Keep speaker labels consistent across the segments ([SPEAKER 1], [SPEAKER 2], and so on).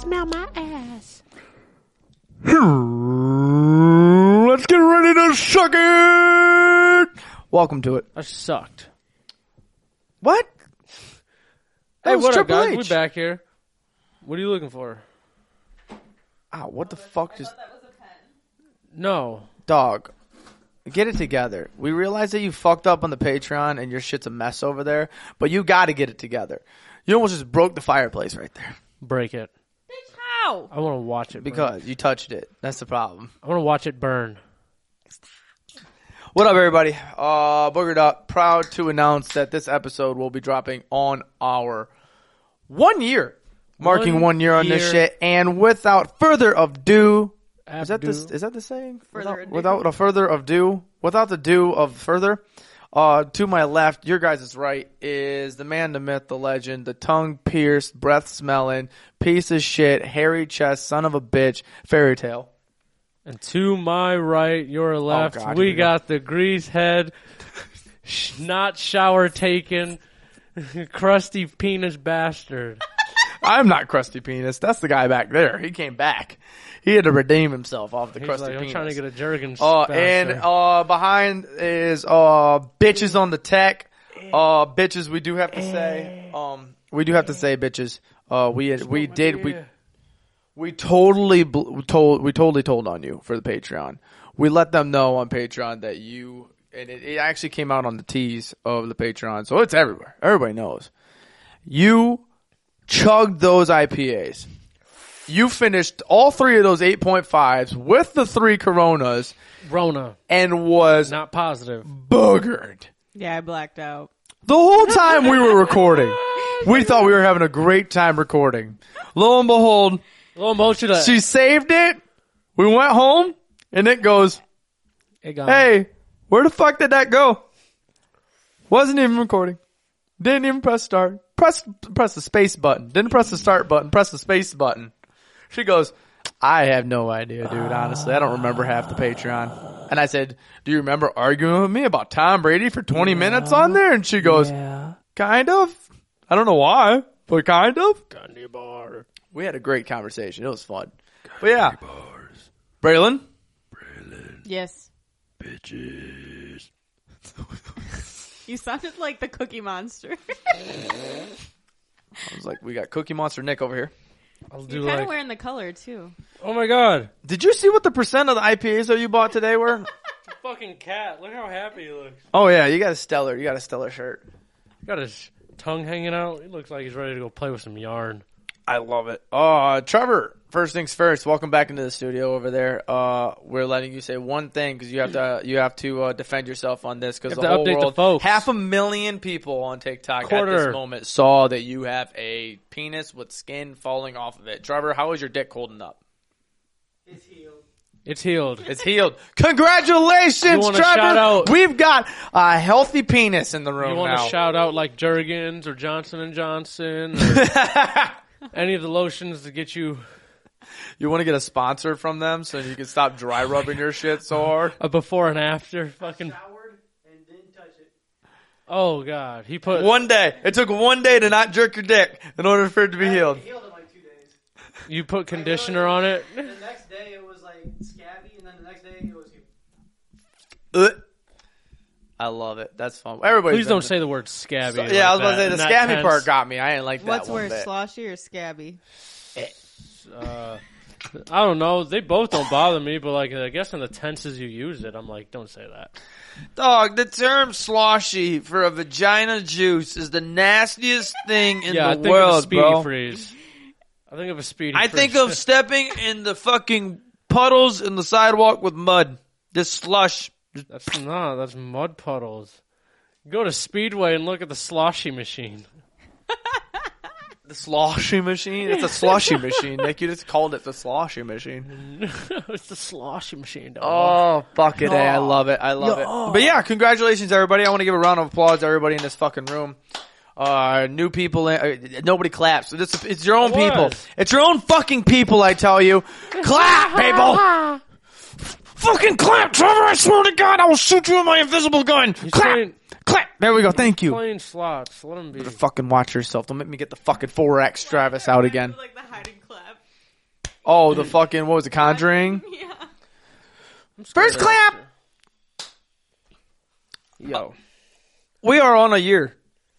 [SPEAKER 1] Smell my ass.
[SPEAKER 2] Let's get ready to suck it. Welcome to it.
[SPEAKER 3] I sucked.
[SPEAKER 2] What? That
[SPEAKER 3] hey,
[SPEAKER 2] was
[SPEAKER 3] what up,
[SPEAKER 2] Triple
[SPEAKER 3] guys?
[SPEAKER 2] H.
[SPEAKER 3] We back here. What are you looking for?
[SPEAKER 2] Ow, Ah, what the fuck just
[SPEAKER 1] Oh,
[SPEAKER 3] No.
[SPEAKER 2] dog? Get it together. We realize that you fucked up on the Patreon and your shit's a mess over there, but you got to get it together. You almost just broke the fireplace right there
[SPEAKER 3] Break it.
[SPEAKER 1] Bitch, how?
[SPEAKER 3] I want to watch it. burn.
[SPEAKER 2] because you touched it. That's the problem.
[SPEAKER 3] I want to watch it burn.
[SPEAKER 2] What up, everybody? Uh, Boogered Up, proud to announce that this episode will be dropping on our one year, marking
[SPEAKER 3] One
[SPEAKER 2] one, year on this
[SPEAKER 3] year.
[SPEAKER 2] shit. And without further ado, is that
[SPEAKER 3] Abdu-
[SPEAKER 2] this? Is that the saying?
[SPEAKER 1] Further
[SPEAKER 2] without,
[SPEAKER 1] ado.
[SPEAKER 2] without a further of do, without the do of further. Uh, to my left, your guys' right is the man, the myth, the legend, the tongue pierced, breath smelling, piece of shit, hairy chest, son of a bitch, fairy tale.
[SPEAKER 3] And to my right, your left,
[SPEAKER 2] Oh, God, here
[SPEAKER 3] we
[SPEAKER 2] we go.
[SPEAKER 3] got the grease head, sh- not shower taken, crusty penis bastard.
[SPEAKER 2] I'm not crusty penis. That's the guy back there. He came back. He had to redeem himself off the
[SPEAKER 3] He's
[SPEAKER 2] crusty
[SPEAKER 3] like, I'm
[SPEAKER 2] penis.
[SPEAKER 3] trying to get a Jergens.
[SPEAKER 2] uh,
[SPEAKER 3] faster."
[SPEAKER 2] and uh, behind is uh, bitches on the tech. Uh, bitches, we do have to say, um, we do have to say, bitches. Uh, we we did we we totally bl- told we totally told on you for the Patreon. We let them know on Patreon that you and it, it actually came out on the tease of the Patreon, so it's everywhere. Everybody knows you chugged those IPAs. You finished all three of those 8.5s with the three Coronas
[SPEAKER 3] Rona,
[SPEAKER 2] and was
[SPEAKER 3] not positive.
[SPEAKER 2] boogered.
[SPEAKER 1] Yeah, I blacked out.
[SPEAKER 2] The whole time we were recording, we thought we were having a great time recording. Lo and behold,
[SPEAKER 3] Little motion. to-
[SPEAKER 2] she saved it. We went home, and it goes,
[SPEAKER 3] It got me.
[SPEAKER 2] "Hey, where the fuck did that go?" Wasn't even recording. Didn't even press start. Press press the space button. Didn't press the start button. Press the space button. She goes, "I have no idea, dude. Honestly, I don't remember half the Patreon." And I said, "Do you remember arguing with me about Tom Brady for 20 minutes on there?" And she goes,
[SPEAKER 3] Yeah.
[SPEAKER 2] "Kind of. I don't know why, but kind of."
[SPEAKER 3] Gundy bar.
[SPEAKER 2] We had a great conversation. It was fun. But yeah, Braylon.
[SPEAKER 1] Yes. Bitches. you sounded like the Cookie Monster.
[SPEAKER 2] I was like, we got Cookie Monster Nick over here.
[SPEAKER 3] I'll do
[SPEAKER 1] You're kind of
[SPEAKER 3] like,
[SPEAKER 1] wearing the color too.
[SPEAKER 3] oh my god.
[SPEAKER 2] Did you see what the percent of the IPAs that you bought today were?
[SPEAKER 3] Fucking cat. Look how happy he looks.
[SPEAKER 2] oh yeah, you got a stellar. You got a stellar shirt.
[SPEAKER 3] Got his tongue hanging out. He looks like he's ready to go play with some yarn.
[SPEAKER 2] I love it. Uh Trevor, first things first. Welcome back into the studio over there. Uh, we're letting you say one thing because you have to you have to uh, defend yourself on this because
[SPEAKER 3] You
[SPEAKER 2] the
[SPEAKER 3] have to
[SPEAKER 2] whole
[SPEAKER 3] update the
[SPEAKER 2] world,
[SPEAKER 3] folks.
[SPEAKER 2] half a million people on TikTok at
[SPEAKER 3] Quarter.
[SPEAKER 2] this moment saw that you have a penis with skin falling off of it. Trevor, how is your dick holding up?
[SPEAKER 3] It's healed.
[SPEAKER 2] It's healed. Congratulations,
[SPEAKER 3] You want a
[SPEAKER 2] Trevor.
[SPEAKER 3] shout-out?
[SPEAKER 2] We've got a healthy penis in the room
[SPEAKER 3] you
[SPEAKER 2] now.
[SPEAKER 3] want to shout out like Jergens or Johnson and Johnson or any of the lotions to get you
[SPEAKER 2] You want to get a sponsor from them so you can stop dry rubbing your shit so hard?
[SPEAKER 3] a before and after fucking Oh god, he put
[SPEAKER 2] One day. It took one day to not jerk your dick in order for it to be healed.
[SPEAKER 4] healed in like two days.
[SPEAKER 3] you put conditioner on it.
[SPEAKER 4] The next day it was like scabby, and then the next day it was healed.
[SPEAKER 2] Ugh. I love it. That's fun. Everybody,
[SPEAKER 3] Please don't say the word scabby.
[SPEAKER 2] Yeah,
[SPEAKER 3] like
[SPEAKER 2] I was about to say
[SPEAKER 3] that.
[SPEAKER 2] the
[SPEAKER 3] Not
[SPEAKER 2] scabby
[SPEAKER 3] tense.
[SPEAKER 2] part got me. I didn't like that
[SPEAKER 1] What's
[SPEAKER 2] one
[SPEAKER 1] worse,
[SPEAKER 2] bit.
[SPEAKER 1] sloshy or scabby?
[SPEAKER 3] Uh, I don't know. They both don't bother me, but like I guess in the tenses you use it, I'm like, don't say that.
[SPEAKER 2] Dog, the term sloshy for a vagina juice is the nastiest thing in
[SPEAKER 3] yeah, I
[SPEAKER 2] the
[SPEAKER 3] think of a
[SPEAKER 2] world,
[SPEAKER 3] speedy
[SPEAKER 2] bro.
[SPEAKER 3] freeze. I think of a speedy.
[SPEAKER 2] I
[SPEAKER 3] freeze.
[SPEAKER 2] think of stepping in the fucking puddles in the sidewalk with mud. This slush.
[SPEAKER 3] That's not. That's mud puddles. Go to Speedway and look at the sloshy machine.
[SPEAKER 2] The sloshy machine? It's a sloshy machine, Nick. You just called it the sloshy machine.
[SPEAKER 3] it's the sloshy machine. Dog.
[SPEAKER 2] Oh, fuck it, eh? I love it. I love it. But yeah, congratulations, everybody. I want to give a round of applause to everybody in this fucking room. Uh, new people in, uh, nobody claps. It's, it's your own
[SPEAKER 3] It was.
[SPEAKER 2] people. It's your own fucking people, I tell you. Clap, people! fucking clap, Trevor! I swear to God, I will shoot you with my invisible gun! clap!
[SPEAKER 3] playing-
[SPEAKER 2] clap! There we go, thank you.
[SPEAKER 3] Playing Oh, slots. Let him be.
[SPEAKER 2] fucking watch yourself. Don't make me get the fucking 4X Travis out again.
[SPEAKER 1] Like the hide and clap.
[SPEAKER 2] Oh, the fucking what was it? Conjuring.
[SPEAKER 1] Yeah.
[SPEAKER 2] First clap. Yo, we are on a year,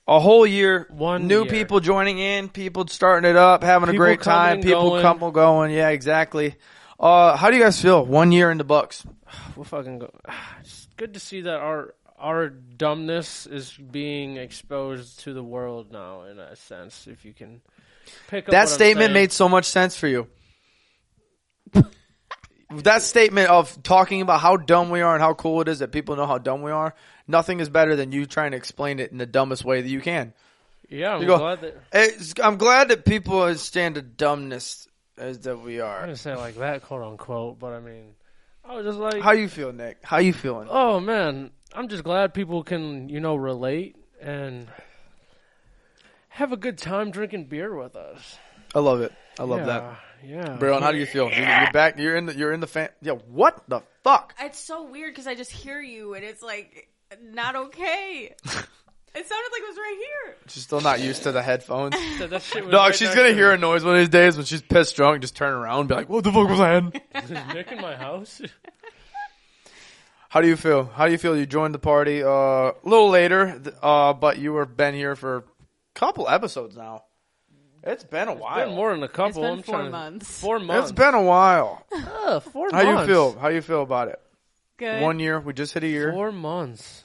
[SPEAKER 2] a whole year.
[SPEAKER 3] One
[SPEAKER 2] new
[SPEAKER 3] year.
[SPEAKER 2] people joining in, people starting it up, having
[SPEAKER 3] People
[SPEAKER 2] a great
[SPEAKER 3] coming
[SPEAKER 2] time,
[SPEAKER 3] and
[SPEAKER 2] people
[SPEAKER 3] going.
[SPEAKER 2] come and going. Yeah, exactly. Uh, how do you guys feel? One year in the Bucks.
[SPEAKER 3] We'll fucking go. Ah, It's good to see that our our dumbness is being exposed to the world now, in a sense. If you can pick up
[SPEAKER 2] That
[SPEAKER 3] what I'm
[SPEAKER 2] statement
[SPEAKER 3] saying.
[SPEAKER 2] made so much sense for you. that statement of talking about how dumb we are and how cool it is that people know how dumb we are. Nothing is better than you trying to explain it in the dumbest way that you can.
[SPEAKER 3] Yeah, I'm
[SPEAKER 2] You go-
[SPEAKER 3] glad that.
[SPEAKER 2] It's, I'm glad that people understand the dumbness as that we
[SPEAKER 3] I'm
[SPEAKER 2] are.
[SPEAKER 3] gonna say it like that, quote unquote. But I mean, I was just like,
[SPEAKER 2] How you feel, Nick? How you feeling?
[SPEAKER 3] oh man, I'm just glad people can you know relate and have a good time drinking beer with us.
[SPEAKER 2] I love it. I love
[SPEAKER 3] yeah,
[SPEAKER 2] that.
[SPEAKER 3] Yeah,
[SPEAKER 2] Braylon, how do you feel? You're, you're back. You're in the. You're in the fan. Yeah. What the fuck?
[SPEAKER 1] It's so weird because I just hear you and it's like not okay. it sounded like it was right here.
[SPEAKER 2] She's still not used to the headphones.
[SPEAKER 3] That- that shit was
[SPEAKER 2] Dog,
[SPEAKER 3] right
[SPEAKER 2] she's
[SPEAKER 3] next
[SPEAKER 2] gonna
[SPEAKER 3] to
[SPEAKER 2] hear
[SPEAKER 3] me.
[SPEAKER 2] a noise one of these days when she's pissed drunk. Just turn around and be like, "What the fuck was that?"
[SPEAKER 3] Is Nick in my house.
[SPEAKER 2] How do you feel? How do you feel? You joined the party uh, a little later, th- uh, but you were been here for a couple episodes now. It's been a while.
[SPEAKER 3] Been more than a
[SPEAKER 1] It's
[SPEAKER 3] couple.
[SPEAKER 1] been
[SPEAKER 3] I'm
[SPEAKER 1] four
[SPEAKER 3] trying to-
[SPEAKER 1] months.
[SPEAKER 3] Four months.
[SPEAKER 2] it's been a while.
[SPEAKER 3] Ugh, four
[SPEAKER 2] How
[SPEAKER 3] months.
[SPEAKER 2] you feel? How you feel about it?
[SPEAKER 1] Good.
[SPEAKER 2] One year. We just hit a year.
[SPEAKER 3] Four months.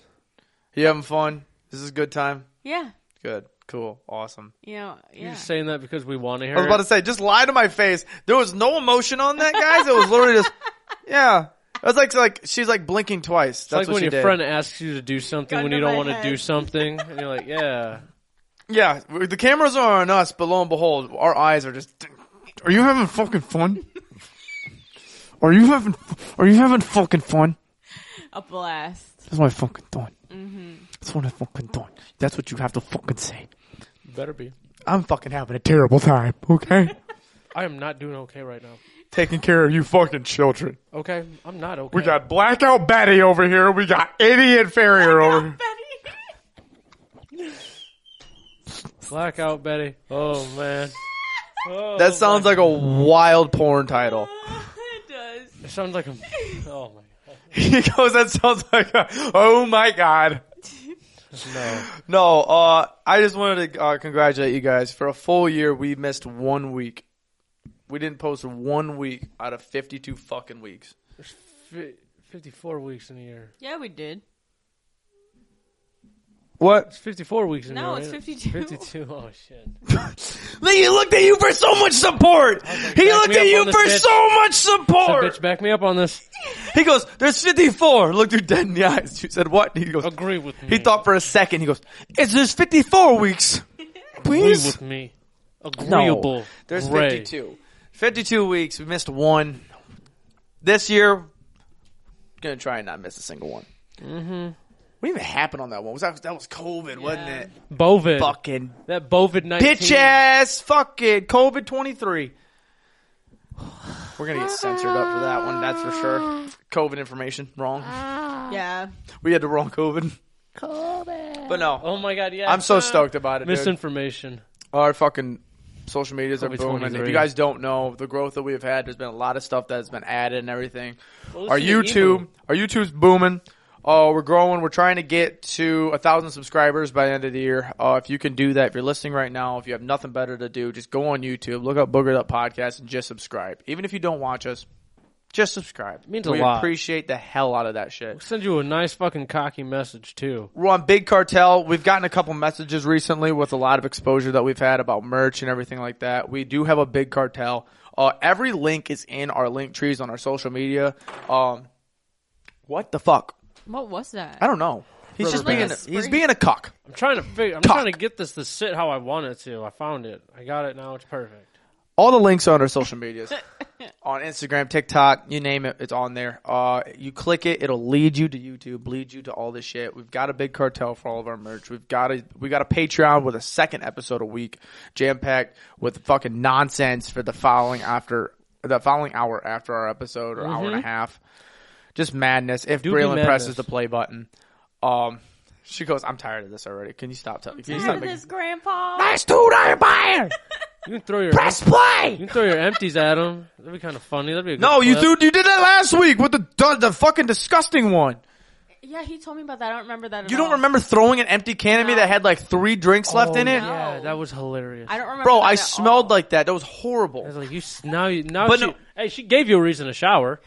[SPEAKER 2] You having fun? This is a good time.
[SPEAKER 1] Yeah.
[SPEAKER 2] Good. Cool. Awesome.
[SPEAKER 1] You know.
[SPEAKER 3] You're
[SPEAKER 1] Yeah.
[SPEAKER 3] just saying that because we want to hear.
[SPEAKER 2] I was about
[SPEAKER 3] it?
[SPEAKER 2] to say, just lie to my face. There was no emotion on that, guys. It was literally just, yeah. It was like, like she's like blinking twice.
[SPEAKER 3] It's
[SPEAKER 2] That's
[SPEAKER 3] like
[SPEAKER 2] what
[SPEAKER 3] when
[SPEAKER 2] she
[SPEAKER 3] your
[SPEAKER 2] did.
[SPEAKER 3] friend asks you to do something
[SPEAKER 1] Gun
[SPEAKER 3] when
[SPEAKER 1] to
[SPEAKER 3] you don't
[SPEAKER 1] my
[SPEAKER 3] want to
[SPEAKER 1] head.
[SPEAKER 3] do something, and you're like, "Yeah,
[SPEAKER 2] Yeah, the cameras are on us, but lo and behold, our eyes are just. Are you having fucking fun? Are you having? Are you having fucking fun?
[SPEAKER 1] A blast.
[SPEAKER 2] That's what I fucking thought.
[SPEAKER 3] Mm-hmm.
[SPEAKER 2] That's what I fucking thought. That's what you have to fucking say.
[SPEAKER 3] better be."
[SPEAKER 2] I'm fucking having a terrible time. Okay,
[SPEAKER 3] I am not doing okay right now.
[SPEAKER 2] taking care of you fucking children.
[SPEAKER 3] Okay, I'm not okay.
[SPEAKER 2] We got blackout Betty over here. We got idiot Farrier over. here.
[SPEAKER 1] Betty.
[SPEAKER 3] blackout, Betty. Oh man, Oh,
[SPEAKER 2] That sounds like a wild porn title.
[SPEAKER 1] it does.
[SPEAKER 3] It sounds like a. Oh my god,
[SPEAKER 2] He goes, that sounds like a, oh my god.
[SPEAKER 3] no.
[SPEAKER 2] No, uh, I just wanted to uh, congratulate you guys. For a full year, we missed one week. We didn't post one week out of 52 fucking weeks.
[SPEAKER 3] There's fi- 54 weeks in a year.
[SPEAKER 1] Yeah, we did.
[SPEAKER 2] What?
[SPEAKER 3] It's 54 weeks in a year.
[SPEAKER 1] No, it's
[SPEAKER 3] right?
[SPEAKER 1] 52.
[SPEAKER 3] 52. Oh shit.
[SPEAKER 2] He looked at you for so much support. He
[SPEAKER 3] back
[SPEAKER 2] looked
[SPEAKER 3] me
[SPEAKER 2] at
[SPEAKER 3] up
[SPEAKER 2] you
[SPEAKER 3] on this
[SPEAKER 2] for
[SPEAKER 3] bitch.
[SPEAKER 2] so much
[SPEAKER 3] So,
[SPEAKER 2] support.
[SPEAKER 3] bitch, back me up on this.
[SPEAKER 2] He goes, there's 54. Looked you dead in the eyes. You said what? And he goes,
[SPEAKER 3] Agree with me.
[SPEAKER 2] he thought for a second. He goes, it's there's 54 weeks.
[SPEAKER 3] Agree
[SPEAKER 2] Please.
[SPEAKER 3] with me. Agreeable.
[SPEAKER 2] No, there's
[SPEAKER 3] Ray.
[SPEAKER 2] 52. 52 weeks. We missed one. This year, gonna try and not miss a single one. Mm-hmm. What even happened on that one? Was that that was COVID, wasn't
[SPEAKER 1] Yeah.
[SPEAKER 2] it?
[SPEAKER 3] Bovid.
[SPEAKER 2] Fucking
[SPEAKER 3] That Bovid 19.
[SPEAKER 2] bitch ass. Fucking COVID 23. We're gonna get censored up for that one. That's for sure. COVID information wrong.
[SPEAKER 1] Yeah.
[SPEAKER 2] We had the wrong COVID. COVID. But no,
[SPEAKER 3] Oh my god, yeah.
[SPEAKER 2] I'm so stoked about it. dude
[SPEAKER 3] Misinformation.
[SPEAKER 2] our fucking social medias are
[SPEAKER 3] Probably
[SPEAKER 2] booming. If
[SPEAKER 3] 23.
[SPEAKER 2] you guys don't know the growth that we've had, there's been a lot of stuff that's been added and everything.
[SPEAKER 3] Well,
[SPEAKER 2] Our
[SPEAKER 3] listen to
[SPEAKER 2] YouTube,
[SPEAKER 3] Emu.
[SPEAKER 2] our YouTube's booming. Uh, we're growing. We're trying to get to a thousand subscribers by the end of the year. Uh, if you can do that, if you're listening right now, if you have nothing better to do, just go on YouTube, look up Boogered Up Podcast, and just subscribe. Even if you don't watch us, just subscribe.
[SPEAKER 3] means a
[SPEAKER 2] we
[SPEAKER 3] lot.
[SPEAKER 2] appreciate the hell out of that shit.
[SPEAKER 3] Send you a nice fucking cocky message too.
[SPEAKER 2] We're on Big Cartel. We've gotten a couple messages recently with a lot of exposure that we've had about merch and everything like that. We do have a Big Cartel. Uh, every link is in our link trees on our social media. Um, what the fuck?
[SPEAKER 1] What was that?
[SPEAKER 2] I don't know. He's just
[SPEAKER 1] like
[SPEAKER 2] being
[SPEAKER 1] a
[SPEAKER 2] a, he's
[SPEAKER 1] spring-
[SPEAKER 2] being a cuck.
[SPEAKER 3] I'm trying to figure. I'm
[SPEAKER 2] Cock.
[SPEAKER 3] trying to get this to sit how I want it to. I found it. I got it now. It's perfect.
[SPEAKER 2] All the links are on our social medias. on Instagram, TikTok, you name it, it's on there. Uh, you click it, it'll lead you to YouTube, lead you to all this shit. We've got a big cartel for all of our merch. We've got a we got a Patreon with a second episode a week, jam packed with fucking nonsense for the following after the following hour after our episode or hour and a half. Just Mm-hmm. madness. If
[SPEAKER 3] be
[SPEAKER 2] Braylon
[SPEAKER 3] madness.
[SPEAKER 2] presses the play button, um, she goes, "I'm tired of this already. Can you stop? T- can you
[SPEAKER 1] Tired
[SPEAKER 2] stop
[SPEAKER 1] of
[SPEAKER 2] making-
[SPEAKER 1] this, Grandpa.
[SPEAKER 2] That's too damn bad.
[SPEAKER 3] You can throw your
[SPEAKER 2] Press
[SPEAKER 3] you
[SPEAKER 2] play.
[SPEAKER 3] can throw your empties at them. That'd be kind of funny. That'd be a good
[SPEAKER 2] No, you
[SPEAKER 3] clip.
[SPEAKER 2] threw, you did that last week with the du- the fucking disgusting one.
[SPEAKER 1] Yeah, he told me about that. I don't remember that at
[SPEAKER 2] You
[SPEAKER 1] all.
[SPEAKER 2] don't remember throwing an empty can at me
[SPEAKER 1] No.
[SPEAKER 2] that had like three drinks left
[SPEAKER 3] Oh,
[SPEAKER 2] in it,
[SPEAKER 3] Yeah,
[SPEAKER 1] No.
[SPEAKER 3] that was hilarious.
[SPEAKER 1] I don't remember.
[SPEAKER 2] bro?
[SPEAKER 1] that
[SPEAKER 2] I
[SPEAKER 1] at
[SPEAKER 2] smelled
[SPEAKER 1] all.
[SPEAKER 2] like that. That was
[SPEAKER 3] I
[SPEAKER 2] horrible.
[SPEAKER 3] was like, you s- now you now
[SPEAKER 2] But
[SPEAKER 3] she,
[SPEAKER 2] no-
[SPEAKER 3] hey, she gave you a reason to shower.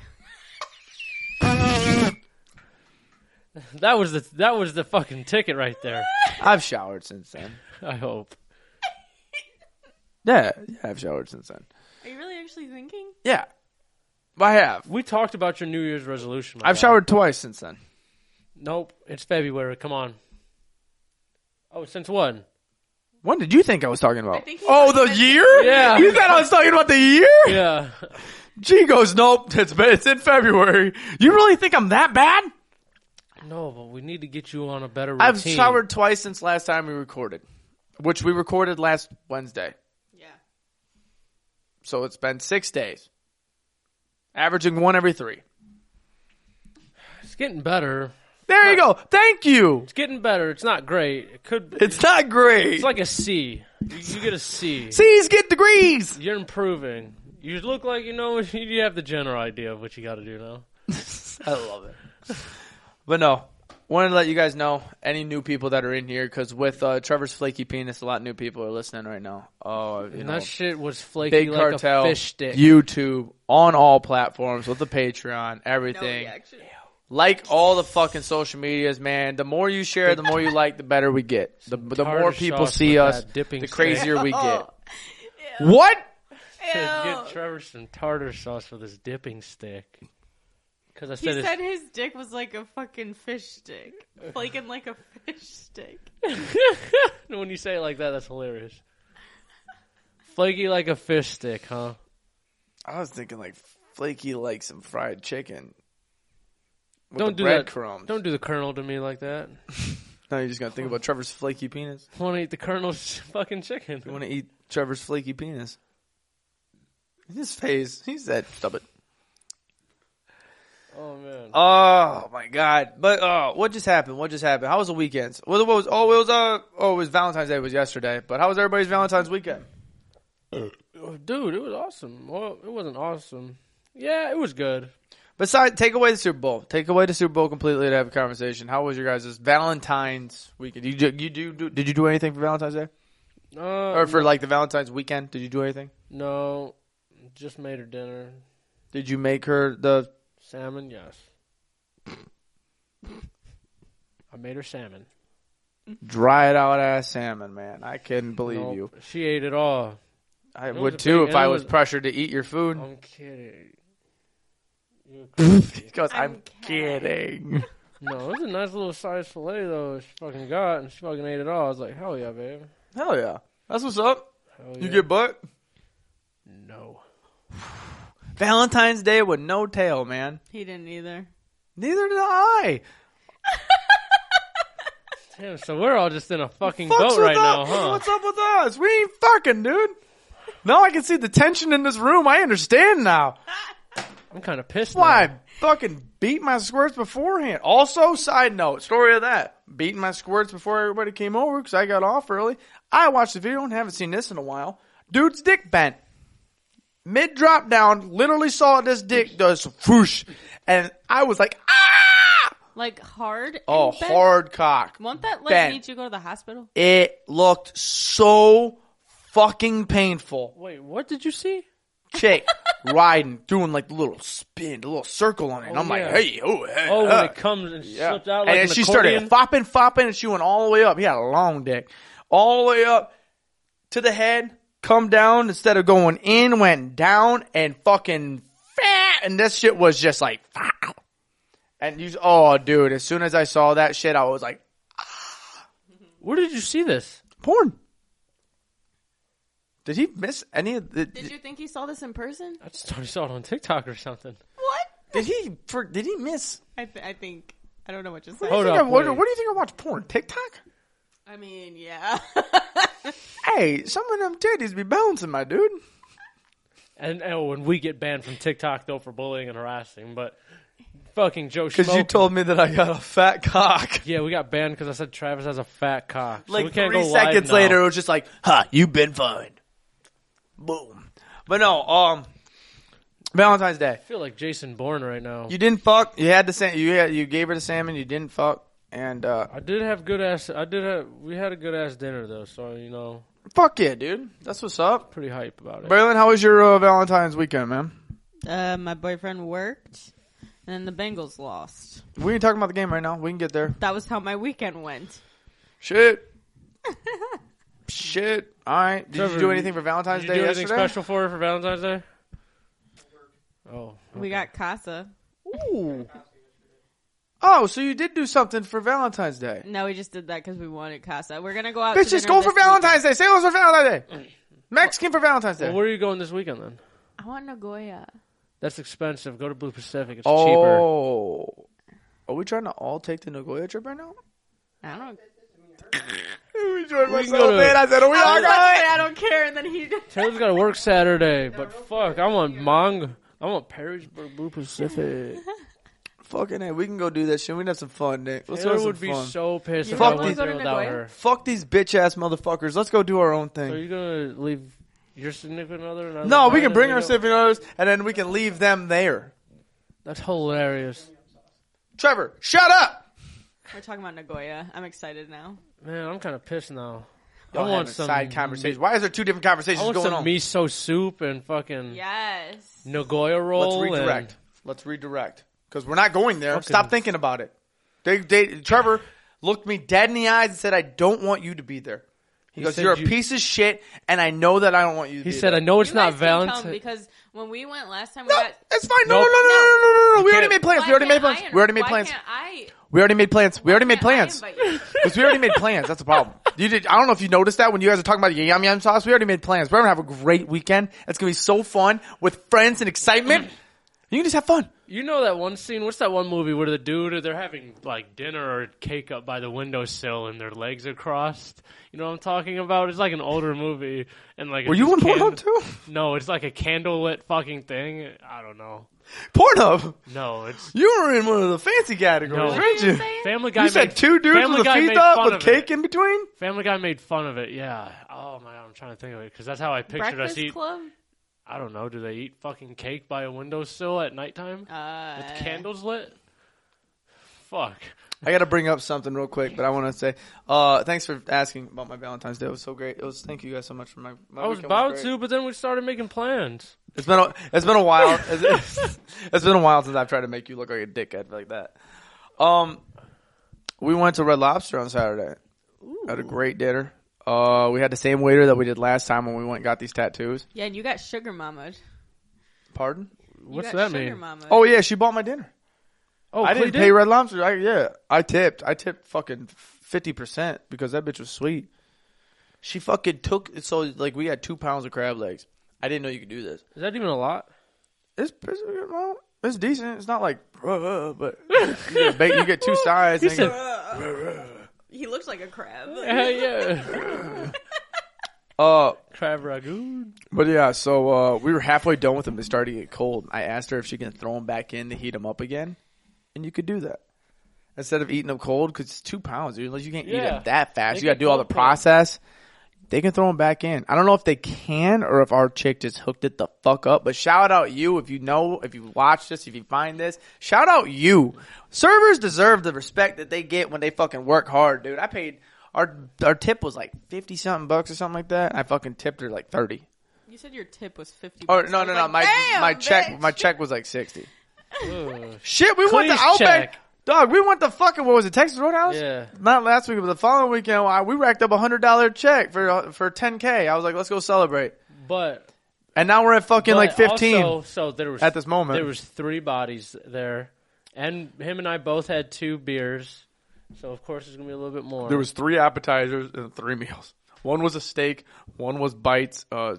[SPEAKER 3] that was the that was the fucking ticket right there.
[SPEAKER 2] I've showered since then.
[SPEAKER 3] I hope.
[SPEAKER 2] Yeah, yeah, I've showered since then.
[SPEAKER 1] Are you really actually thinking?
[SPEAKER 2] Yeah, I have.
[SPEAKER 3] We talked about your New Year's resolution. my
[SPEAKER 2] I've
[SPEAKER 3] guy.
[SPEAKER 2] showered twice since then.
[SPEAKER 3] Nope, it's February. Come on. Oh, since when?
[SPEAKER 2] When did you think I was talking about?
[SPEAKER 1] I think he
[SPEAKER 2] oh,
[SPEAKER 1] thought
[SPEAKER 2] the
[SPEAKER 1] you meant-
[SPEAKER 2] year?
[SPEAKER 3] Yeah.
[SPEAKER 2] You thought I was talking about the year?
[SPEAKER 3] Yeah,
[SPEAKER 2] G goes, nope. It's it's in February. You really think I'm that bad?
[SPEAKER 3] no, but we need to get you on a better routine.
[SPEAKER 2] I've showered twice since last time we recorded, which we recorded last Wednesday.
[SPEAKER 1] Yeah.
[SPEAKER 2] So it's been six days, averaging one every three.
[SPEAKER 3] It's getting better.
[SPEAKER 2] There you go. Thank you.
[SPEAKER 3] It's getting better. It's not great. It could. It's,
[SPEAKER 2] It's not great.
[SPEAKER 3] it's like a C. You, you get a C.
[SPEAKER 2] C's get degrees.
[SPEAKER 3] You're improving. You look like you know. You have the general idea of what you got to do now.
[SPEAKER 2] I love it. But no, wanted to let you guys know any new people that are in here because with uh, Trevor's flaky penis, a lot of new people are listening right now. Oh, you
[SPEAKER 3] And
[SPEAKER 2] know,
[SPEAKER 3] that shit was flaky
[SPEAKER 2] big
[SPEAKER 3] like
[SPEAKER 2] cartel,
[SPEAKER 3] a fish stick.
[SPEAKER 2] YouTube on all platforms with the Patreon,
[SPEAKER 1] No
[SPEAKER 2] everything.
[SPEAKER 1] reaction.
[SPEAKER 2] like all the fucking social medias, man. The more you share, the more you like, the better we get. The the
[SPEAKER 3] tartar
[SPEAKER 2] more people
[SPEAKER 3] sauce
[SPEAKER 2] see
[SPEAKER 3] with
[SPEAKER 2] us,
[SPEAKER 3] that dipping
[SPEAKER 2] the
[SPEAKER 3] stick.
[SPEAKER 2] crazier we get.
[SPEAKER 1] Oh,
[SPEAKER 2] What?
[SPEAKER 3] Get
[SPEAKER 1] ew.
[SPEAKER 3] Trevor some tartar sauce with his dipping stick. Because I
[SPEAKER 1] He
[SPEAKER 3] said,
[SPEAKER 1] said his dick was like a fucking fish stick, flaking like a fish stick.
[SPEAKER 3] it's- when you say it like that, that's hilarious. Flaky like a fish stick, huh?
[SPEAKER 2] I was thinking like flaky, like some fried chicken. With
[SPEAKER 3] Don't
[SPEAKER 2] the
[SPEAKER 3] do that.
[SPEAKER 2] breadcrumbs.
[SPEAKER 3] Don't do the kernel to me like that.
[SPEAKER 2] Now you're just gonna think about Trevor's flaky penis.
[SPEAKER 3] I want to eat the kernel's fucking chicken.
[SPEAKER 2] You want to eat Trevor's flaky penis? His face. He's that stubborn.
[SPEAKER 3] Oh man.
[SPEAKER 2] Oh my god! But uh, what just happened? What just happened? How was the weekend? What, what was? Oh, it was uh, oh, it was Valentine's Day. was yesterday. But how was everybody's Valentine's weekend?
[SPEAKER 3] Dude, it was awesome. Well, it wasn't awesome. Yeah, it was good.
[SPEAKER 2] Besides, take away the Super Bowl. Take away the Super Bowl completely to have a conversation. How was your guys' Valentine's weekend? Did you do- you do, do did you do anything for Valentine's Day
[SPEAKER 3] Uh,
[SPEAKER 2] or for like the Valentine's weekend? Did you do anything?
[SPEAKER 3] No, just made her dinner.
[SPEAKER 2] Did you make her the?
[SPEAKER 3] Salmon, yes. I made her salmon.
[SPEAKER 2] Dry it out ass salmon, man. I couldn't believe
[SPEAKER 3] Nope.
[SPEAKER 2] you.
[SPEAKER 3] She ate it all.
[SPEAKER 2] I
[SPEAKER 3] It was
[SPEAKER 2] would
[SPEAKER 3] a
[SPEAKER 2] too if
[SPEAKER 3] big- and
[SPEAKER 2] I
[SPEAKER 3] it
[SPEAKER 2] was
[SPEAKER 3] was- Oh.
[SPEAKER 2] pressured to eat your food.
[SPEAKER 3] I'm kidding. You're crazy.
[SPEAKER 2] Because
[SPEAKER 1] I'm
[SPEAKER 2] I'm
[SPEAKER 1] kidding."
[SPEAKER 2] kidding.
[SPEAKER 3] no, it was a nice little size fillet though. She fucking got and she fucking ate it all. I was like, hell yeah, babe.
[SPEAKER 2] Hell yeah, that's what's up.
[SPEAKER 3] Hell
[SPEAKER 2] You
[SPEAKER 3] yeah.
[SPEAKER 2] get butt.
[SPEAKER 3] no.
[SPEAKER 2] Valentine's Day with no tail, man.
[SPEAKER 1] He didn't either.
[SPEAKER 2] Neither did I.
[SPEAKER 3] Damn. So we're all just in a fucking
[SPEAKER 2] Fucks
[SPEAKER 3] boat
[SPEAKER 2] with us.
[SPEAKER 3] right now, huh?
[SPEAKER 2] What's up with us? We ain't fucking, dude. Now I can see the tension in this room. I understand now.
[SPEAKER 3] I'm kind of pissed.
[SPEAKER 2] Why
[SPEAKER 3] now.
[SPEAKER 2] I fucking beat my squirts beforehand. Also, side note, story of that. Beating my squirts before everybody came over because I got off early. I watched the video and haven't seen this in a while. Dude's dick bent. Mid drop down, literally saw this dick does whoosh. And I was like, ah!
[SPEAKER 1] Like hard. and
[SPEAKER 2] Oh,
[SPEAKER 1] bent?
[SPEAKER 2] hard cock.
[SPEAKER 1] Won't that like
[SPEAKER 2] Bent.
[SPEAKER 1] need you to go to the hospital?
[SPEAKER 2] It looked so fucking painful.
[SPEAKER 3] Wait, what did you see?
[SPEAKER 2] Chick riding, doing like the little spin, the little circle on it. and I'm
[SPEAKER 3] yeah.
[SPEAKER 2] like, hey, oh, hey.
[SPEAKER 3] Oh,
[SPEAKER 2] uh.
[SPEAKER 3] when it comes and
[SPEAKER 2] Yeah.
[SPEAKER 3] slipped out
[SPEAKER 2] and
[SPEAKER 3] like
[SPEAKER 2] then
[SPEAKER 3] an
[SPEAKER 2] she started
[SPEAKER 3] accordion?
[SPEAKER 2] fopping, fopping, and she went all the way up. He had a long dick. All the way up to the head, come down instead of going in, went down and fucking fat. And this shit was just like, "Fow." and you, oh, dude, as soon as I saw that shit, I was like,
[SPEAKER 3] Where did you see this?
[SPEAKER 2] porn. Did he miss any of the?
[SPEAKER 1] Did you think he saw this in person?
[SPEAKER 2] Uh,
[SPEAKER 3] I just thought I saw it on TikTok or something.
[SPEAKER 1] What?
[SPEAKER 2] Did he? For, did he miss?
[SPEAKER 1] I, th- I think I don't know what you
[SPEAKER 2] What do
[SPEAKER 1] said.
[SPEAKER 2] you
[SPEAKER 3] Hold
[SPEAKER 2] think
[SPEAKER 3] up,
[SPEAKER 2] I, what,
[SPEAKER 3] wait.
[SPEAKER 2] what do you think I watch porn? TikTok?
[SPEAKER 1] I mean, yeah.
[SPEAKER 2] Hey, some of them titties be bouncing, my dude.
[SPEAKER 3] And oh, when we get banned from TikTok though for bullying and harassing, but fucking Joe
[SPEAKER 2] Because you
[SPEAKER 3] Schmo.
[SPEAKER 2] told me that I got a fat cock.
[SPEAKER 3] yeah, we got banned because I said Travis has a fat cock. So
[SPEAKER 2] Like
[SPEAKER 3] we can't
[SPEAKER 2] three
[SPEAKER 3] go live
[SPEAKER 2] seconds
[SPEAKER 3] now.
[SPEAKER 2] later, it was just like, "Huh, you've been fined." Boom. But no, um, Valentine's Day.
[SPEAKER 3] I feel like Jason Bourne right now.
[SPEAKER 2] You didn't fuck. You had the same. You had, you gave her the salmon. You didn't fuck. And uh,
[SPEAKER 3] I did have good ass. I did have. We had a good ass dinner though, so you know,
[SPEAKER 2] fuck yeah, dude. That's what's up.
[SPEAKER 3] pretty hype about it.
[SPEAKER 2] Braylon, how was your uh, Valentine's weekend, man?
[SPEAKER 1] Uh, my boyfriend worked, and the Bengals lost.
[SPEAKER 2] We ain't talking about the game right now. We can get there.
[SPEAKER 1] That was how my weekend went.
[SPEAKER 2] Shit. Shit. All right. Did
[SPEAKER 3] Trevor,
[SPEAKER 2] you do anything for Valentine's
[SPEAKER 3] Did you
[SPEAKER 2] Day
[SPEAKER 3] do anything
[SPEAKER 2] yesterday?
[SPEAKER 3] special for her for Valentine's Day? Oh,
[SPEAKER 1] We got Casa.
[SPEAKER 2] Ooh. Oh, so you did do something for Valentine's Day.
[SPEAKER 1] No, we just did that because we wanted Casa. We're gonna go out.
[SPEAKER 2] Bitch,
[SPEAKER 1] to
[SPEAKER 2] just
[SPEAKER 1] dinner
[SPEAKER 2] go for
[SPEAKER 1] this
[SPEAKER 2] Valentine's Day. Say it was for Valentine's Day. Mexican for Valentine's Day.
[SPEAKER 3] Well, where are you going this weekend then?
[SPEAKER 1] weekend. I want Nagoya.
[SPEAKER 3] That's expensive. Go to Blue Pacific. It's cheaper.
[SPEAKER 2] oh. Are we trying to all take the Nagoya trip right now?
[SPEAKER 1] I don't.
[SPEAKER 2] We joined
[SPEAKER 3] We can go to-
[SPEAKER 2] in. I said, are we
[SPEAKER 1] I,
[SPEAKER 2] all
[SPEAKER 1] was like,
[SPEAKER 2] going?
[SPEAKER 1] I don't care. And then he.
[SPEAKER 3] Taylor's got to work Saturday, but fuck, I want Mong. I want Perrysburg Blue Pacific.
[SPEAKER 2] Fucking hey, we can go do that shit. We can have some fun, Nick. Let's
[SPEAKER 3] Taylor
[SPEAKER 2] have some
[SPEAKER 3] would be
[SPEAKER 2] fun.
[SPEAKER 3] so pissed
[SPEAKER 1] You
[SPEAKER 3] if I
[SPEAKER 2] really wanna
[SPEAKER 3] went
[SPEAKER 1] go
[SPEAKER 3] there
[SPEAKER 1] to
[SPEAKER 3] without
[SPEAKER 1] Nagoya?
[SPEAKER 3] her.
[SPEAKER 2] Fuck these bitch ass motherfuckers. Let's go do our own
[SPEAKER 3] So are
[SPEAKER 2] thing.
[SPEAKER 3] you gonna leave your significant other? And I
[SPEAKER 2] No, we
[SPEAKER 3] leave mine
[SPEAKER 2] can
[SPEAKER 3] and
[SPEAKER 2] bring
[SPEAKER 3] go?
[SPEAKER 2] our significant others and then we can leave them there.
[SPEAKER 3] That's hilarious,
[SPEAKER 2] Trevor, shut up.
[SPEAKER 1] We're talking about Nagoya. I'm excited now.
[SPEAKER 3] man. I'm kind of pissed now.
[SPEAKER 2] Y'all
[SPEAKER 3] I
[SPEAKER 2] having
[SPEAKER 3] want some
[SPEAKER 2] side conversations. Why is there two different
[SPEAKER 3] I
[SPEAKER 2] conversations
[SPEAKER 3] want
[SPEAKER 2] going
[SPEAKER 3] some
[SPEAKER 2] on?
[SPEAKER 3] miso soup and fucking
[SPEAKER 1] Yes.
[SPEAKER 3] Nagoya
[SPEAKER 2] Let's
[SPEAKER 3] roll.
[SPEAKER 2] redirect. Let's redirect because we're not going there.
[SPEAKER 3] Fucking-
[SPEAKER 2] Stop thinking about it. They, they, Trevor looked me dead in the eyes and said, "I don't want you to be there." He,
[SPEAKER 3] He
[SPEAKER 2] goes,
[SPEAKER 3] said
[SPEAKER 2] "You're a
[SPEAKER 3] you-
[SPEAKER 2] piece of shit, and I know that I don't want you." To
[SPEAKER 3] He
[SPEAKER 2] be
[SPEAKER 3] said,
[SPEAKER 2] there.
[SPEAKER 3] "I know it's
[SPEAKER 1] You
[SPEAKER 3] not
[SPEAKER 1] guys can come
[SPEAKER 3] Valentine."
[SPEAKER 1] because when we went last time, we
[SPEAKER 2] "No,
[SPEAKER 1] got.
[SPEAKER 2] it's fine. No, no,
[SPEAKER 3] Nope.
[SPEAKER 2] no, no, no, no, no, no. We
[SPEAKER 3] You
[SPEAKER 2] already
[SPEAKER 3] can't-
[SPEAKER 2] made plans.
[SPEAKER 1] Why
[SPEAKER 2] We already made
[SPEAKER 1] can't
[SPEAKER 2] plans.
[SPEAKER 1] I in-
[SPEAKER 2] We already made
[SPEAKER 1] why
[SPEAKER 2] plans.
[SPEAKER 1] can't I?
[SPEAKER 2] We already made plans. We already made
[SPEAKER 1] can't I
[SPEAKER 2] plans."
[SPEAKER 1] invite you?
[SPEAKER 2] Because we already made plans. That's the problem. You did. I don't know if you noticed that when you guys were talking about the yum yum sauce. We already made plans. We're gonna have a great weekend. It's gonna be so fun with friends and excitement. You can just have fun.
[SPEAKER 3] You know that one scene? What's that one movie where the dude they're having like dinner or cake up by the windowsill and their legs are crossed? You know what I'm talking about? It's like an older movie and like.
[SPEAKER 2] Were you on Pornhub too?
[SPEAKER 3] No, it's like a candlelit fucking thing. I don't know.
[SPEAKER 2] Pornhub.
[SPEAKER 3] No, it's
[SPEAKER 2] You were in one of the fancy categories,
[SPEAKER 3] No.
[SPEAKER 2] weren't
[SPEAKER 1] What are
[SPEAKER 2] you?
[SPEAKER 1] you saying?
[SPEAKER 3] Family Guy.
[SPEAKER 2] You said
[SPEAKER 3] made,
[SPEAKER 2] two dudes
[SPEAKER 3] Family
[SPEAKER 2] with
[SPEAKER 3] Guy
[SPEAKER 2] feet
[SPEAKER 3] made
[SPEAKER 2] up
[SPEAKER 3] fun
[SPEAKER 2] with
[SPEAKER 3] of
[SPEAKER 2] cake
[SPEAKER 3] It.
[SPEAKER 2] in between.
[SPEAKER 3] Family Guy made fun of it. Yeah. Oh my god, I'm trying to think of it because that's how I pictured us
[SPEAKER 1] Breakfast
[SPEAKER 3] eat.
[SPEAKER 1] Club.
[SPEAKER 3] I don't know. Do they eat fucking cake by a windowsill at nighttime
[SPEAKER 1] Uh,
[SPEAKER 3] with candles lit? Fuck.
[SPEAKER 2] I got to bring up something real quick, but I want to say uh, thanks for asking about my Valentine's Day. It was so great. It was thank you guys so much for my. my
[SPEAKER 3] I was
[SPEAKER 2] weekend
[SPEAKER 3] about
[SPEAKER 2] great.
[SPEAKER 3] to, but then we started making plans.
[SPEAKER 2] It's been a, it's been a while. It's, it's been a while since I've tried to make you look like a dickhead like that. Um, we went to Red Lobster on Saturday. Had a great dinner. Uh, we had the same waiter that we did last time when we went and got these tattoos.
[SPEAKER 1] yeah, and you got sugar mamaed.
[SPEAKER 2] Pardon?
[SPEAKER 1] You
[SPEAKER 3] What's
[SPEAKER 1] got
[SPEAKER 3] that
[SPEAKER 1] sugar
[SPEAKER 3] mean?
[SPEAKER 1] Mamaed.
[SPEAKER 2] Oh yeah, she bought my dinner.
[SPEAKER 3] Oh,
[SPEAKER 2] I
[SPEAKER 3] Clay
[SPEAKER 2] didn't pay Red Lobster. I, yeah, I tipped. I tipped fucking fifty percent because that bitch was sweet. She fucking took so like we had two pounds of crab legs. I didn't know you could do this.
[SPEAKER 3] Is that even a lot?
[SPEAKER 2] It's it's, well, it's decent. It's not like uh, but you get, a ba- you get two sides. and you-
[SPEAKER 1] He looks like a crab.
[SPEAKER 3] yeah, yeah.
[SPEAKER 2] uh,
[SPEAKER 3] Crab ragout.
[SPEAKER 2] but yeah. So uh, we were halfway done with them. They started to get cold. I asked her if she can throw them back in to heat them up again, and you could do that. Instead of eating them cold, because it's two pounds, dude. Like you can't eat
[SPEAKER 3] Yeah.
[SPEAKER 2] them that fast.
[SPEAKER 3] They
[SPEAKER 2] you got to
[SPEAKER 3] get
[SPEAKER 2] do all the
[SPEAKER 3] cold pressed.
[SPEAKER 2] process. They can throw them back in. I don't know if they can or if our chick just hooked it the fuck up. But shout out you if you know, if you watch this, if you find this. Shout out you. Servers deserve the respect that they get when they fucking work hard, dude. I paid our our tip was like fifty something bucks or something like that. I fucking tipped her like thirty.
[SPEAKER 1] You said your tip was fifty.
[SPEAKER 2] Or
[SPEAKER 1] bucks.
[SPEAKER 2] Oh, no,
[SPEAKER 1] I
[SPEAKER 2] no,
[SPEAKER 1] was
[SPEAKER 2] no.
[SPEAKER 1] like,
[SPEAKER 2] my
[SPEAKER 1] "Damn,
[SPEAKER 2] my check
[SPEAKER 1] bitch."
[SPEAKER 2] my check was like sixty.
[SPEAKER 3] Ugh.
[SPEAKER 2] Shit, we went to
[SPEAKER 3] Please
[SPEAKER 2] Outback.
[SPEAKER 3] check.
[SPEAKER 2] Dog, we went to fucking what was it, Texas Roadhouse?
[SPEAKER 3] Yeah.
[SPEAKER 2] Not last week, but the following weekend, I, we racked up a hundred dollar check for for ten k. I was like, let's go celebrate.
[SPEAKER 3] But
[SPEAKER 2] And now we're at fucking
[SPEAKER 3] but
[SPEAKER 2] like fifteen.
[SPEAKER 3] Also, so there was
[SPEAKER 2] At this moment.
[SPEAKER 3] there was three bodies there, and him and I both had two beers. So of course there's gonna be a little bit more.
[SPEAKER 2] there was three appetizers and three meals. One was a steak, one was bites, uh,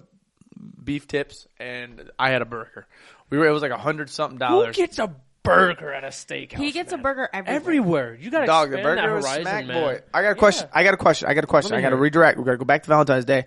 [SPEAKER 2] beef tips, and I had a burger. We were it was like a hundred something
[SPEAKER 3] who
[SPEAKER 2] dollars.
[SPEAKER 3] gets a burger at a steakhouse?
[SPEAKER 2] Oh,
[SPEAKER 1] He gets a
[SPEAKER 3] man?
[SPEAKER 1] burger everywhere.
[SPEAKER 3] everywhere. You gotta
[SPEAKER 2] Dog, the
[SPEAKER 3] expand that
[SPEAKER 2] burger was
[SPEAKER 3] horizon,
[SPEAKER 2] smack
[SPEAKER 3] man.
[SPEAKER 2] boy. I got a question. I got a question. I got a question.
[SPEAKER 3] Let
[SPEAKER 2] I
[SPEAKER 3] me
[SPEAKER 2] got to
[SPEAKER 3] hear it.
[SPEAKER 2] redirect. We got to go back to Valentine's Day.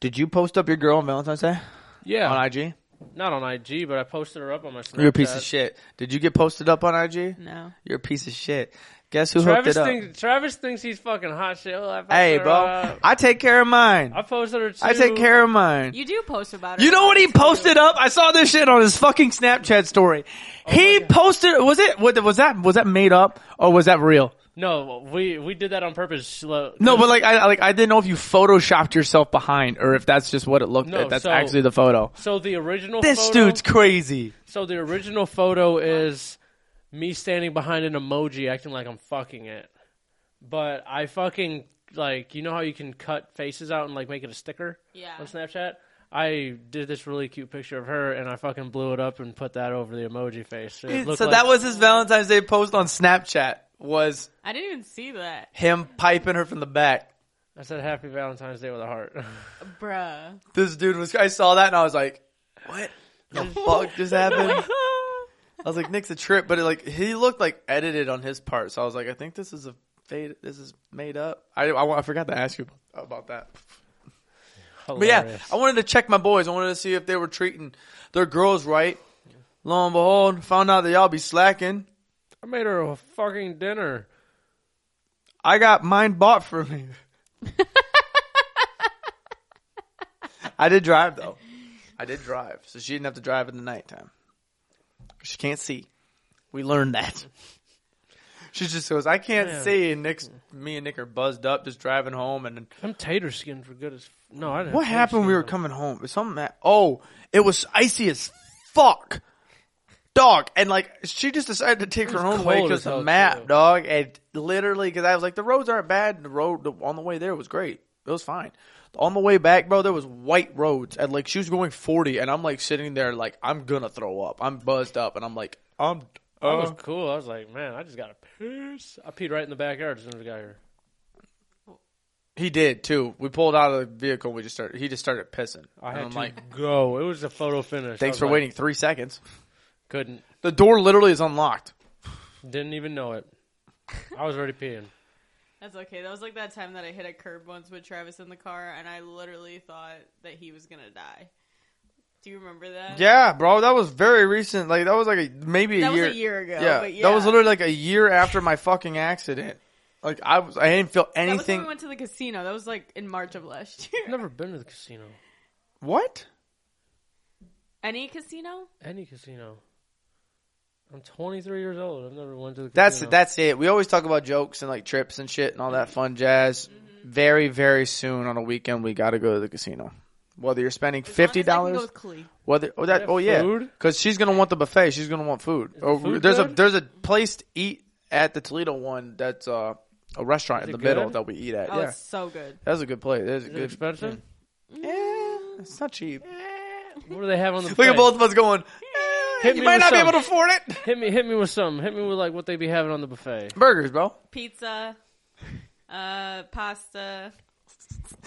[SPEAKER 2] Did you post up your girl on Valentine's Day
[SPEAKER 3] Yeah,
[SPEAKER 2] on IG?
[SPEAKER 3] Not on IG, but I posted her up on my Snapchat.
[SPEAKER 2] You're a piece of shit. Did you get posted up on IG?
[SPEAKER 1] No.
[SPEAKER 2] You're a piece of shit. Guess who
[SPEAKER 3] Travis
[SPEAKER 2] hooked it up?
[SPEAKER 3] thinks, Travis thinks he's fucking hot shit. Well, I posted
[SPEAKER 2] hey,
[SPEAKER 3] her
[SPEAKER 2] bro.
[SPEAKER 3] up.
[SPEAKER 2] I take care of mine.
[SPEAKER 3] I posted her too.
[SPEAKER 2] I take care of mine.
[SPEAKER 1] You do post about it.
[SPEAKER 2] You know what he posted up? I saw this shit on his fucking Snapchat story.
[SPEAKER 3] Oh
[SPEAKER 2] he posted was it what was that was that made up or was that real?
[SPEAKER 3] No, we we did that on purpose. Slow.
[SPEAKER 2] No, but like I like I didn't know if you photoshopped yourself behind or if that's just what it looked
[SPEAKER 3] No,
[SPEAKER 2] like. That's
[SPEAKER 3] so-
[SPEAKER 2] actually the photo.
[SPEAKER 3] so the original
[SPEAKER 2] This
[SPEAKER 3] photo,
[SPEAKER 2] dude's crazy.
[SPEAKER 3] So the original photo is me standing behind an emoji acting like I'm fucking it. But I fucking like you know how you can cut faces out and like make it a sticker
[SPEAKER 1] Yeah.
[SPEAKER 3] on Snapchat? I did this really cute picture of her and I fucking blew it up and put that over the emoji face. It
[SPEAKER 2] So
[SPEAKER 3] looked like-
[SPEAKER 2] that was his Valentine's Day post on Snapchat was
[SPEAKER 1] I didn't even see that.
[SPEAKER 2] him piping her from the back.
[SPEAKER 3] I said happy Valentine's Day with a heart.
[SPEAKER 1] Bruh.
[SPEAKER 2] This dude was I saw that and I was like, What the fuck just happened? I was like, Nick's a trip, but it, like he looked like edited on his part, so I was like, I think this is a fade. This is made up. I I, wa- I forgot to ask you about that. But yeah,
[SPEAKER 3] Hilarious.
[SPEAKER 2] I wanted to check my boys. I wanted to see if they were treating their girls right. Lo and behold, found out that y'all be slacking.
[SPEAKER 3] I made her a fucking dinner.
[SPEAKER 2] I got mine bought for me. I did drive though. I did drive, so she didn't have to drive in the nighttime. She can't see. We learned that. She just goes, "I can't
[SPEAKER 3] Yeah.
[SPEAKER 2] see." And Nick's, me and Nick are buzzed up, just driving home. And
[SPEAKER 3] Them tater skins were good as f- no. I didn't. have
[SPEAKER 2] what
[SPEAKER 3] tater
[SPEAKER 2] happened? We
[SPEAKER 3] skins
[SPEAKER 2] were
[SPEAKER 3] on.
[SPEAKER 2] coming home. It Something. That, oh, it was icy as fuck, dog. And like, she just decided to take her
[SPEAKER 3] was
[SPEAKER 2] own way
[SPEAKER 3] cold
[SPEAKER 2] because
[SPEAKER 3] as hell,
[SPEAKER 2] the map,
[SPEAKER 3] too.
[SPEAKER 2] dog. And literally, because I was like, the roads aren't bad. And the road the, on the way there was great. It was fine. On the way back, bro, there was white roads, and like she was going forty, and I'm like sitting there, like I'm gonna throw up. I'm buzzed up, and I'm like, I'm.
[SPEAKER 3] That
[SPEAKER 2] Uh,
[SPEAKER 3] was cool. I was like, man, I just got a piss. I peed right in the backyard as soon as I got here.
[SPEAKER 2] he did too. We pulled out of the vehicle. and We just started. He just started pissing.
[SPEAKER 3] I
[SPEAKER 2] and
[SPEAKER 3] had
[SPEAKER 2] I'm
[SPEAKER 3] to
[SPEAKER 2] like,
[SPEAKER 3] go. It was a photo finish. I
[SPEAKER 2] thanks
[SPEAKER 3] was
[SPEAKER 2] for
[SPEAKER 3] like,
[SPEAKER 2] waiting three seconds.
[SPEAKER 3] Couldn't.
[SPEAKER 2] The door literally is unlocked.
[SPEAKER 3] Didn't even know it. I was already peeing.
[SPEAKER 1] That's okay. That was like that time that I hit a curb once with Travis in the car, and I literally thought that he was gonna die. Do you remember that?
[SPEAKER 2] Yeah, bro, that was very recent. Like that was like a, maybe
[SPEAKER 1] That
[SPEAKER 2] a
[SPEAKER 1] was
[SPEAKER 2] year.
[SPEAKER 1] a year ago.
[SPEAKER 2] yeah,
[SPEAKER 1] but yeah.
[SPEAKER 2] that was literally like a year after my fucking accident. Like I was, I didn't feel
[SPEAKER 1] That was when
[SPEAKER 2] anything.
[SPEAKER 1] we went to the casino. That was like in March of last year.
[SPEAKER 3] I've never been to the casino.
[SPEAKER 2] what?
[SPEAKER 1] Any casino?
[SPEAKER 3] Any casino. I'm 23 years old. I've never went to the
[SPEAKER 2] That's
[SPEAKER 3] casino.
[SPEAKER 2] that's it. We always talk about jokes and like trips and shit and all
[SPEAKER 1] Mm-hmm.
[SPEAKER 2] that fun jazz. Very very soon on a weekend we got to go to the casino. Whether you're spending
[SPEAKER 1] As long as I
[SPEAKER 2] fifty
[SPEAKER 1] can go
[SPEAKER 2] dollars,
[SPEAKER 1] with Klee.
[SPEAKER 2] whether oh that
[SPEAKER 3] Is that
[SPEAKER 2] oh yeah,
[SPEAKER 3] food?
[SPEAKER 2] because she's gonna want the buffet. She's gonna want food. Oh,
[SPEAKER 3] food
[SPEAKER 2] there's a
[SPEAKER 3] good?
[SPEAKER 2] there's a place to eat at the Toledo one that's uh, a restaurant
[SPEAKER 3] Is
[SPEAKER 2] in
[SPEAKER 3] it
[SPEAKER 2] the middle
[SPEAKER 3] good?
[SPEAKER 2] that we eat at.
[SPEAKER 1] Oh,
[SPEAKER 2] Uh, yeah,
[SPEAKER 1] it's so good.
[SPEAKER 2] that's a good place. That's a
[SPEAKER 3] Is it
[SPEAKER 2] good
[SPEAKER 3] expensive?
[SPEAKER 2] Yeah, Eh, it's not cheap.
[SPEAKER 3] What do they have on the
[SPEAKER 2] Look
[SPEAKER 3] plate?
[SPEAKER 2] at both of us going. eh,
[SPEAKER 3] Hit
[SPEAKER 2] you
[SPEAKER 3] me
[SPEAKER 2] might
[SPEAKER 3] with
[SPEAKER 2] not be
[SPEAKER 3] some.
[SPEAKER 2] able to afford it.
[SPEAKER 3] Hit me, hit me with some. Hit me with like what they be having on the buffet.
[SPEAKER 2] Burgers, bro.
[SPEAKER 1] Pizza, uh, pasta.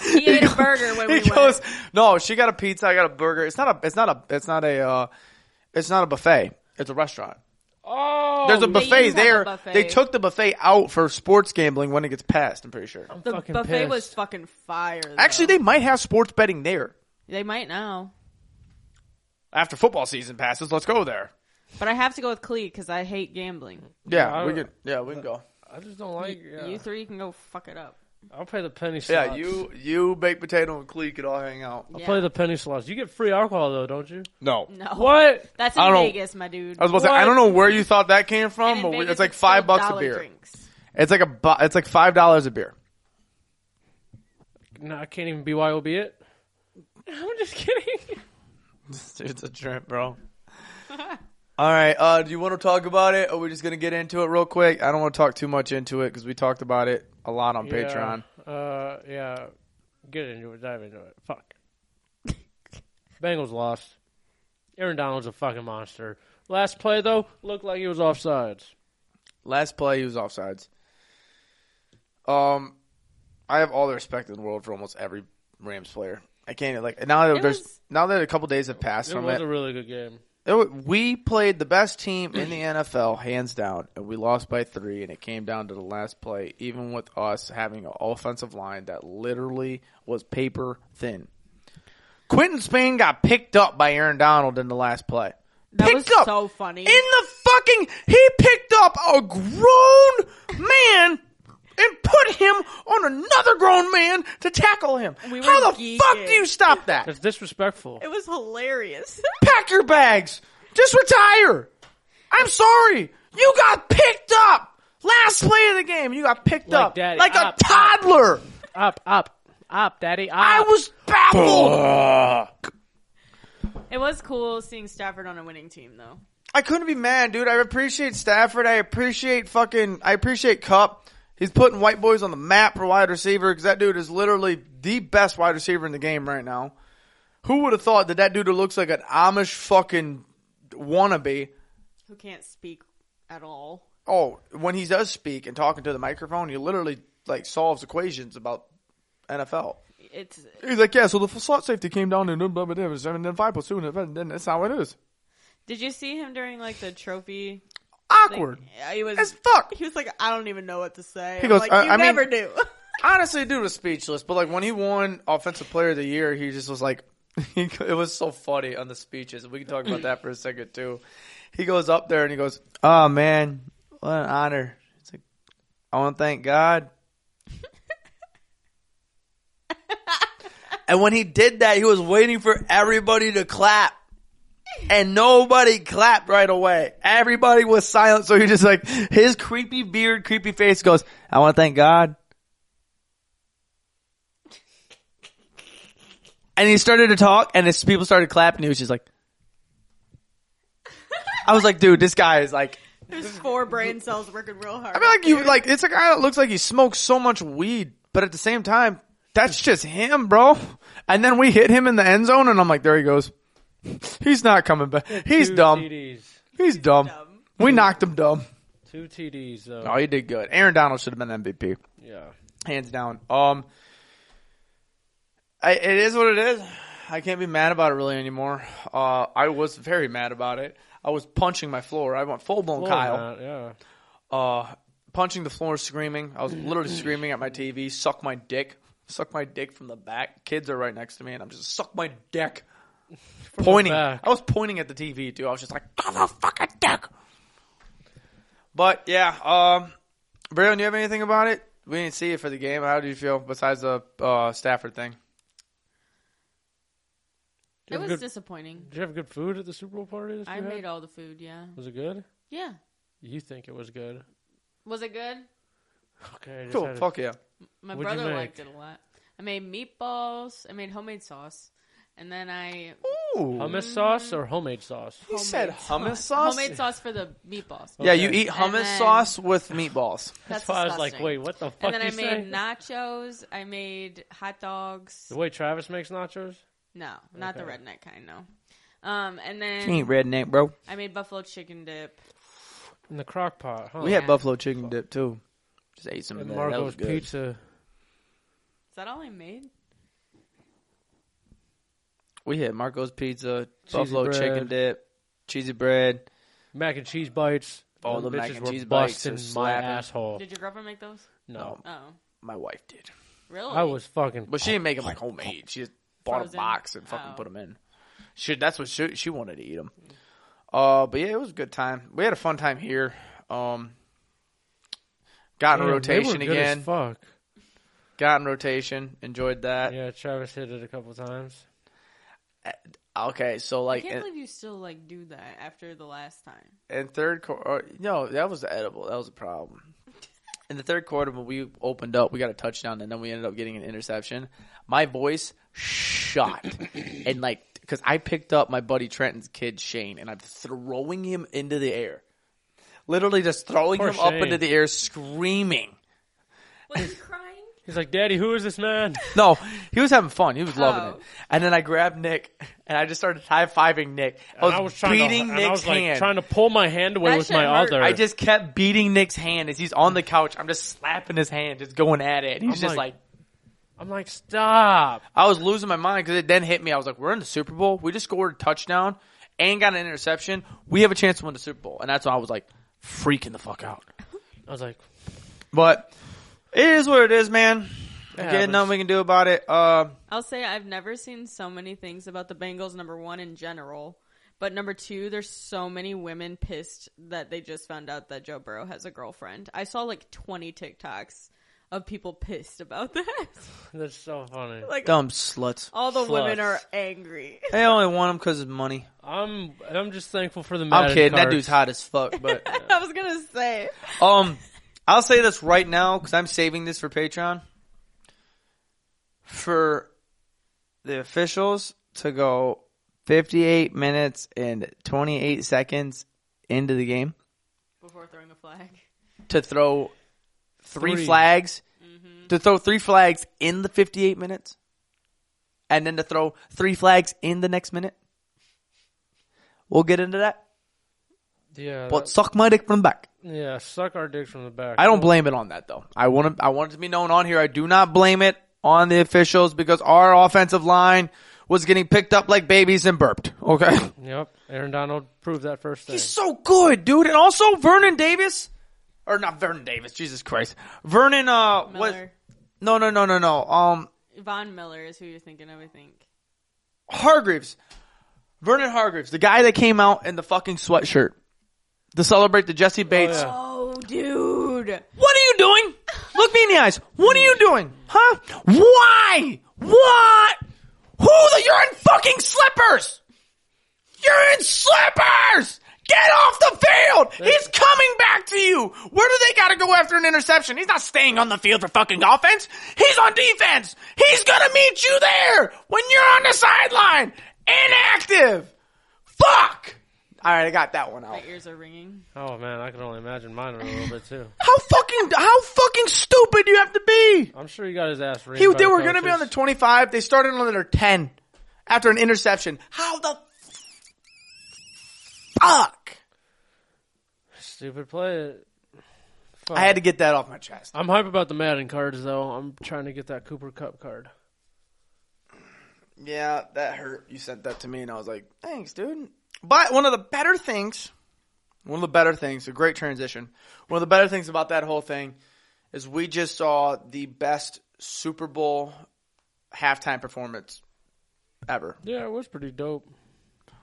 [SPEAKER 1] He ate a burger when we
[SPEAKER 2] he
[SPEAKER 1] went.
[SPEAKER 2] goes. No, she got a pizza. I got a burger. It's not a. It's not a. It's not a. Uh, it's not a buffet. It's a restaurant.
[SPEAKER 3] Oh,
[SPEAKER 2] There's a
[SPEAKER 1] they used to
[SPEAKER 2] buffet
[SPEAKER 1] have a
[SPEAKER 2] there.
[SPEAKER 1] buffet.
[SPEAKER 2] They took the buffet out for sports gambling when it gets passed. I'm pretty sure.
[SPEAKER 1] The
[SPEAKER 3] fucking
[SPEAKER 1] buffet
[SPEAKER 3] pissed.
[SPEAKER 1] was fucking fire. though.
[SPEAKER 2] Actually, they might have sports betting there
[SPEAKER 1] they might now,
[SPEAKER 2] after football season passes. Let's go there.
[SPEAKER 1] but I have to go with Klee because I hate gambling.
[SPEAKER 2] Yeah,
[SPEAKER 3] I
[SPEAKER 2] we
[SPEAKER 3] don't-
[SPEAKER 2] can. Yeah, we can go.
[SPEAKER 3] I just don't like. Yeah.
[SPEAKER 1] You three can go fuck it up.
[SPEAKER 3] I'll pay the penny slots.
[SPEAKER 2] Yeah, you, you, baked potato, and Clee could all hang out.
[SPEAKER 1] Yeah.
[SPEAKER 3] Play the penny slots. You get free alcohol though, don't you?
[SPEAKER 2] No,
[SPEAKER 1] No.
[SPEAKER 3] What?
[SPEAKER 1] That's
[SPEAKER 2] I
[SPEAKER 1] in
[SPEAKER 2] don't-
[SPEAKER 1] Vegas, my dude.
[SPEAKER 2] I was about to say,
[SPEAKER 3] What?
[SPEAKER 2] I don't know where you thought that came
[SPEAKER 1] And
[SPEAKER 2] from,
[SPEAKER 1] in
[SPEAKER 2] but we,
[SPEAKER 1] Vegas,
[SPEAKER 2] it's like
[SPEAKER 1] still
[SPEAKER 2] five bucks a
[SPEAKER 1] dollar
[SPEAKER 2] beer.
[SPEAKER 1] Drinks.
[SPEAKER 2] It's like a bu- it's like five dollars a beer.
[SPEAKER 3] No, I can't even BYOB it. I'm just kidding.
[SPEAKER 2] It's a trip, bro. All right, uh, do you want to talk about it, or we just gonna get into it real quick? I don't want to talk too much into it because we talked about it a lot on Patreon.
[SPEAKER 3] Yeah, uh, yeah. Get into it. Dive into it. Fuck. Bengals lost. Aaron Donald's a fucking monster. Last play though, looked like he was offsides.
[SPEAKER 2] Last play, he was offsides. Um, I have all the respect in the world for almost every Rams player. I can't like now that
[SPEAKER 1] It
[SPEAKER 2] there's
[SPEAKER 1] was-
[SPEAKER 2] now that a couple days have passed
[SPEAKER 3] It
[SPEAKER 2] from
[SPEAKER 3] was
[SPEAKER 2] it.
[SPEAKER 3] a really good game.
[SPEAKER 2] It wa- Oh, we played the best team in the NFL, hands down, and we lost by three, and it came down to the last play, even with us having an offensive line that literally was paper thin. Quentin Spain got picked up by Aaron Donald in the last play.
[SPEAKER 1] That
[SPEAKER 2] picked
[SPEAKER 1] was
[SPEAKER 2] up
[SPEAKER 1] so funny.
[SPEAKER 2] in the fucking. He picked up a grown man and put him on another grown man to tackle him.
[SPEAKER 1] We were
[SPEAKER 2] How the fuck
[SPEAKER 1] geeking.
[SPEAKER 2] do you stop that?
[SPEAKER 3] That's disrespectful.
[SPEAKER 1] it was hilarious.
[SPEAKER 2] Pack your bags. Just retire. I'm sorry. You got picked up. Last play of the game, you got picked
[SPEAKER 3] Like
[SPEAKER 2] up
[SPEAKER 3] daddy,
[SPEAKER 2] like
[SPEAKER 3] up, up.
[SPEAKER 2] a toddler.
[SPEAKER 3] Up, up, up, daddy. Up.
[SPEAKER 2] I was baffled.
[SPEAKER 1] it was cool seeing Stafford on a winning team, though.
[SPEAKER 2] I couldn't be mad, dude. I appreciate Stafford. I appreciate fucking. I appreciate Cup. He's putting white boys on the map for wide receiver because that dude is literally the best wide receiver in the game right now. Who would have thought that that dude who looks like an Amish fucking wannabe?
[SPEAKER 1] Who can't speak at all?
[SPEAKER 2] Oh, when he does speak and talking to the microphone, he literally like solves equations about NFL.
[SPEAKER 1] It's
[SPEAKER 2] He's like, yeah, so the f- slot safety came down and blah blah blah, and then five plus two, and then that's how it is.
[SPEAKER 1] Did you see him during like the trophy? thing?
[SPEAKER 2] Awkward
[SPEAKER 1] Yeah, He was
[SPEAKER 2] as fuck.
[SPEAKER 1] He was like, I don't even know what to say.
[SPEAKER 2] He
[SPEAKER 1] I'm
[SPEAKER 2] goes,
[SPEAKER 1] like,
[SPEAKER 3] "Uh,
[SPEAKER 2] "I-
[SPEAKER 1] you
[SPEAKER 2] I mean-
[SPEAKER 1] never do.
[SPEAKER 2] honestly dude was speechless but like when he won offensive player of the year he just was like he, it was so funny on the speeches we can talk about that for a second too he goes up there and he goes oh man what an honor it's like i want to thank god and when he did that he was waiting for everybody to clap and nobody clapped right away. Everybody was silent. So he just like, his creepy beard, creepy face goes, I want to thank God. And he started to talk, and his people started clapping. He was just like, I was like, dude, this guy is like,
[SPEAKER 1] There's four brain cells working real hard.
[SPEAKER 2] I mean, like you, like it's a guy that looks like he smokes so much weed, but at the same time, that's just him, bro. And then we hit him in the end zone, and I'm like, there he goes. He's not coming back. He's
[SPEAKER 3] Two
[SPEAKER 2] dumb.
[SPEAKER 3] TDs.
[SPEAKER 2] He's dumb.
[SPEAKER 1] Dumb.
[SPEAKER 2] We knocked him dumb.
[SPEAKER 3] Two TDs though.
[SPEAKER 2] Oh, he did good. Aaron Donald should have been MVP,
[SPEAKER 3] yeah.
[SPEAKER 2] hands down. Um, I, it is what it is. I can't be mad about it really anymore. Uh, I was very mad about it. I was punching my floor. I went full blown
[SPEAKER 3] Well,
[SPEAKER 2] Kyle.
[SPEAKER 3] not, yeah.
[SPEAKER 2] uh, punching the floor, screaming. I was literally screaming at my TV, suck my dick, suck my dick from the back. Kids are right next to me, and I'm just suck my dick. pointing.
[SPEAKER 3] back.
[SPEAKER 2] I was pointing at the TV too. I was just like, motherfucker, dick. But yeah, um, Braylon, do you have anything about it? We didn't see it for the game. How do you feel besides the uh, Stafford thing?
[SPEAKER 1] it was
[SPEAKER 3] Good-
[SPEAKER 1] disappointing.
[SPEAKER 3] Did you have good food at the Super Bowl party? That you
[SPEAKER 1] I
[SPEAKER 3] had?
[SPEAKER 1] made all the food. Yeah,
[SPEAKER 3] Was it good?
[SPEAKER 1] yeah.
[SPEAKER 3] You think it was good?
[SPEAKER 1] Was it good?
[SPEAKER 3] Okay. I just
[SPEAKER 2] Cool.
[SPEAKER 3] had a-
[SPEAKER 2] Fuck yeah.
[SPEAKER 1] My
[SPEAKER 3] What'd you
[SPEAKER 1] brother
[SPEAKER 3] make?
[SPEAKER 1] liked it a lot. I made meatballs. I made homemade sauce, and then I
[SPEAKER 2] Ooh.
[SPEAKER 3] Hummus sauce or homemade sauce?
[SPEAKER 2] He said hummus sauce.
[SPEAKER 1] homemade sauce for the meatballs.
[SPEAKER 2] Yeah, you
[SPEAKER 3] Okay.
[SPEAKER 2] eat hummus
[SPEAKER 1] then-
[SPEAKER 2] sauce with meatballs.
[SPEAKER 1] That's,
[SPEAKER 3] why I was like,
[SPEAKER 1] disgusting.
[SPEAKER 3] wait, what the fuck?
[SPEAKER 1] And then
[SPEAKER 3] you
[SPEAKER 1] I
[SPEAKER 3] say?
[SPEAKER 1] made nachos. I made hot dogs.
[SPEAKER 3] The way Travis makes nachos?
[SPEAKER 1] No, not the
[SPEAKER 3] Okay.
[SPEAKER 1] redneck kind. No. Um, and
[SPEAKER 2] He ain't
[SPEAKER 1] then
[SPEAKER 2] redneck, bro.
[SPEAKER 1] I made buffalo chicken dip.
[SPEAKER 3] In the crock pot, huh?
[SPEAKER 2] We
[SPEAKER 1] Yeah.
[SPEAKER 2] had buffalo chicken dip too. Oh, Just ate some of
[SPEAKER 3] And
[SPEAKER 2] that. That
[SPEAKER 3] Marco's
[SPEAKER 2] was good.
[SPEAKER 3] pizza.
[SPEAKER 1] Is that all I made?
[SPEAKER 2] We had Marco's pizza,
[SPEAKER 3] Cheesy
[SPEAKER 2] buffalo
[SPEAKER 3] bread.
[SPEAKER 2] chicken dip, cheesy bread.
[SPEAKER 3] Mac and cheese bites.
[SPEAKER 2] All
[SPEAKER 3] Them
[SPEAKER 2] the mac
[SPEAKER 3] bitches
[SPEAKER 2] and
[SPEAKER 3] were
[SPEAKER 2] cheese bites are
[SPEAKER 3] busting my
[SPEAKER 2] slapping.
[SPEAKER 3] asshole.
[SPEAKER 1] Did your girlfriend make those?
[SPEAKER 3] No,
[SPEAKER 1] Oh,
[SPEAKER 2] My wife did,
[SPEAKER 1] really?
[SPEAKER 3] I was fucking.
[SPEAKER 2] but she didn't make them like homemade. She just bought
[SPEAKER 1] Frozen?
[SPEAKER 2] a box and fucking
[SPEAKER 1] Oh.
[SPEAKER 2] put 'em put them in. She that's what she she wanted to eat them. Uh, but yeah, it was a good time. We had a fun time here. Um, got in
[SPEAKER 3] Damn, they were
[SPEAKER 2] rotation
[SPEAKER 3] good as
[SPEAKER 2] again.
[SPEAKER 3] Fuck.
[SPEAKER 2] Got in rotation. Enjoyed that.
[SPEAKER 3] Yeah, Travis hit it a couple times.
[SPEAKER 2] Okay, so
[SPEAKER 1] I
[SPEAKER 2] like
[SPEAKER 3] eh
[SPEAKER 1] can't
[SPEAKER 2] in,
[SPEAKER 1] believe you still like do that after the last time.
[SPEAKER 2] in third quarter, no, that was edible. That was a problem. in the third quarter when we opened up, we got a touchdown, and then we ended up getting an interception. My voice shot, and like because I picked up my buddy Trenton's kid Shane, and I'm throwing him into the air, literally just throwing
[SPEAKER 3] Poor
[SPEAKER 2] him up
[SPEAKER 3] Shane.
[SPEAKER 2] into the air, screaming.
[SPEAKER 1] Was he crying?
[SPEAKER 3] He's like, Daddy, who is this man?
[SPEAKER 2] No, he was having fun. He was loving
[SPEAKER 1] Oh.
[SPEAKER 2] it. And then I grabbed Nick, and I just started high fiving Nick. I was,
[SPEAKER 3] And I was trying
[SPEAKER 2] Oh, beating
[SPEAKER 3] to, and
[SPEAKER 2] Nick's
[SPEAKER 3] I was like
[SPEAKER 2] hand.
[SPEAKER 3] trying to pull my hand away
[SPEAKER 1] That
[SPEAKER 3] with
[SPEAKER 1] shit
[SPEAKER 3] my
[SPEAKER 1] hurt.
[SPEAKER 3] other.
[SPEAKER 2] I just kept beating Nick's hand as he's on the couch. I'm just slapping his hand, just going at it. And he's
[SPEAKER 3] I'm
[SPEAKER 2] just
[SPEAKER 3] like-
[SPEAKER 2] like,
[SPEAKER 3] I'm like, stop.
[SPEAKER 2] I was losing my mind because it then hit me. I was like, we're in the Super Bowl. We just scored a touchdown and got an interception. We have a chance to win the Super Bowl. And that's why I was like, freaking the fuck out.
[SPEAKER 3] I was like,
[SPEAKER 2] But it is what it is, man. Yeah, nothing we can do about it. Um,
[SPEAKER 1] I'll say I've never seen so many things about the Bengals. Number one, in general, but number two, there's so many women pissed that they just found out that Joe Burrow has a girlfriend. I saw like 20 TikToks of people pissed about that.
[SPEAKER 3] That's so funny.
[SPEAKER 1] like
[SPEAKER 2] dumb sluts.
[SPEAKER 1] all the women
[SPEAKER 3] sluts.
[SPEAKER 1] are angry.
[SPEAKER 2] They only want him because of money.
[SPEAKER 3] I'm I'm just thankful for the.
[SPEAKER 2] I'm
[SPEAKER 3] Madden
[SPEAKER 2] kidding. That
[SPEAKER 3] cards.
[SPEAKER 2] dude's hot as fuck. But
[SPEAKER 1] I was gonna say
[SPEAKER 2] um, I'll say this right now because I'm saving this for Patreon. For the officials to go 58 minutes and 28 seconds into the game
[SPEAKER 1] before throwing a flag.
[SPEAKER 2] to throw three,
[SPEAKER 3] Three.
[SPEAKER 2] flags, to throw three flags in the 58 minutes, and then to throw three flags in the next minute. We'll get into that.
[SPEAKER 3] Yeah.
[SPEAKER 2] But suck my dick from the back.
[SPEAKER 3] that- yeah. Suck our dicks from the back.
[SPEAKER 2] I don't blame it on that though. I want to, I want it to be known on here. I do not blame it on the officials because our offensive line was getting picked up like babies and burped. Okay.
[SPEAKER 3] Yep. Aaron Donald proved that first thing.
[SPEAKER 2] He's so good, dude. And also Vernon Davis, or not Vernon Davis. Jesus Christ. Vernon, uh, was,
[SPEAKER 1] Miller,
[SPEAKER 2] no, no, no, no, no. Um,
[SPEAKER 1] Von Miller is who you're thinking of. I think.
[SPEAKER 2] Hargreaves. Vernon Hargreaves, the guy that came out in the fucking sweatshirt to celebrate the Jesse Bates.
[SPEAKER 3] yeah.
[SPEAKER 1] Oh, dude.
[SPEAKER 2] What are you doing? Look me in the eyes. What are you doing? Huh? Why? What? Who the, you're in fucking slippers! You're in slippers! Get off the field! He's coming back to you! Where do they gotta go after an interception? He's not staying on the field for fucking offense! He's on defense! He's gonna meet you there! When you're on the sideline! Inactive! Fuck! Alright, I got that one out.
[SPEAKER 1] My ears are ringing.
[SPEAKER 3] Oh man, I can only imagine mine a little bit too.
[SPEAKER 2] How fucking, how fucking stupid do you have to be?
[SPEAKER 3] I'm sure he got his ass reamed.
[SPEAKER 2] He,
[SPEAKER 3] by
[SPEAKER 2] they were
[SPEAKER 3] coaches.
[SPEAKER 2] going to be on the 25. They started on their 10 after an interception. How the fuck?
[SPEAKER 3] stupid play. Fuck.
[SPEAKER 2] I had to get that off my chest.
[SPEAKER 3] I'm hype about the Madden cards though. I'm trying to get that Cooper Cup card.
[SPEAKER 2] Yeah, that hurt. You sent that to me, and I was like, thanks, dude. But one of the better things, one of the better things, a great transition. One of the better things about that whole thing is we just saw the best Super Bowl halftime performance ever.
[SPEAKER 3] Yeah, it was pretty dope.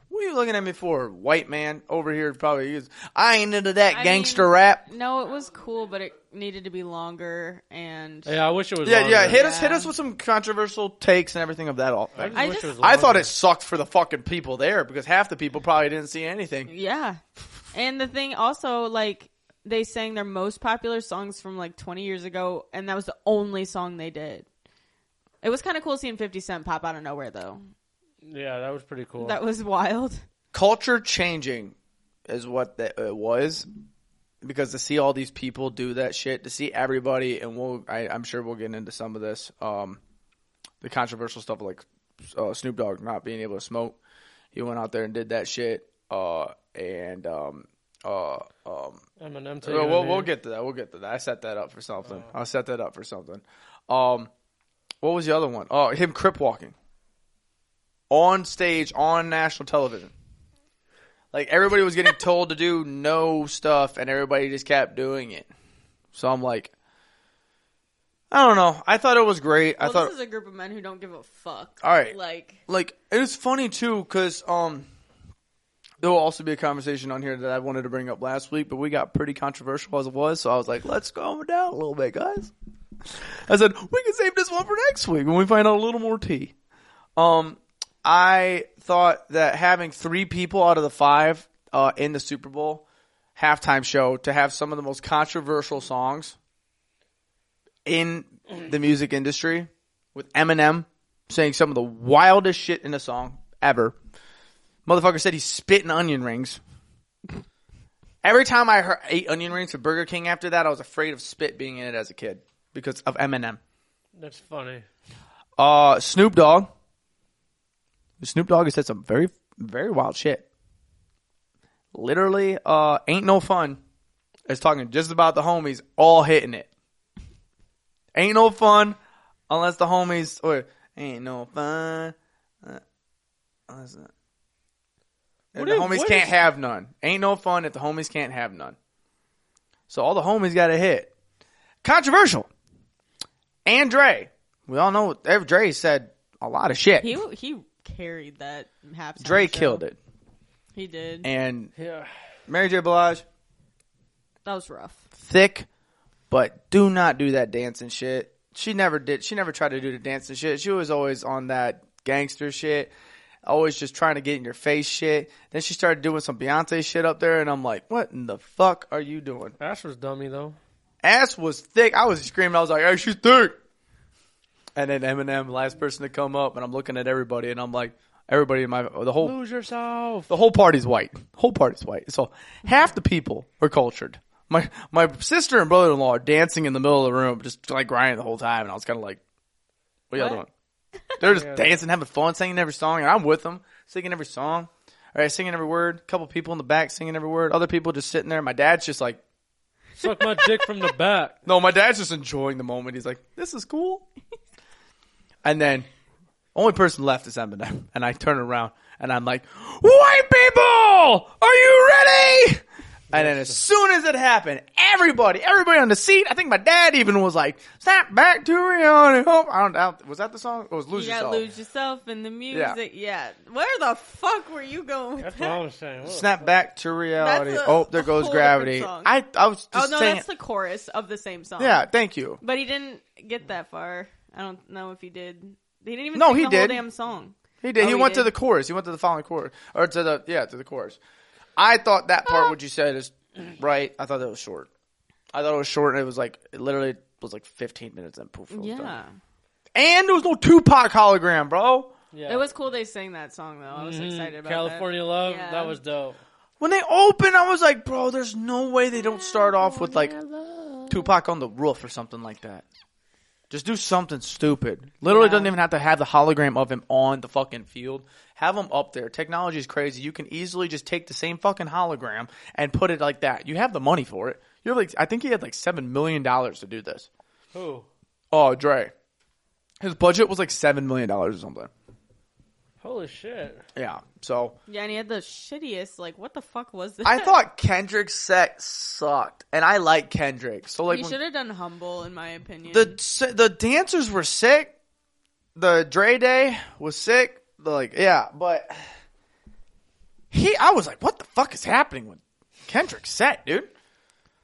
[SPEAKER 2] What are you looking at me for, white man over here? Probably is. I ain't into that
[SPEAKER 1] I
[SPEAKER 2] gangster
[SPEAKER 1] mean-
[SPEAKER 2] rap.
[SPEAKER 1] No, it was cool, but it needed to be longer. And
[SPEAKER 3] Yeah, I wish it was.
[SPEAKER 2] Yeah,
[SPEAKER 3] longer.
[SPEAKER 2] yeah. Hit us, hit
[SPEAKER 1] Yeah.
[SPEAKER 2] us with some controversial takes and everything of that. All
[SPEAKER 3] I,
[SPEAKER 2] I,
[SPEAKER 3] just
[SPEAKER 1] I
[SPEAKER 3] wish it
[SPEAKER 1] just-
[SPEAKER 3] was longer.
[SPEAKER 2] thought it sucked for the fucking people there because half the people probably didn't see anything.
[SPEAKER 1] yeah. And the thing also, like, they sang their most popular songs from like 20 years ago, and that was the only song they did. It was kind of cool seeing 50 Cent pop out of nowhere, though.
[SPEAKER 3] Yeah, that was pretty cool.
[SPEAKER 1] That was wild.
[SPEAKER 2] Culture changing is what that it was because to see all these people do that shit, to see everybody, and we'll, I, I'm sure we'll get into some of this, um, the controversial stuff like uh, Snoop Dogg not being able to smoke. He went out there and did that shit, uh, and um, uh, um.
[SPEAKER 3] Eminem.
[SPEAKER 2] Well, we'll, we'll get to that. We'll get to that. I set that up for something. I'll set that up for something. Um, what was the other one? Oh, him crip walking on stage on national television. Like everybody was getting told to do no stuff, and everybody just kept doing it. So I'm like, I don't know. I thought it was great. I
[SPEAKER 1] well,
[SPEAKER 2] thought
[SPEAKER 1] this is a group of men who don't give a fuck.
[SPEAKER 2] All right.
[SPEAKER 1] Like,
[SPEAKER 2] like it was funny too because um there will also be a conversation on here that I wanted to bring up last week, but we got pretty controversial as it was, so I was like, let's calm it down a little bit, guys. I said we can save this one for next week when we find out a little more tea. Um, I thought that having three people out of the five uh, in the Super Bowl halftime show to have some of the most controversial songs in the music industry with Eminem saying some of the wildest shit in a song ever. Motherfucker said he's spitting onion rings. Every time I heard, ate onion rings for Burger King after that, I was afraid of spit being in it as a kid because of Eminem.
[SPEAKER 3] That's funny.
[SPEAKER 2] Uh, Snoop Dogg. Snoop Dogg has said some very, very wild shit. Literally, uh, ain't no fun. It's talking just about the homies all hitting it. Ain't no fun unless the homies or ain't no fun. uh, unless the- if
[SPEAKER 3] What
[SPEAKER 2] the
[SPEAKER 3] is-
[SPEAKER 2] homies
[SPEAKER 3] what
[SPEAKER 2] can't
[SPEAKER 3] is-
[SPEAKER 2] have none. Ain't no fun if the homies can't have none. So all the homies got to hit. Controversial. Andre We all know every Dre said a lot of shit.
[SPEAKER 1] He he carried that half.
[SPEAKER 2] Dre killed it,
[SPEAKER 1] He did.
[SPEAKER 2] and
[SPEAKER 3] Yeah.
[SPEAKER 2] Mary J. Blige
[SPEAKER 1] that was rough.
[SPEAKER 2] thick, but do not do that dancing shit. She never did. She never tried to do the dancing shit. She was always on that gangster shit, always just trying to get in your face shit. Then she started doing some Beyonce shit up there, and I'm like, what in the fuck are you doing?
[SPEAKER 3] Ash was dummy though.
[SPEAKER 2] Ass was thick. I was screaming. I was like, hey, she's thick. And then Eminem, last person to come up, and I'm looking at everybody, and I'm like, everybody in my the whole
[SPEAKER 3] Lose yourself.
[SPEAKER 2] the whole party's white. Whole party's white. So half the people are cultured. My my sister and brother in law are dancing in the middle of the room, just like grinding the whole time, and I was kind of like, "What y'all doing?"
[SPEAKER 1] What?
[SPEAKER 2] They're just
[SPEAKER 3] Yeah.
[SPEAKER 2] dancing, having fun, singing every song, and I'm with them, singing every song, all right, singing every word. couple people in the back singing every word. Other people just sitting there. My dad's just like,
[SPEAKER 3] Suck my dick from the back.
[SPEAKER 2] no, my dad's just enjoying the moment. He's like, this is cool. and then only person left is Eminem. And I turn around and I'm like, white people, are you ready? And then as soon as it happened, everybody, everybody on the seat, I think my dad even was like, snap back to reality. Oh, I don't, I don't- was that the song? It was Lose
[SPEAKER 1] You
[SPEAKER 2] Yourself.
[SPEAKER 1] got lose yourself in the music. Yeah. Where the fuck were you going? With
[SPEAKER 3] That's what
[SPEAKER 1] that?
[SPEAKER 3] I'm saying. What the
[SPEAKER 2] Snap back to reality.
[SPEAKER 1] That's a
[SPEAKER 2] oh, there goes
[SPEAKER 1] whole different
[SPEAKER 2] gravity.
[SPEAKER 1] song.
[SPEAKER 2] I, I was
[SPEAKER 1] Oh
[SPEAKER 2] just
[SPEAKER 1] no,
[SPEAKER 2] saying.
[SPEAKER 1] that's the chorus of the same song.
[SPEAKER 2] yeah, thank you.
[SPEAKER 1] But he didn't get that far. I don't know if he did. He didn't even
[SPEAKER 2] No,
[SPEAKER 1] sing
[SPEAKER 2] he
[SPEAKER 1] the
[SPEAKER 2] did.
[SPEAKER 1] whole damn song.
[SPEAKER 2] He did.
[SPEAKER 1] Oh,
[SPEAKER 2] he,
[SPEAKER 1] he
[SPEAKER 2] went to
[SPEAKER 1] did?
[SPEAKER 2] the chorus. He went to the following chorus, or to the yeah, to the chorus. I thought that
[SPEAKER 1] Ah.
[SPEAKER 2] part, what you said, is right. I thought that was short. I thought it was short, and it was like it literally was like 15 minutes, and poof, it was
[SPEAKER 1] Yeah.
[SPEAKER 2] done. And there was no Tupac hologram, bro.
[SPEAKER 3] fuck? Yeah.
[SPEAKER 1] It was cool they sang that song though. I was excited about
[SPEAKER 3] Mm-hmm. California Love.
[SPEAKER 1] Yeah.
[SPEAKER 3] That was dope.
[SPEAKER 2] When they opened, I was like, bro, there's no way they don't start off with like Tupac on the roof or something like that. Just do something stupid. Literally
[SPEAKER 1] Yeah.
[SPEAKER 2] doesn't even have to have the hologram of him on the fucking field. Have him up there. Technology is crazy. You can easily just take the same fucking hologram and put it like that. You have the money for it. You have like I think he had like seven million dollars to do this.
[SPEAKER 3] Who?
[SPEAKER 2] Oh, Dre. His budget was like seven million dollars or something.
[SPEAKER 3] Holy shit.
[SPEAKER 2] Yeah. So
[SPEAKER 1] that. Yeah, and he had the shittiest. Like, what the fuck was this?
[SPEAKER 2] I thought Kendrick's set sucked, and I like Kendrick. So like
[SPEAKER 1] you
[SPEAKER 2] when-
[SPEAKER 1] should have done humble, in my opinion.
[SPEAKER 2] the the dancers were sick. The Dre Day was sick. Like yeah, but he, I was like, what the fuck is happening with Kendrick's set, dude?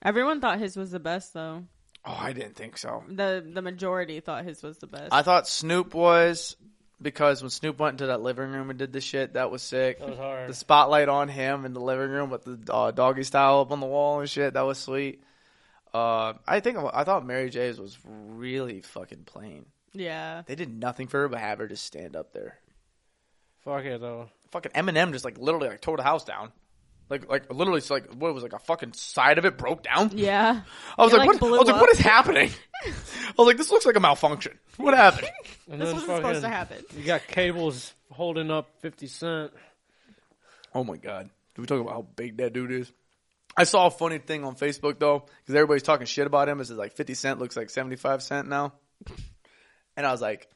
[SPEAKER 1] Everyone thought his was the best though.
[SPEAKER 2] Oh, I didn't think so.
[SPEAKER 1] The the majority thought his was the best.
[SPEAKER 2] I thought Snoop was because when Snoop went into that living room and did the shit, that was sick.
[SPEAKER 3] That was hard.
[SPEAKER 2] The spotlight on him in the living room with the uh, doggy style up on the wall and shit, that was sweet. Uh, I think I thought Mary J's was really fucking plain.
[SPEAKER 1] yeah.
[SPEAKER 2] They did nothing for her but have her just stand up there.
[SPEAKER 3] Fuck it though.
[SPEAKER 2] fucking Eminem just like literally like tore the house down. Like like literally it's like what was it, like a fucking side of it broke down.
[SPEAKER 1] Yeah.
[SPEAKER 2] I was
[SPEAKER 1] It,
[SPEAKER 2] like, what?
[SPEAKER 1] like,
[SPEAKER 2] I
[SPEAKER 1] blew
[SPEAKER 2] was like, what
[SPEAKER 1] up.
[SPEAKER 2] is happening? I was like, this looks like a malfunction. What happened?
[SPEAKER 3] And
[SPEAKER 1] This
[SPEAKER 3] then
[SPEAKER 1] wasn't supposed to
[SPEAKER 3] fucking-
[SPEAKER 1] happen.
[SPEAKER 3] You got cables holding up Fifty Cent.
[SPEAKER 2] oh my god! Did we talk about how big that dude is? I saw a funny thing on Facebook though, because everybody's talking shit about him. It's like Fifty Cent looks like seventy five cent now, and I was like,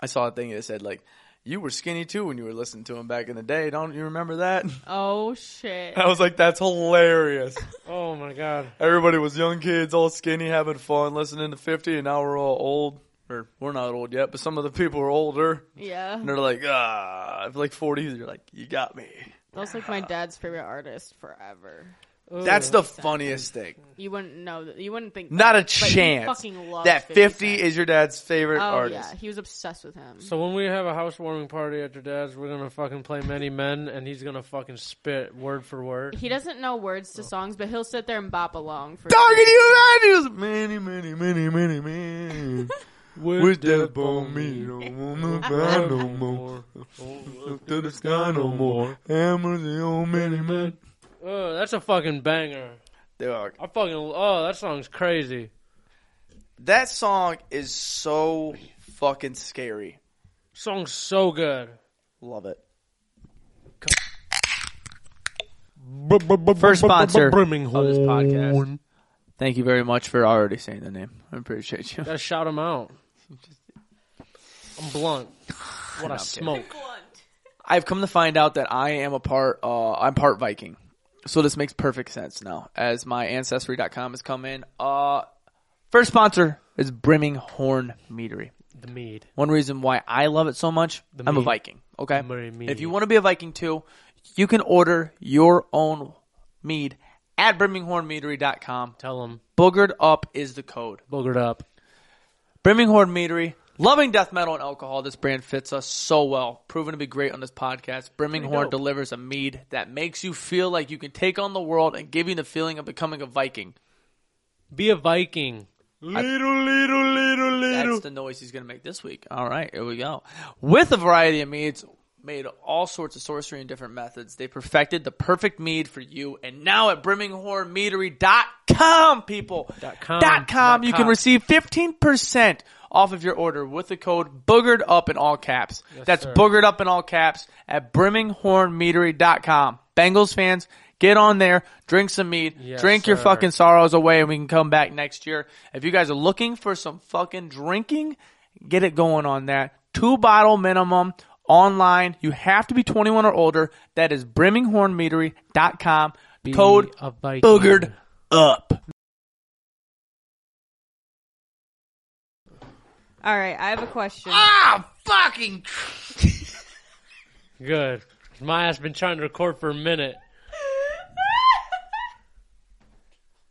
[SPEAKER 2] I saw a thing that said like, you were skinny too when you were listening to him back in the day. Don't you remember that?
[SPEAKER 1] Oh shit.
[SPEAKER 2] I was like, that's hilarious.
[SPEAKER 3] Oh my god.
[SPEAKER 2] Everybody was young kids, all skinny, having fun, listening to 50, and now we're all old. Or we're not old yet, but some of the people are older.
[SPEAKER 1] Yeah.
[SPEAKER 2] And they're like, ah, if like 40s, you're like, you got me.
[SPEAKER 1] That was like my dad's favorite artist forever.
[SPEAKER 2] That's the funniest thing.
[SPEAKER 1] You wouldn't know. That, you wouldn't think.
[SPEAKER 2] Not a
[SPEAKER 1] that, but he
[SPEAKER 2] chance.
[SPEAKER 1] Fucking loved
[SPEAKER 2] That 50
[SPEAKER 1] Cent.
[SPEAKER 2] is your dad's favorite
[SPEAKER 1] Oh
[SPEAKER 2] artist.
[SPEAKER 1] yeah, he was obsessed with him.
[SPEAKER 3] So when we have a housewarming party at your dad's, we're gonna fucking play Many Men, and he's gonna fucking spit word for word.
[SPEAKER 1] he doesn't know words to songs, but he'll sit there and bop along for.
[SPEAKER 2] Talking to you, man, many, many, many, many, many. With death on me, don't wanna cry no more. Look to the sky no more. Hammers the old many men.
[SPEAKER 3] Oh, that's a fucking banger.
[SPEAKER 2] Dog,
[SPEAKER 3] I fucking oh, that song's crazy.
[SPEAKER 2] That song is so fucking scary.
[SPEAKER 3] Song's so good.
[SPEAKER 2] Love it. First sponsor of this podcast. Thank you very much for already saying the name. I appreciate you.
[SPEAKER 3] Gotta shout him out. I'm blunt. What I smoke.
[SPEAKER 2] I've come to find out that I am a part. Uh, I'm part Viking, so this makes perfect sense now. As my ancestry.com has come in. Uh, first sponsor is Brimming Horn Meadery.
[SPEAKER 3] The mead.
[SPEAKER 2] One reason why I love it so much,
[SPEAKER 3] The
[SPEAKER 2] I'm a
[SPEAKER 3] meat.
[SPEAKER 2] Viking. Okay.
[SPEAKER 3] Very meat.
[SPEAKER 2] If you want to be a Viking too, you can order your own mead at birminghornmeadery.com.
[SPEAKER 3] Tell them.
[SPEAKER 2] Boogered up is the code.
[SPEAKER 3] Boogered up.
[SPEAKER 2] Birminghorn Meadery, loving death metal and alcohol. This brand fits us so well. Proven to be great on this podcast. Birminghorn
[SPEAKER 3] dope.
[SPEAKER 2] delivers a mead that makes you feel like you can take on the world and give you the feeling of becoming a Viking.
[SPEAKER 3] Be a Viking. Little, little, little,
[SPEAKER 2] That's the noise he's going to make this week. All right, here we go. With a variety of meads, made all sorts of sorcery and different methods. They perfected the perfect mead for you. And now at birminghornmeadery.com, people.
[SPEAKER 3] Dot com.
[SPEAKER 2] Dot com,
[SPEAKER 3] Dot
[SPEAKER 2] you can
[SPEAKER 3] com.
[SPEAKER 2] receive 15% off of your order with the code boogered up in all caps. That's
[SPEAKER 3] sir.
[SPEAKER 2] boogered up in all caps at birminghornmeadery.com. Bengals fans, get on there, drink some mead,
[SPEAKER 3] Yes,
[SPEAKER 2] drink your
[SPEAKER 3] sir.
[SPEAKER 2] fucking sorrows away and we can come back next year. If you guys are looking for some fucking drinking, get it going on that. Two bottle minimum online. You have to be 21 or older. That is birminghornmeadery.com. Code
[SPEAKER 3] a Viking.
[SPEAKER 2] boogered up.
[SPEAKER 1] All right, I have a question.
[SPEAKER 2] Ah, fucking.
[SPEAKER 3] Good. My ass been trying to record for a minute.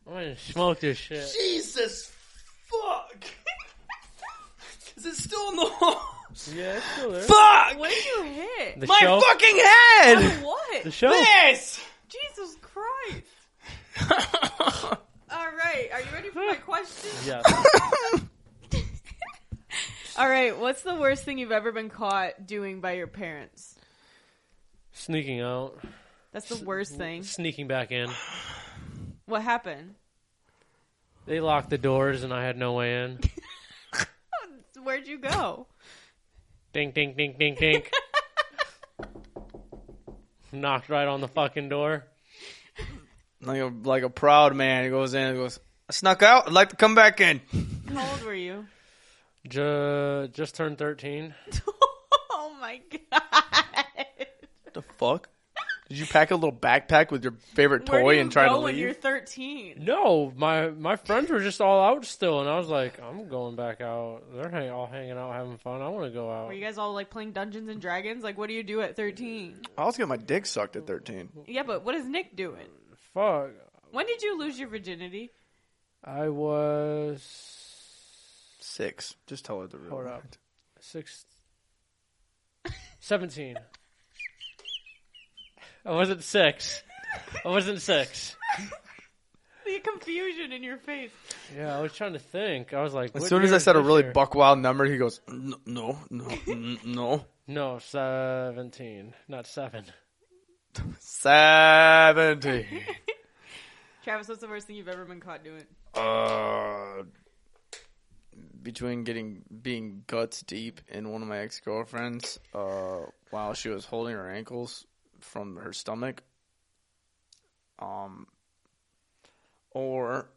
[SPEAKER 3] I'm gonna smoke this shit.
[SPEAKER 2] Jesus fuck. Is it still in the hole?
[SPEAKER 3] Yeah, it's still there.
[SPEAKER 2] Fuck!
[SPEAKER 1] what did you hit? Oh,
[SPEAKER 3] The
[SPEAKER 2] My
[SPEAKER 3] show.
[SPEAKER 2] fucking head!
[SPEAKER 1] what?
[SPEAKER 3] the show.
[SPEAKER 2] This!
[SPEAKER 1] Jesus Christ! All right, are you ready for my question?
[SPEAKER 3] Yeah.
[SPEAKER 1] All right, what's the worst thing you've ever been caught doing by your parents?
[SPEAKER 3] Sneaking out.
[SPEAKER 1] That's the worst thing.
[SPEAKER 3] Sneaking back in.
[SPEAKER 1] What happened?
[SPEAKER 3] They locked the doors and I had no way in.
[SPEAKER 1] Where'd you go?
[SPEAKER 3] Dink, dink, dink, dink, dink. Knocked right on the fucking door.
[SPEAKER 2] like a like a proud man. He goes in and goes, I snuck out, I'd like to come back in.
[SPEAKER 1] How old were you?
[SPEAKER 3] Ju- just turned 13.
[SPEAKER 1] oh my god!
[SPEAKER 2] the fuck? Did you pack a little backpack with your favorite
[SPEAKER 1] Where do
[SPEAKER 2] toy
[SPEAKER 1] you
[SPEAKER 2] and try
[SPEAKER 1] go
[SPEAKER 2] to
[SPEAKER 1] when you're
[SPEAKER 2] leave?
[SPEAKER 1] 13?
[SPEAKER 3] No, my my friends were just all out still, and I was like, I'm going back out. They're hang- all hanging out, having fun. I want to go out.
[SPEAKER 1] Were you guys all like playing Dungeons and Dragons? Like, what do you do at 13?
[SPEAKER 2] I was getting my dick sucked at 13.
[SPEAKER 1] Yeah, but what is Nick doing?
[SPEAKER 3] Fuck.
[SPEAKER 1] When did you lose your virginity?
[SPEAKER 3] I was
[SPEAKER 2] Six. Just tell her the real.
[SPEAKER 3] Hold up. six, 17. I wasn't six. I wasn't six.
[SPEAKER 1] The confusion in your face.
[SPEAKER 3] Yeah, I was trying to think. I was like,
[SPEAKER 2] As
[SPEAKER 3] what
[SPEAKER 2] soon as
[SPEAKER 3] year
[SPEAKER 2] I
[SPEAKER 3] is
[SPEAKER 2] said a
[SPEAKER 3] this
[SPEAKER 2] really
[SPEAKER 3] year?
[SPEAKER 2] buck wild number, he goes, "N- no, no, n- no.
[SPEAKER 3] no, seventeen, not seven.
[SPEAKER 2] 70.
[SPEAKER 1] Travis, what's the worst thing you've ever been caught doing?
[SPEAKER 2] Uh, between getting being guts deep in one of my ex girlfriends, uh, while she was holding her ankles from her stomach, um, or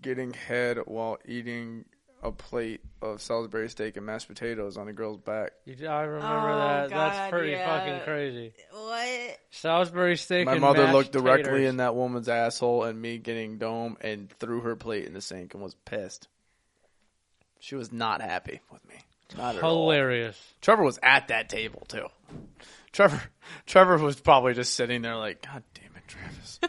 [SPEAKER 2] getting head while eating a plate of Salisbury steak and mashed potatoes on a girl's back.
[SPEAKER 3] You, d- I remember
[SPEAKER 1] Oh,
[SPEAKER 3] that.
[SPEAKER 1] God,
[SPEAKER 3] That's pretty
[SPEAKER 1] yeah.
[SPEAKER 3] fucking crazy.
[SPEAKER 1] What?
[SPEAKER 3] Salisbury steak.
[SPEAKER 2] My
[SPEAKER 3] and
[SPEAKER 2] mother
[SPEAKER 3] mashed
[SPEAKER 2] looked directly
[SPEAKER 3] taters.
[SPEAKER 2] in that woman's asshole and me getting dome and threw her plate in the sink and was pissed. She was not happy with me. Not at all.
[SPEAKER 3] Hilarious.
[SPEAKER 2] Trevor was at that table too. Trevor Trevor was probably just sitting there like, God damn it, Travis.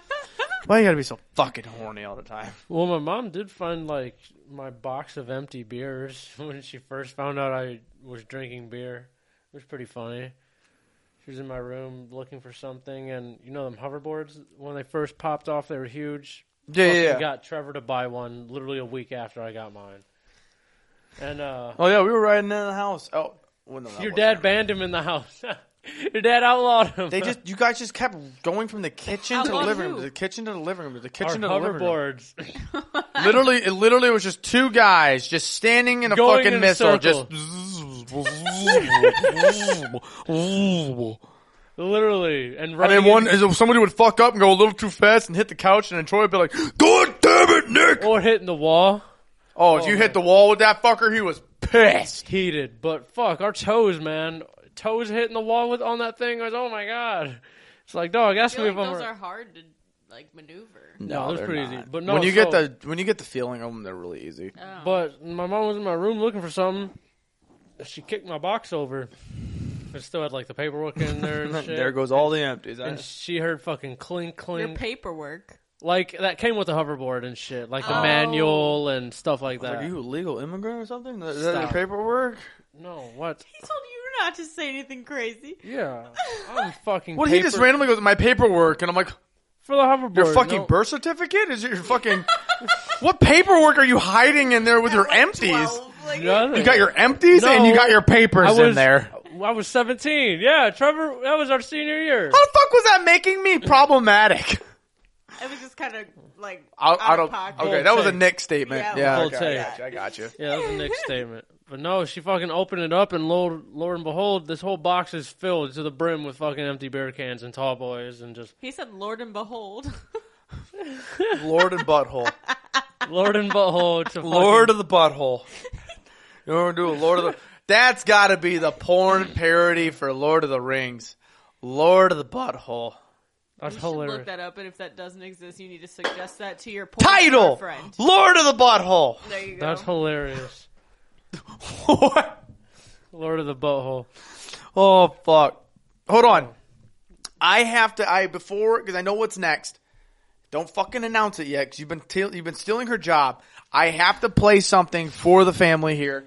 [SPEAKER 2] Why you gotta be so fucking horny all the time?
[SPEAKER 3] Well, my mom did find like my box of empty beers when she first found out I was drinking beer. It was pretty funny. She was in my room looking for something, and you know them hoverboards when they first popped off, they were huge.
[SPEAKER 2] Yeah,
[SPEAKER 3] Fucking
[SPEAKER 2] yeah. yeah.
[SPEAKER 3] Got Trevor to buy one literally a week after I got mine, and uh,
[SPEAKER 2] Oh yeah, we were riding in the house. Oh well, no, that
[SPEAKER 3] your
[SPEAKER 2] wasn't
[SPEAKER 3] dad
[SPEAKER 2] it.
[SPEAKER 3] banned him in the house. your dad outlawed him.
[SPEAKER 2] They just you guys just kept going from the kitchen to the
[SPEAKER 1] Outlawed
[SPEAKER 2] living room,
[SPEAKER 1] who?
[SPEAKER 2] to the kitchen to the living room, to the
[SPEAKER 3] our
[SPEAKER 2] kitchen to the living room.
[SPEAKER 3] hoverboards.
[SPEAKER 2] Literally, it literally was just two guys just standing in a
[SPEAKER 3] Going
[SPEAKER 2] fucking
[SPEAKER 3] in a
[SPEAKER 2] missile.
[SPEAKER 3] circle.
[SPEAKER 2] Just.
[SPEAKER 3] literally, and
[SPEAKER 2] And
[SPEAKER 3] running
[SPEAKER 2] then one,
[SPEAKER 3] in-
[SPEAKER 2] is somebody would fuck up and go a little too fast and hit the couch, and then Troy would be like, "God damn it, Nick!"
[SPEAKER 3] or hitting the wall.
[SPEAKER 2] Oh, if you hit the wall with that fucker, he was pissed.
[SPEAKER 3] heated, but fuck, our toes, man. Toes hitting the wall with on that thing was oh my god. It's like dog,
[SPEAKER 1] I
[SPEAKER 3] ask
[SPEAKER 1] feel
[SPEAKER 3] me
[SPEAKER 1] like
[SPEAKER 3] if I'm
[SPEAKER 1] those
[SPEAKER 3] right.
[SPEAKER 1] are hard to like maneuver.
[SPEAKER 3] No, those
[SPEAKER 2] they're
[SPEAKER 3] pretty easy.
[SPEAKER 2] not.
[SPEAKER 3] But no,
[SPEAKER 2] when you
[SPEAKER 3] so-
[SPEAKER 2] get the when you get the feeling of them, they're really easy.
[SPEAKER 1] Oh.
[SPEAKER 3] But my mom was in my room looking for something. She kicked my box over. It still had like the paperwork in there and shit.
[SPEAKER 2] there goes all the empties. I-
[SPEAKER 3] And she heard fucking clink
[SPEAKER 1] your
[SPEAKER 2] Mm.
[SPEAKER 3] clink,
[SPEAKER 1] paperwork.
[SPEAKER 3] like that came with the hoverboard and shit, like the
[SPEAKER 1] Oh.
[SPEAKER 3] manual and stuff like
[SPEAKER 2] I was
[SPEAKER 3] that.
[SPEAKER 2] like, are you a legal immigrant or something? Is that your
[SPEAKER 3] Stop.
[SPEAKER 2] paperwork?
[SPEAKER 3] No, what?
[SPEAKER 1] He told you not to say anything crazy.
[SPEAKER 3] Yeah, I'm fucking.
[SPEAKER 2] What?
[SPEAKER 3] paper-
[SPEAKER 2] He just randomly goes, my paperwork, and I'm like,
[SPEAKER 3] for the hoverboard.
[SPEAKER 2] your fucking
[SPEAKER 3] no.
[SPEAKER 2] birth certificate? Is it your fucking? what paperwork are you hiding in there with your
[SPEAKER 1] Like
[SPEAKER 2] empties?
[SPEAKER 1] 12, like-
[SPEAKER 3] Nothing.
[SPEAKER 2] You got your empties and you
[SPEAKER 3] No.
[SPEAKER 2] got your papers
[SPEAKER 3] I
[SPEAKER 2] in
[SPEAKER 3] was-
[SPEAKER 2] there.
[SPEAKER 3] I was 17. Yeah, Trevor, that was our senior year.
[SPEAKER 2] How the fuck was that making me problematic?
[SPEAKER 1] It was just kind of like
[SPEAKER 2] I,
[SPEAKER 1] out
[SPEAKER 2] I
[SPEAKER 1] of
[SPEAKER 2] don't.
[SPEAKER 1] pocket.
[SPEAKER 2] Okay, that was a
[SPEAKER 3] take.
[SPEAKER 2] Nick statement.
[SPEAKER 1] Yeah.
[SPEAKER 2] Yeah,
[SPEAKER 3] Full
[SPEAKER 2] okay, I
[SPEAKER 3] take.
[SPEAKER 2] got you. I got you.
[SPEAKER 3] Yeah, that was Nick's statement. But no, she fucking opened it up, and lo, lo and behold, this whole box is filled to the brim with fucking empty beer cans and tall boys, and just
[SPEAKER 1] He said, "Lord and behold."
[SPEAKER 2] Lord and butthole.
[SPEAKER 3] Lord and butthole to fucking,
[SPEAKER 2] Lord of the butthole. You want to do a Lord of the? That's got to be the porn parody for Lord of the Rings. Lord of the butthole.
[SPEAKER 3] That's
[SPEAKER 1] you should
[SPEAKER 3] hilarious.
[SPEAKER 1] look that up, and if that doesn't exist, you need to suggest that to your porn star
[SPEAKER 2] Title.
[SPEAKER 1] friend.
[SPEAKER 2] Lord of the butthole.
[SPEAKER 1] There you go.
[SPEAKER 3] That's hilarious.
[SPEAKER 2] What?
[SPEAKER 3] Lord of the butthole.
[SPEAKER 2] oh fuck. Hold on. I have to. I before because I know what's next. Don't fucking announce it yet because you've been te- you've been stealing her job. I have to play something for the family here.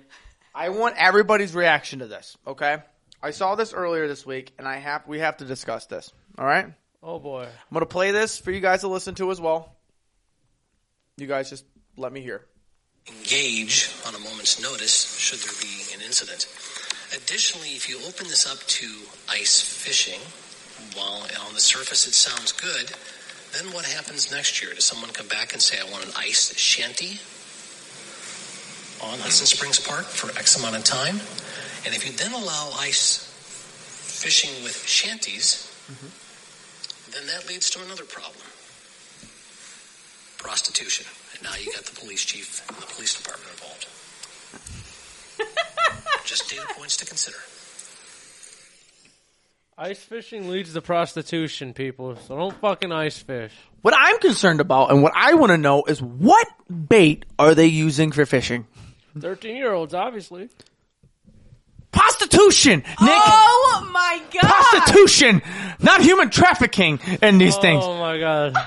[SPEAKER 2] I want everybody's reaction to this. Okay. I saw this earlier this week, and I have we have to discuss this. All right.
[SPEAKER 3] Oh boy.
[SPEAKER 2] I'm gonna play this for you guys to listen to as well. You guys just let me hear.
[SPEAKER 5] engage on a moment's notice should there be an incident. Additionally, if you open this up to ice fishing, while on the surface it sounds good, then what happens next year? Does someone come back and say, I want an ice shanty on Hudson Springs Park for X amount of time? And if you then allow ice fishing with shanties, then that leads to another problem prostitution. And now you got the police chief and the police department involved. Just data points to consider.
[SPEAKER 3] Ice fishing leads to prostitution, people. So don't fucking ice fish.
[SPEAKER 2] What I'm concerned about and what I want to know is what bait are they using for fishing?
[SPEAKER 3] Thirteen-year-olds, obviously.
[SPEAKER 2] Prostitution, Nick.
[SPEAKER 1] Oh my god!
[SPEAKER 2] Prostitution, not human trafficking, and these things.
[SPEAKER 3] Oh my god.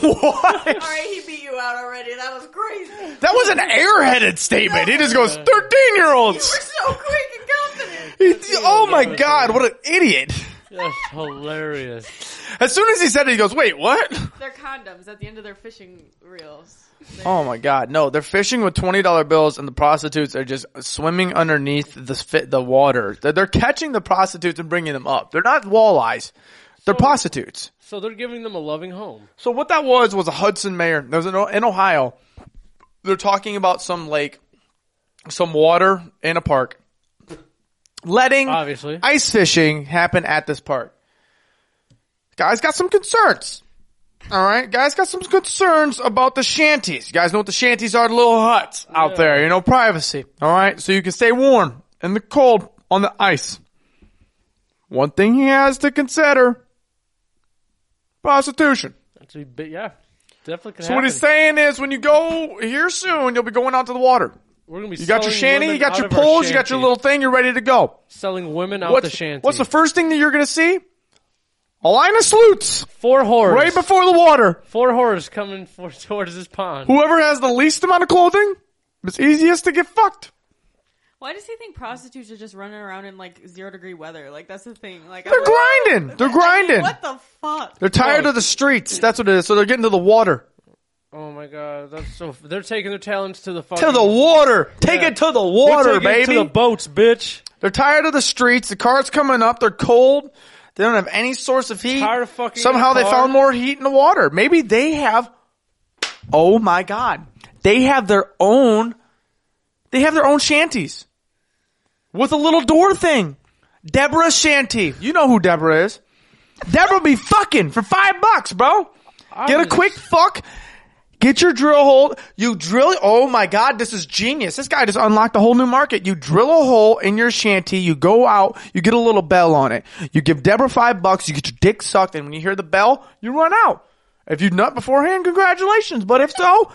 [SPEAKER 2] What?
[SPEAKER 1] All right, he beat you out already. That was crazy.
[SPEAKER 2] That was an airheaded statement. He just goes thirteen year
[SPEAKER 1] You were
[SPEAKER 2] olds.
[SPEAKER 1] so quick and confident.
[SPEAKER 2] Oh my god, what an idiot!
[SPEAKER 3] That's hilarious.
[SPEAKER 2] As soon as he said it, he goes, "Wait, what?"
[SPEAKER 1] They're condoms at the end of their fishing reels. They-
[SPEAKER 2] Oh my God! No, they're fishing with twenty dollar bills, and the prostitutes are just swimming underneath the fit the water. They're, they're catching the prostitutes and bringing them up. They're not walleyes; they're prostitutes.
[SPEAKER 3] So they're giving them a loving home.
[SPEAKER 2] So what that was was a Hudson mayor. There was in, O- in Ohio. They're talking about some lake, some water in a park, letting
[SPEAKER 3] Obviously.
[SPEAKER 2] ice fishing happen at this park. Guys got some concerns. All right, guys got some concerns about the shanties. You guys know what the shanties are? The little huts out there, you know, privacy. All right, so you can stay warm in the cold on the ice. One thing he has to consider: prostitution.
[SPEAKER 3] That's a bit, yeah. Definitely could
[SPEAKER 2] So what
[SPEAKER 3] happen.
[SPEAKER 2] he's saying is, when you go here soon, you'll be going out to the water.
[SPEAKER 3] We're gonna be
[SPEAKER 2] You got your
[SPEAKER 3] selling
[SPEAKER 2] shanty, you
[SPEAKER 3] women
[SPEAKER 2] got
[SPEAKER 3] out
[SPEAKER 2] your
[SPEAKER 3] of our
[SPEAKER 2] poles, you got your
[SPEAKER 3] shanties.
[SPEAKER 2] little thing. You're ready to go.
[SPEAKER 3] selling women out the
[SPEAKER 2] What's,
[SPEAKER 3] shanty.
[SPEAKER 2] what's the first thing that you're going to see? A line of sleuts
[SPEAKER 3] four horrors?
[SPEAKER 2] right before the water.
[SPEAKER 3] four horrors coming for, towards this pond.
[SPEAKER 2] Whoever has the least amount of clothing is easiest to get fucked.
[SPEAKER 1] Why does he think prostitutes are just running around in like zero degree weather? Like that's the thing. Like I'm
[SPEAKER 2] They're
[SPEAKER 1] like,
[SPEAKER 2] grinding. They're grinding.
[SPEAKER 1] What the fuck?
[SPEAKER 2] They're tired of the streets. That's what it is. So they're getting to the water.
[SPEAKER 3] Oh my god, that's so. They're taking their talents to the fucking
[SPEAKER 2] To the water. Take it to the
[SPEAKER 3] They're
[SPEAKER 2] water,
[SPEAKER 3] taking it
[SPEAKER 2] baby.
[SPEAKER 3] To the boats, bitch.
[SPEAKER 2] They're tired of the streets. The car's coming up. They're cold. They don't have any source of heat.
[SPEAKER 3] Tired of fucking
[SPEAKER 2] Somehow
[SPEAKER 3] in the
[SPEAKER 2] they
[SPEAKER 3] car.
[SPEAKER 2] found more heat in the water. Maybe they have. Oh my God! They have their own. They have their own shanties with a little door thing. Deborah Shanty. You know who Deborah is. Deborah be fucking for five bucks, bro. Get a quick fuck. Get your drill hole. You drill. Oh my God, this is genius. This guy just unlocked a whole new market. You drill a hole in your shanty. You go out. You get a little bell on it. You give Deborah five bucks. You get your dick sucked. And when you hear the bell, you run out. If you nut beforehand, congratulations. But if so,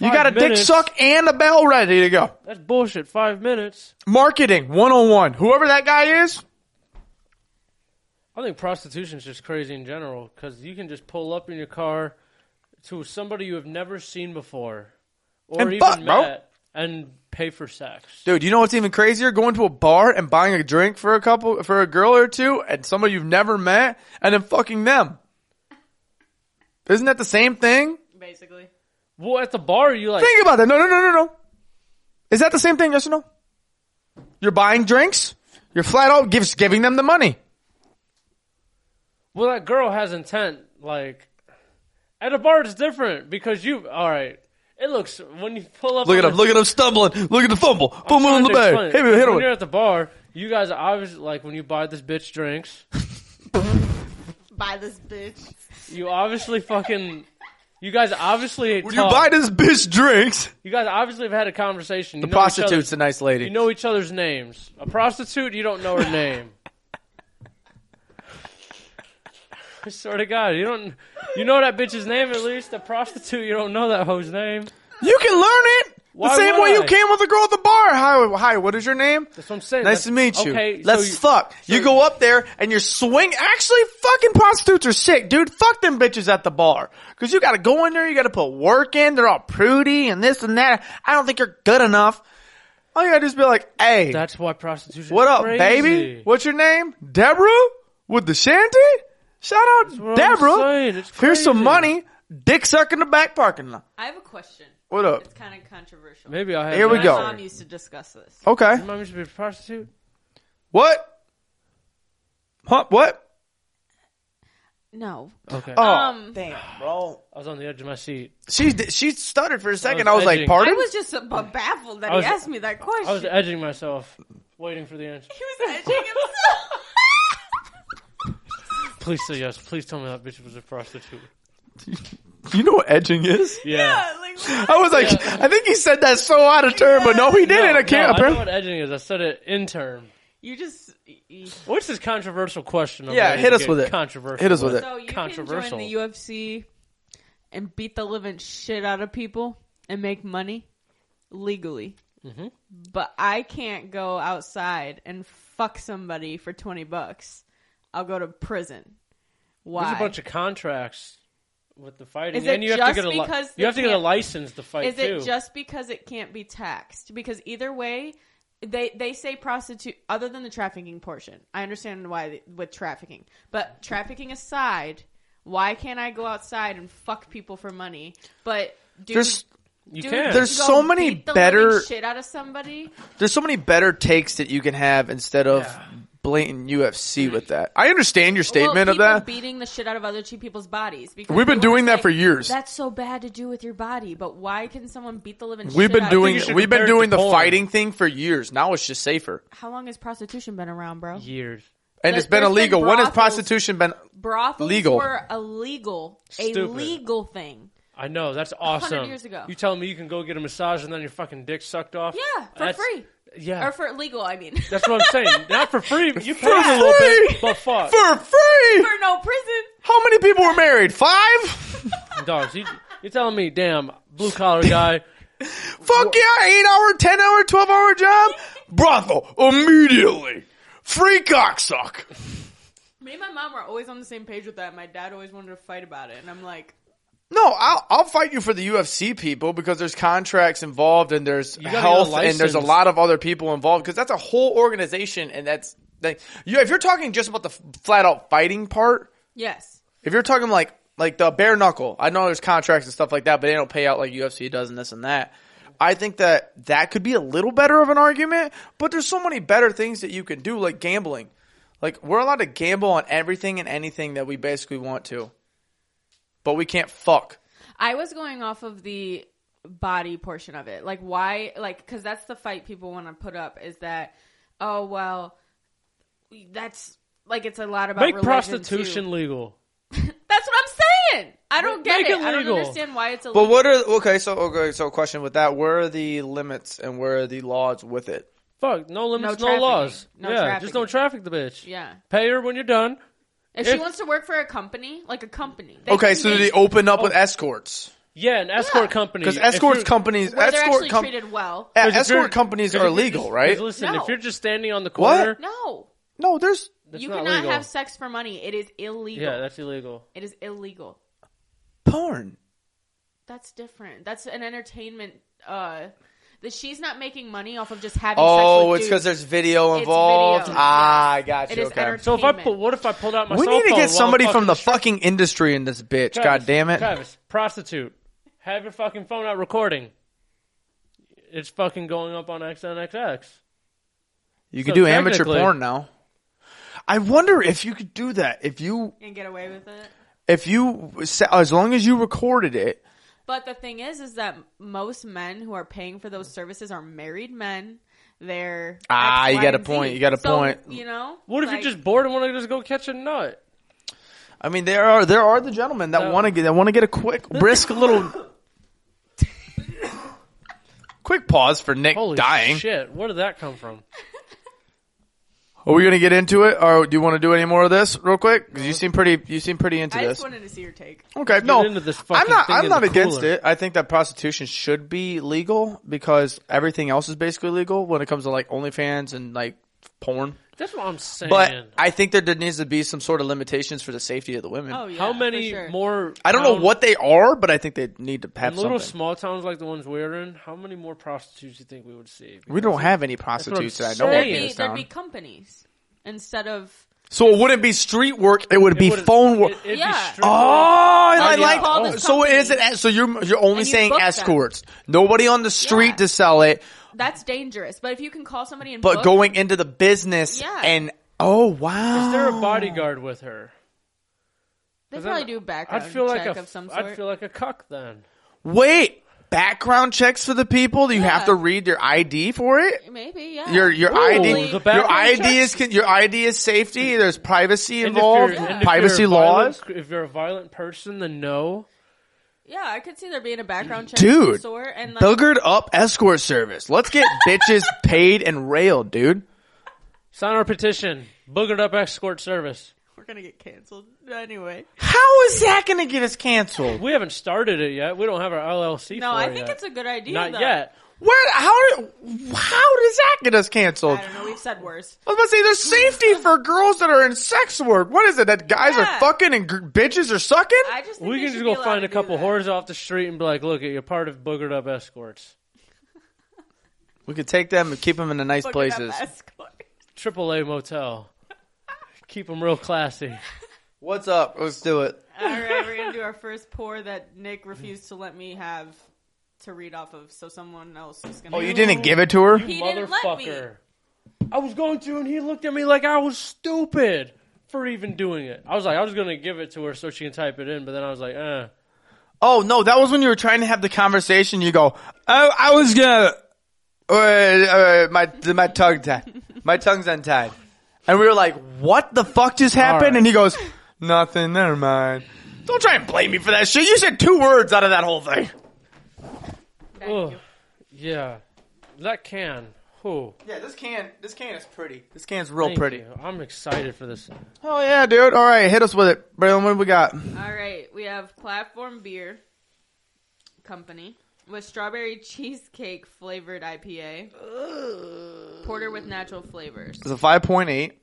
[SPEAKER 2] you
[SPEAKER 3] Five
[SPEAKER 2] got a dick
[SPEAKER 3] minutes.
[SPEAKER 2] suck and a bell ready to go.
[SPEAKER 3] That's bullshit. Five minutes.
[SPEAKER 2] Marketing 101. Whoever that guy is,
[SPEAKER 3] I think prostitution's just crazy in general because you can just pull up in your car to somebody you have never seen before or
[SPEAKER 2] And
[SPEAKER 3] even
[SPEAKER 2] fuck, bro.
[SPEAKER 3] met and pay for sex.
[SPEAKER 2] Dude, you know what's even crazier? Going to a bar and buying a drink for a couple, for a girl or two, and somebody you've never met, and then fucking them. Isn't that the same thing?
[SPEAKER 1] basically.
[SPEAKER 3] Well, at the bar, you like
[SPEAKER 2] Think about that. No, no, no, no, no. Is that the same thing? Yes or no? You're buying drinks. You're flat out gives, giving them the money.
[SPEAKER 3] Well, that girl has intent. Like, at a bar, it's different because you. All right, it looks when you pull up.
[SPEAKER 2] Look at
[SPEAKER 3] on
[SPEAKER 2] him. Look at him stumbling. Look at the fumble.
[SPEAKER 3] I'm
[SPEAKER 2] Fumble on the
[SPEAKER 3] trying to
[SPEAKER 2] bag.
[SPEAKER 3] explain.
[SPEAKER 2] Hit me, hit
[SPEAKER 3] When you're
[SPEAKER 2] him.
[SPEAKER 3] at the bar, you guys are obviously like when you buy this bitch drinks,
[SPEAKER 1] Buy this bitch.
[SPEAKER 3] you obviously fucking. You guys obviously
[SPEAKER 2] When you
[SPEAKER 3] talk.
[SPEAKER 2] buy this bitch drinks,
[SPEAKER 3] You guys obviously have had a conversation. You
[SPEAKER 2] the
[SPEAKER 3] know each
[SPEAKER 2] prostitute's a
[SPEAKER 3] other's-
[SPEAKER 2] nice lady.
[SPEAKER 3] You know each other's names. A prostitute, you don't know her name. I swear to God, you don't. You know that bitch's name at least. A prostitute, you don't know that hoe's name.
[SPEAKER 2] you can learn it the
[SPEAKER 3] Why
[SPEAKER 2] same
[SPEAKER 3] would
[SPEAKER 2] way you
[SPEAKER 3] I?
[SPEAKER 2] came with a girl at the bar. Hi, hi. What is your name?
[SPEAKER 3] That's what I'm saying.
[SPEAKER 2] Nice
[SPEAKER 3] That's-
[SPEAKER 2] to meet you.
[SPEAKER 3] Okay, so
[SPEAKER 2] Let's
[SPEAKER 3] you-
[SPEAKER 2] fuck.
[SPEAKER 3] so-
[SPEAKER 2] you go up there and you're swing. Actually, fucking prostitutes are sick, dude. Fuck them bitches at the bar. Cause you gotta go in there, you gotta put work in, they're all prudy and this and that. I don't think you're good enough. All you gotta do is be like, hey,
[SPEAKER 3] That's why prostitution.
[SPEAKER 2] what up,
[SPEAKER 3] crazy.
[SPEAKER 2] baby? What's your name? Deborah? With the shanty? Shout out
[SPEAKER 3] what I'm saying,
[SPEAKER 2] Deborah.
[SPEAKER 3] it's
[SPEAKER 2] Here's some
[SPEAKER 3] crazy.
[SPEAKER 2] money. Dick suck in the back parking lot.
[SPEAKER 1] I have a question.
[SPEAKER 2] What up?
[SPEAKER 1] It's kind of controversial.
[SPEAKER 3] Maybe I have.
[SPEAKER 2] Oh. Here we
[SPEAKER 3] an
[SPEAKER 1] My
[SPEAKER 2] go.
[SPEAKER 3] answer.
[SPEAKER 1] mom used to discuss this.
[SPEAKER 2] Okay.
[SPEAKER 3] Your mom used to be a prostitute.
[SPEAKER 2] What? Huh? What?
[SPEAKER 1] No.
[SPEAKER 3] Okay.
[SPEAKER 2] Oh,
[SPEAKER 1] Um,
[SPEAKER 2] damn, bro.
[SPEAKER 3] I was on the edge of my seat.
[SPEAKER 2] She did- she stuttered for a second.
[SPEAKER 3] was
[SPEAKER 2] I was like,
[SPEAKER 3] edging.
[SPEAKER 1] I
[SPEAKER 2] "Pardon?"
[SPEAKER 1] was just uh, b- baffled that
[SPEAKER 3] I was-
[SPEAKER 1] he asked me that question.
[SPEAKER 3] I was edging myself, waiting for the answer.
[SPEAKER 1] he was edging himself.
[SPEAKER 3] Please say yes. Please tell me that bitch was a prostitute.
[SPEAKER 2] you know what edging is?
[SPEAKER 3] Yeah.
[SPEAKER 1] like,
[SPEAKER 2] I was like, I think he said that so out of turn, but no, he didn't. I can't.
[SPEAKER 3] No, I know
[SPEAKER 2] apparently.
[SPEAKER 3] what edging is. I said it in term.
[SPEAKER 1] you just. y- y-
[SPEAKER 3] What's this controversial question? I'm
[SPEAKER 2] Yeah,
[SPEAKER 3] ready
[SPEAKER 2] hit
[SPEAKER 3] to
[SPEAKER 2] us
[SPEAKER 3] get
[SPEAKER 2] with it.
[SPEAKER 3] Controversial.
[SPEAKER 2] Hit us with it.
[SPEAKER 1] So you can
[SPEAKER 3] Controversial.
[SPEAKER 1] join the UFC and beat the living shit out of people and make money legally.
[SPEAKER 3] Mm-hmm.
[SPEAKER 1] But I can't go outside and fuck somebody for 20 bucks. I'll go to prison. Why?
[SPEAKER 3] There's a bunch of contracts with the fighting,
[SPEAKER 1] Is it
[SPEAKER 3] and you have to
[SPEAKER 1] just
[SPEAKER 3] get a li-
[SPEAKER 1] because
[SPEAKER 3] you have
[SPEAKER 1] they
[SPEAKER 3] to get a
[SPEAKER 1] can't-
[SPEAKER 3] license to fight
[SPEAKER 1] Is
[SPEAKER 3] too.
[SPEAKER 1] it just because it can't be taxed? Because either way, they they say prostitute other than the trafficking portion. I understand why th- with trafficking, but trafficking aside, why can't I go outside and fuck people for money? But dude,
[SPEAKER 2] There's
[SPEAKER 3] you
[SPEAKER 1] dude,
[SPEAKER 3] can.
[SPEAKER 2] There's
[SPEAKER 1] go
[SPEAKER 2] so many
[SPEAKER 1] beat the
[SPEAKER 2] better-
[SPEAKER 1] living shit out of somebody.
[SPEAKER 2] there's so many better takes that you can have instead of
[SPEAKER 3] Yeah.
[SPEAKER 2] blatant UFC with that. I understand your
[SPEAKER 1] well,
[SPEAKER 2] statement of
[SPEAKER 1] people
[SPEAKER 2] that.
[SPEAKER 1] beating the shit out of other two people's bodies. Because
[SPEAKER 2] We've been
[SPEAKER 1] people are
[SPEAKER 2] doing that
[SPEAKER 1] like,
[SPEAKER 2] for years.
[SPEAKER 1] That's so bad to do with your body, but why can someone beat the living?
[SPEAKER 2] We've
[SPEAKER 1] shit
[SPEAKER 2] been
[SPEAKER 1] out of
[SPEAKER 2] doing
[SPEAKER 3] you should
[SPEAKER 2] we've been
[SPEAKER 3] compare it
[SPEAKER 2] doing
[SPEAKER 3] to
[SPEAKER 2] the
[SPEAKER 3] porn.
[SPEAKER 2] fighting thing for years. Now it's just safer,
[SPEAKER 1] How long has prostitution been around, bro?
[SPEAKER 3] years.
[SPEAKER 2] and
[SPEAKER 1] There-
[SPEAKER 2] it's been
[SPEAKER 1] there's been
[SPEAKER 2] illegal. when has
[SPEAKER 1] brothels.
[SPEAKER 2] prostitution been?
[SPEAKER 1] brothels
[SPEAKER 2] Legal.
[SPEAKER 1] were a legal, a
[SPEAKER 3] Stupid.
[SPEAKER 1] legal thing.
[SPEAKER 3] I know that's awesome.
[SPEAKER 1] years ago.
[SPEAKER 3] you tell me you can go get a massage and then your fucking dick sucked off.
[SPEAKER 1] Yeah, for
[SPEAKER 3] That's-
[SPEAKER 1] free.
[SPEAKER 3] Yeah,
[SPEAKER 1] Or for legal, I mean.
[SPEAKER 3] that's what I'm saying. Not for free. But you pay a
[SPEAKER 2] free!
[SPEAKER 3] little bit, but fuck,
[SPEAKER 2] For free!
[SPEAKER 1] for no prison.
[SPEAKER 2] How many people were married? Five?
[SPEAKER 3] dogs. You, you're telling me, damn, blue collar guy.
[SPEAKER 2] Fuck yeah, eight hour, ten hour, twelve hour job? Brothel, immediately. Free cocksuck.
[SPEAKER 1] Me and my mom were always on the same page with that. My dad always wanted to fight about it, and I'm like,
[SPEAKER 2] No, I'll, I'll fight you for the UFC people because there's contracts involved and there's
[SPEAKER 3] gotta get a
[SPEAKER 2] health and there's a
[SPEAKER 3] license.
[SPEAKER 2] lot of other people involved because that's a whole organization and that's, like, you, if you're talking just about the f- flat out fighting part,
[SPEAKER 1] yes.
[SPEAKER 2] if you're talking like like the bare knuckle, I know there's contracts and stuff like that, but they don't pay out like UFC does and this and that. I think that that could be a little better of an argument, but there's so many better things that you can do, like gambling. Like we're allowed to gamble on everything and anything that we basically want to, but we can't fuck.
[SPEAKER 1] I was going off of the body portion of it. Like, why? Like, because that's the fight people want to put up is that, oh, well, that's like it's a lot about
[SPEAKER 3] Make
[SPEAKER 1] religion,
[SPEAKER 3] prostitution
[SPEAKER 1] too.
[SPEAKER 3] legal.
[SPEAKER 1] That's what I'm saying. I don't get
[SPEAKER 3] Make
[SPEAKER 1] it.
[SPEAKER 3] it
[SPEAKER 1] I don't
[SPEAKER 3] legal.
[SPEAKER 1] understand why it's illegal.
[SPEAKER 2] But what are okay? So okay. So question with that: Where are the limits and where are the laws with it?
[SPEAKER 3] Fuck, no limits, no,
[SPEAKER 1] trafficking.
[SPEAKER 3] laws.
[SPEAKER 1] No
[SPEAKER 3] yeah, just don't traffic the bitch.
[SPEAKER 1] yeah.
[SPEAKER 3] Pay her when you're done.
[SPEAKER 1] If, she
[SPEAKER 3] If-
[SPEAKER 1] wants to work for a company, like a company. they
[SPEAKER 2] Okay,
[SPEAKER 1] can Oh.
[SPEAKER 2] so
[SPEAKER 1] make-
[SPEAKER 2] they open up with escorts
[SPEAKER 3] Yeah, an escort
[SPEAKER 1] Yeah.
[SPEAKER 3] company.
[SPEAKER 2] because
[SPEAKER 3] If
[SPEAKER 2] escorts
[SPEAKER 3] you're-
[SPEAKER 2] companies
[SPEAKER 1] where they're
[SPEAKER 2] escort
[SPEAKER 1] actually
[SPEAKER 2] com-
[SPEAKER 1] treated well.
[SPEAKER 2] yeah,
[SPEAKER 3] 'cause if you're-
[SPEAKER 2] escort companies
[SPEAKER 3] 'cause
[SPEAKER 2] are
[SPEAKER 3] if you're
[SPEAKER 2] legal,
[SPEAKER 3] just-
[SPEAKER 2] right?
[SPEAKER 3] 'cause Listen,
[SPEAKER 1] No.
[SPEAKER 3] if you're just standing on the
[SPEAKER 2] What?
[SPEAKER 3] corner,
[SPEAKER 1] No,
[SPEAKER 2] No, there's
[SPEAKER 3] that's
[SPEAKER 1] you
[SPEAKER 3] not
[SPEAKER 1] cannot
[SPEAKER 3] legal.
[SPEAKER 1] have sex for money. It is illegal.
[SPEAKER 3] yeah, that's illegal.
[SPEAKER 1] it is illegal.
[SPEAKER 2] porn.
[SPEAKER 1] That's different. That's an entertainment. Uh, that she's not making money off of just having. sex
[SPEAKER 2] Oh,
[SPEAKER 1] with
[SPEAKER 2] it's
[SPEAKER 1] dudes.
[SPEAKER 2] because there's video
[SPEAKER 1] It's
[SPEAKER 2] involved.
[SPEAKER 1] video.
[SPEAKER 2] Ah, I got
[SPEAKER 1] It
[SPEAKER 2] you.
[SPEAKER 1] is
[SPEAKER 2] Okay.
[SPEAKER 3] So if I
[SPEAKER 1] Payment.
[SPEAKER 3] put, what if I pulled out my
[SPEAKER 2] We
[SPEAKER 3] cell
[SPEAKER 2] need to
[SPEAKER 3] phone while
[SPEAKER 2] get somebody
[SPEAKER 3] I'm
[SPEAKER 2] from the
[SPEAKER 3] fucking-
[SPEAKER 2] fucking industry in this bitch.
[SPEAKER 3] Travis,
[SPEAKER 2] God damn it.
[SPEAKER 3] Travis, prostitute. Have your fucking phone out recording. It's fucking going up on XNXX.
[SPEAKER 2] You can
[SPEAKER 3] So
[SPEAKER 2] do amateur
[SPEAKER 3] technically-
[SPEAKER 2] porn now. I wonder if you could do that. If you,
[SPEAKER 1] and get away with it.
[SPEAKER 2] if you, as long as you recorded it,
[SPEAKER 1] But the thing is, is that most men who are paying for those services are married men. They're
[SPEAKER 2] Ah,
[SPEAKER 1] X,
[SPEAKER 2] you
[SPEAKER 1] Y,
[SPEAKER 2] got a
[SPEAKER 1] and Z.
[SPEAKER 2] point, you got a
[SPEAKER 1] So,
[SPEAKER 2] point.
[SPEAKER 1] You know,
[SPEAKER 3] What if
[SPEAKER 1] Like,
[SPEAKER 3] you're just bored and want to just go catch a nut?
[SPEAKER 2] I mean, there are there are the gentlemen that
[SPEAKER 3] No.
[SPEAKER 2] want to get that want to get a quick, brisk little, quick pause for Nick
[SPEAKER 3] Holy
[SPEAKER 2] dying.
[SPEAKER 3] shit! Where did that come from?
[SPEAKER 2] Are we gonna get into it, or do you want to do any more of this real quick? 'Cause you seem pretty, you seem pretty into
[SPEAKER 1] I
[SPEAKER 2] this.
[SPEAKER 1] just wanted to see your take.
[SPEAKER 2] okay, no,
[SPEAKER 3] into this
[SPEAKER 2] I'm
[SPEAKER 3] fucking
[SPEAKER 2] not.
[SPEAKER 3] thing
[SPEAKER 2] I'm
[SPEAKER 3] in
[SPEAKER 2] not
[SPEAKER 3] the
[SPEAKER 2] against
[SPEAKER 3] cooler.
[SPEAKER 2] it. I think that prostitution should be legal because everything else is basically legal when it comes to like OnlyFans and like porn.
[SPEAKER 3] That's what I'm saying.
[SPEAKER 2] But I think that there needs to be some sort of limitations for the safety of the women.
[SPEAKER 1] Oh yeah,
[SPEAKER 3] How
[SPEAKER 1] for
[SPEAKER 3] many
[SPEAKER 1] sure.
[SPEAKER 3] more?
[SPEAKER 2] I don't know
[SPEAKER 3] town-
[SPEAKER 2] what they are, but I think they need to
[SPEAKER 3] in
[SPEAKER 2] have
[SPEAKER 3] little
[SPEAKER 2] something.
[SPEAKER 3] small towns like the ones we're in. How many more prostitutes do you think we would see?
[SPEAKER 2] we don't have any
[SPEAKER 3] what I'm
[SPEAKER 2] prostitutes that I know
[SPEAKER 3] saying.
[SPEAKER 2] of
[SPEAKER 1] There'd
[SPEAKER 2] in
[SPEAKER 1] be,
[SPEAKER 2] this
[SPEAKER 1] there'd be
[SPEAKER 2] town.
[SPEAKER 1] companies instead of
[SPEAKER 2] So it wouldn't be street work; it would
[SPEAKER 3] It
[SPEAKER 2] be
[SPEAKER 3] wouldn't-
[SPEAKER 2] phone work.
[SPEAKER 3] It, it'd
[SPEAKER 1] Yeah.
[SPEAKER 3] Be strictly-
[SPEAKER 2] Oh, I
[SPEAKER 1] Like, you
[SPEAKER 2] like.
[SPEAKER 1] call
[SPEAKER 2] oh,
[SPEAKER 1] this
[SPEAKER 2] so it
[SPEAKER 1] company.
[SPEAKER 2] isn't. So you're you're only
[SPEAKER 1] And you
[SPEAKER 2] saying
[SPEAKER 1] book them.
[SPEAKER 2] escorts. Nobody on the street
[SPEAKER 1] Yeah.
[SPEAKER 2] to sell it,
[SPEAKER 1] that's dangerous. But if you can call somebody and
[SPEAKER 2] but
[SPEAKER 1] book,
[SPEAKER 2] going into the business
[SPEAKER 1] Yeah.
[SPEAKER 2] and oh wow,
[SPEAKER 3] Is there a bodyguard with her?
[SPEAKER 1] they
[SPEAKER 3] 'Cause
[SPEAKER 1] probably
[SPEAKER 3] I'm-
[SPEAKER 1] do
[SPEAKER 3] I'd
[SPEAKER 1] background
[SPEAKER 3] feel
[SPEAKER 1] check
[SPEAKER 3] like a,
[SPEAKER 1] of some
[SPEAKER 3] I'd
[SPEAKER 1] sort.
[SPEAKER 3] feel like a cuck then.
[SPEAKER 2] Wait, background checks for the people. Do you have
[SPEAKER 1] Yeah.
[SPEAKER 2] to read your ID for it?
[SPEAKER 1] Maybe yeah.
[SPEAKER 2] Your your
[SPEAKER 1] Ooh,
[SPEAKER 2] ID
[SPEAKER 3] the
[SPEAKER 2] your
[SPEAKER 3] background
[SPEAKER 2] ID
[SPEAKER 3] checks?
[SPEAKER 2] is con- your ID is safety. There's privacy
[SPEAKER 3] And if you're-
[SPEAKER 2] involved,
[SPEAKER 3] and if you're
[SPEAKER 2] privacy
[SPEAKER 3] a violent-
[SPEAKER 2] laws.
[SPEAKER 3] if you're a violent person, then no.
[SPEAKER 1] Yeah, I could see there being a background check,
[SPEAKER 2] Dude,
[SPEAKER 1] of some sort, and like,
[SPEAKER 2] Buggered up escort service. Let's get bitches paid and railed, dude.
[SPEAKER 3] Sign our petition. Boogered up escort service.
[SPEAKER 1] we're gonna get canceled anyway.
[SPEAKER 2] How is that going to get us canceled?
[SPEAKER 3] We haven't started it yet. We don't have our LLC.
[SPEAKER 1] No,
[SPEAKER 3] for
[SPEAKER 1] I
[SPEAKER 3] it
[SPEAKER 1] think
[SPEAKER 3] yet.
[SPEAKER 1] it's a good idea.
[SPEAKER 3] not
[SPEAKER 1] though.
[SPEAKER 3] yet.
[SPEAKER 2] Where? How? How does that get us canceled?
[SPEAKER 1] I don't know. We've said worse.
[SPEAKER 2] I was about to say there's safety for girls that are in sex work. What is it that guys
[SPEAKER 1] Mm-hmm. Yeah.
[SPEAKER 2] are fucking and gr- bitches are sucking?
[SPEAKER 1] I just think
[SPEAKER 3] We
[SPEAKER 1] they
[SPEAKER 3] can
[SPEAKER 1] should
[SPEAKER 3] just
[SPEAKER 1] be
[SPEAKER 3] go
[SPEAKER 1] allowed
[SPEAKER 3] find
[SPEAKER 1] to
[SPEAKER 3] a
[SPEAKER 1] do
[SPEAKER 3] couple
[SPEAKER 1] that.
[SPEAKER 3] whores off the street and be like, "Look, you're part of boogered up escorts."
[SPEAKER 2] we could take them and keep them in the nice
[SPEAKER 1] Fucking
[SPEAKER 2] places.
[SPEAKER 1] escort.
[SPEAKER 3] Triple A motel. Keep them real classy.
[SPEAKER 2] What's up? Let's do it.
[SPEAKER 1] All right, we're gonna do our first pour that Nick refused to let me have to read off of, so someone else is gonna.
[SPEAKER 2] Oh, you didn't give it to her?
[SPEAKER 1] He didn't let me.
[SPEAKER 3] Motherfucker. I was going to, and he looked at me like I was stupid for even doing it. I was like, I was going to give it to her so she can type it in, but then I was like, eh.
[SPEAKER 2] Oh no, that was when you were trying to have the conversation. You go, oh, I was gonna, uh, uh, my my tongue tied, my tongue's untied, and we were like, what the fuck just happened?
[SPEAKER 3] right.
[SPEAKER 2] And he goes, nothing. Never mind. Don't try and blame me for that shit. You said two words out of that whole thing.
[SPEAKER 1] Thank
[SPEAKER 3] Ugh.
[SPEAKER 1] you.
[SPEAKER 3] Yeah. That can. Who?
[SPEAKER 2] Yeah, this can, this can is pretty. This can's real
[SPEAKER 3] Thank
[SPEAKER 2] pretty.
[SPEAKER 3] you. I'm excited for this.
[SPEAKER 2] Oh yeah, dude. All right, hit us with it, Braylon. What do we got?
[SPEAKER 1] All right, we have Platform Beer Company with strawberry cheesecake flavored IPA, porter with natural flavors.
[SPEAKER 2] It's a five point eight.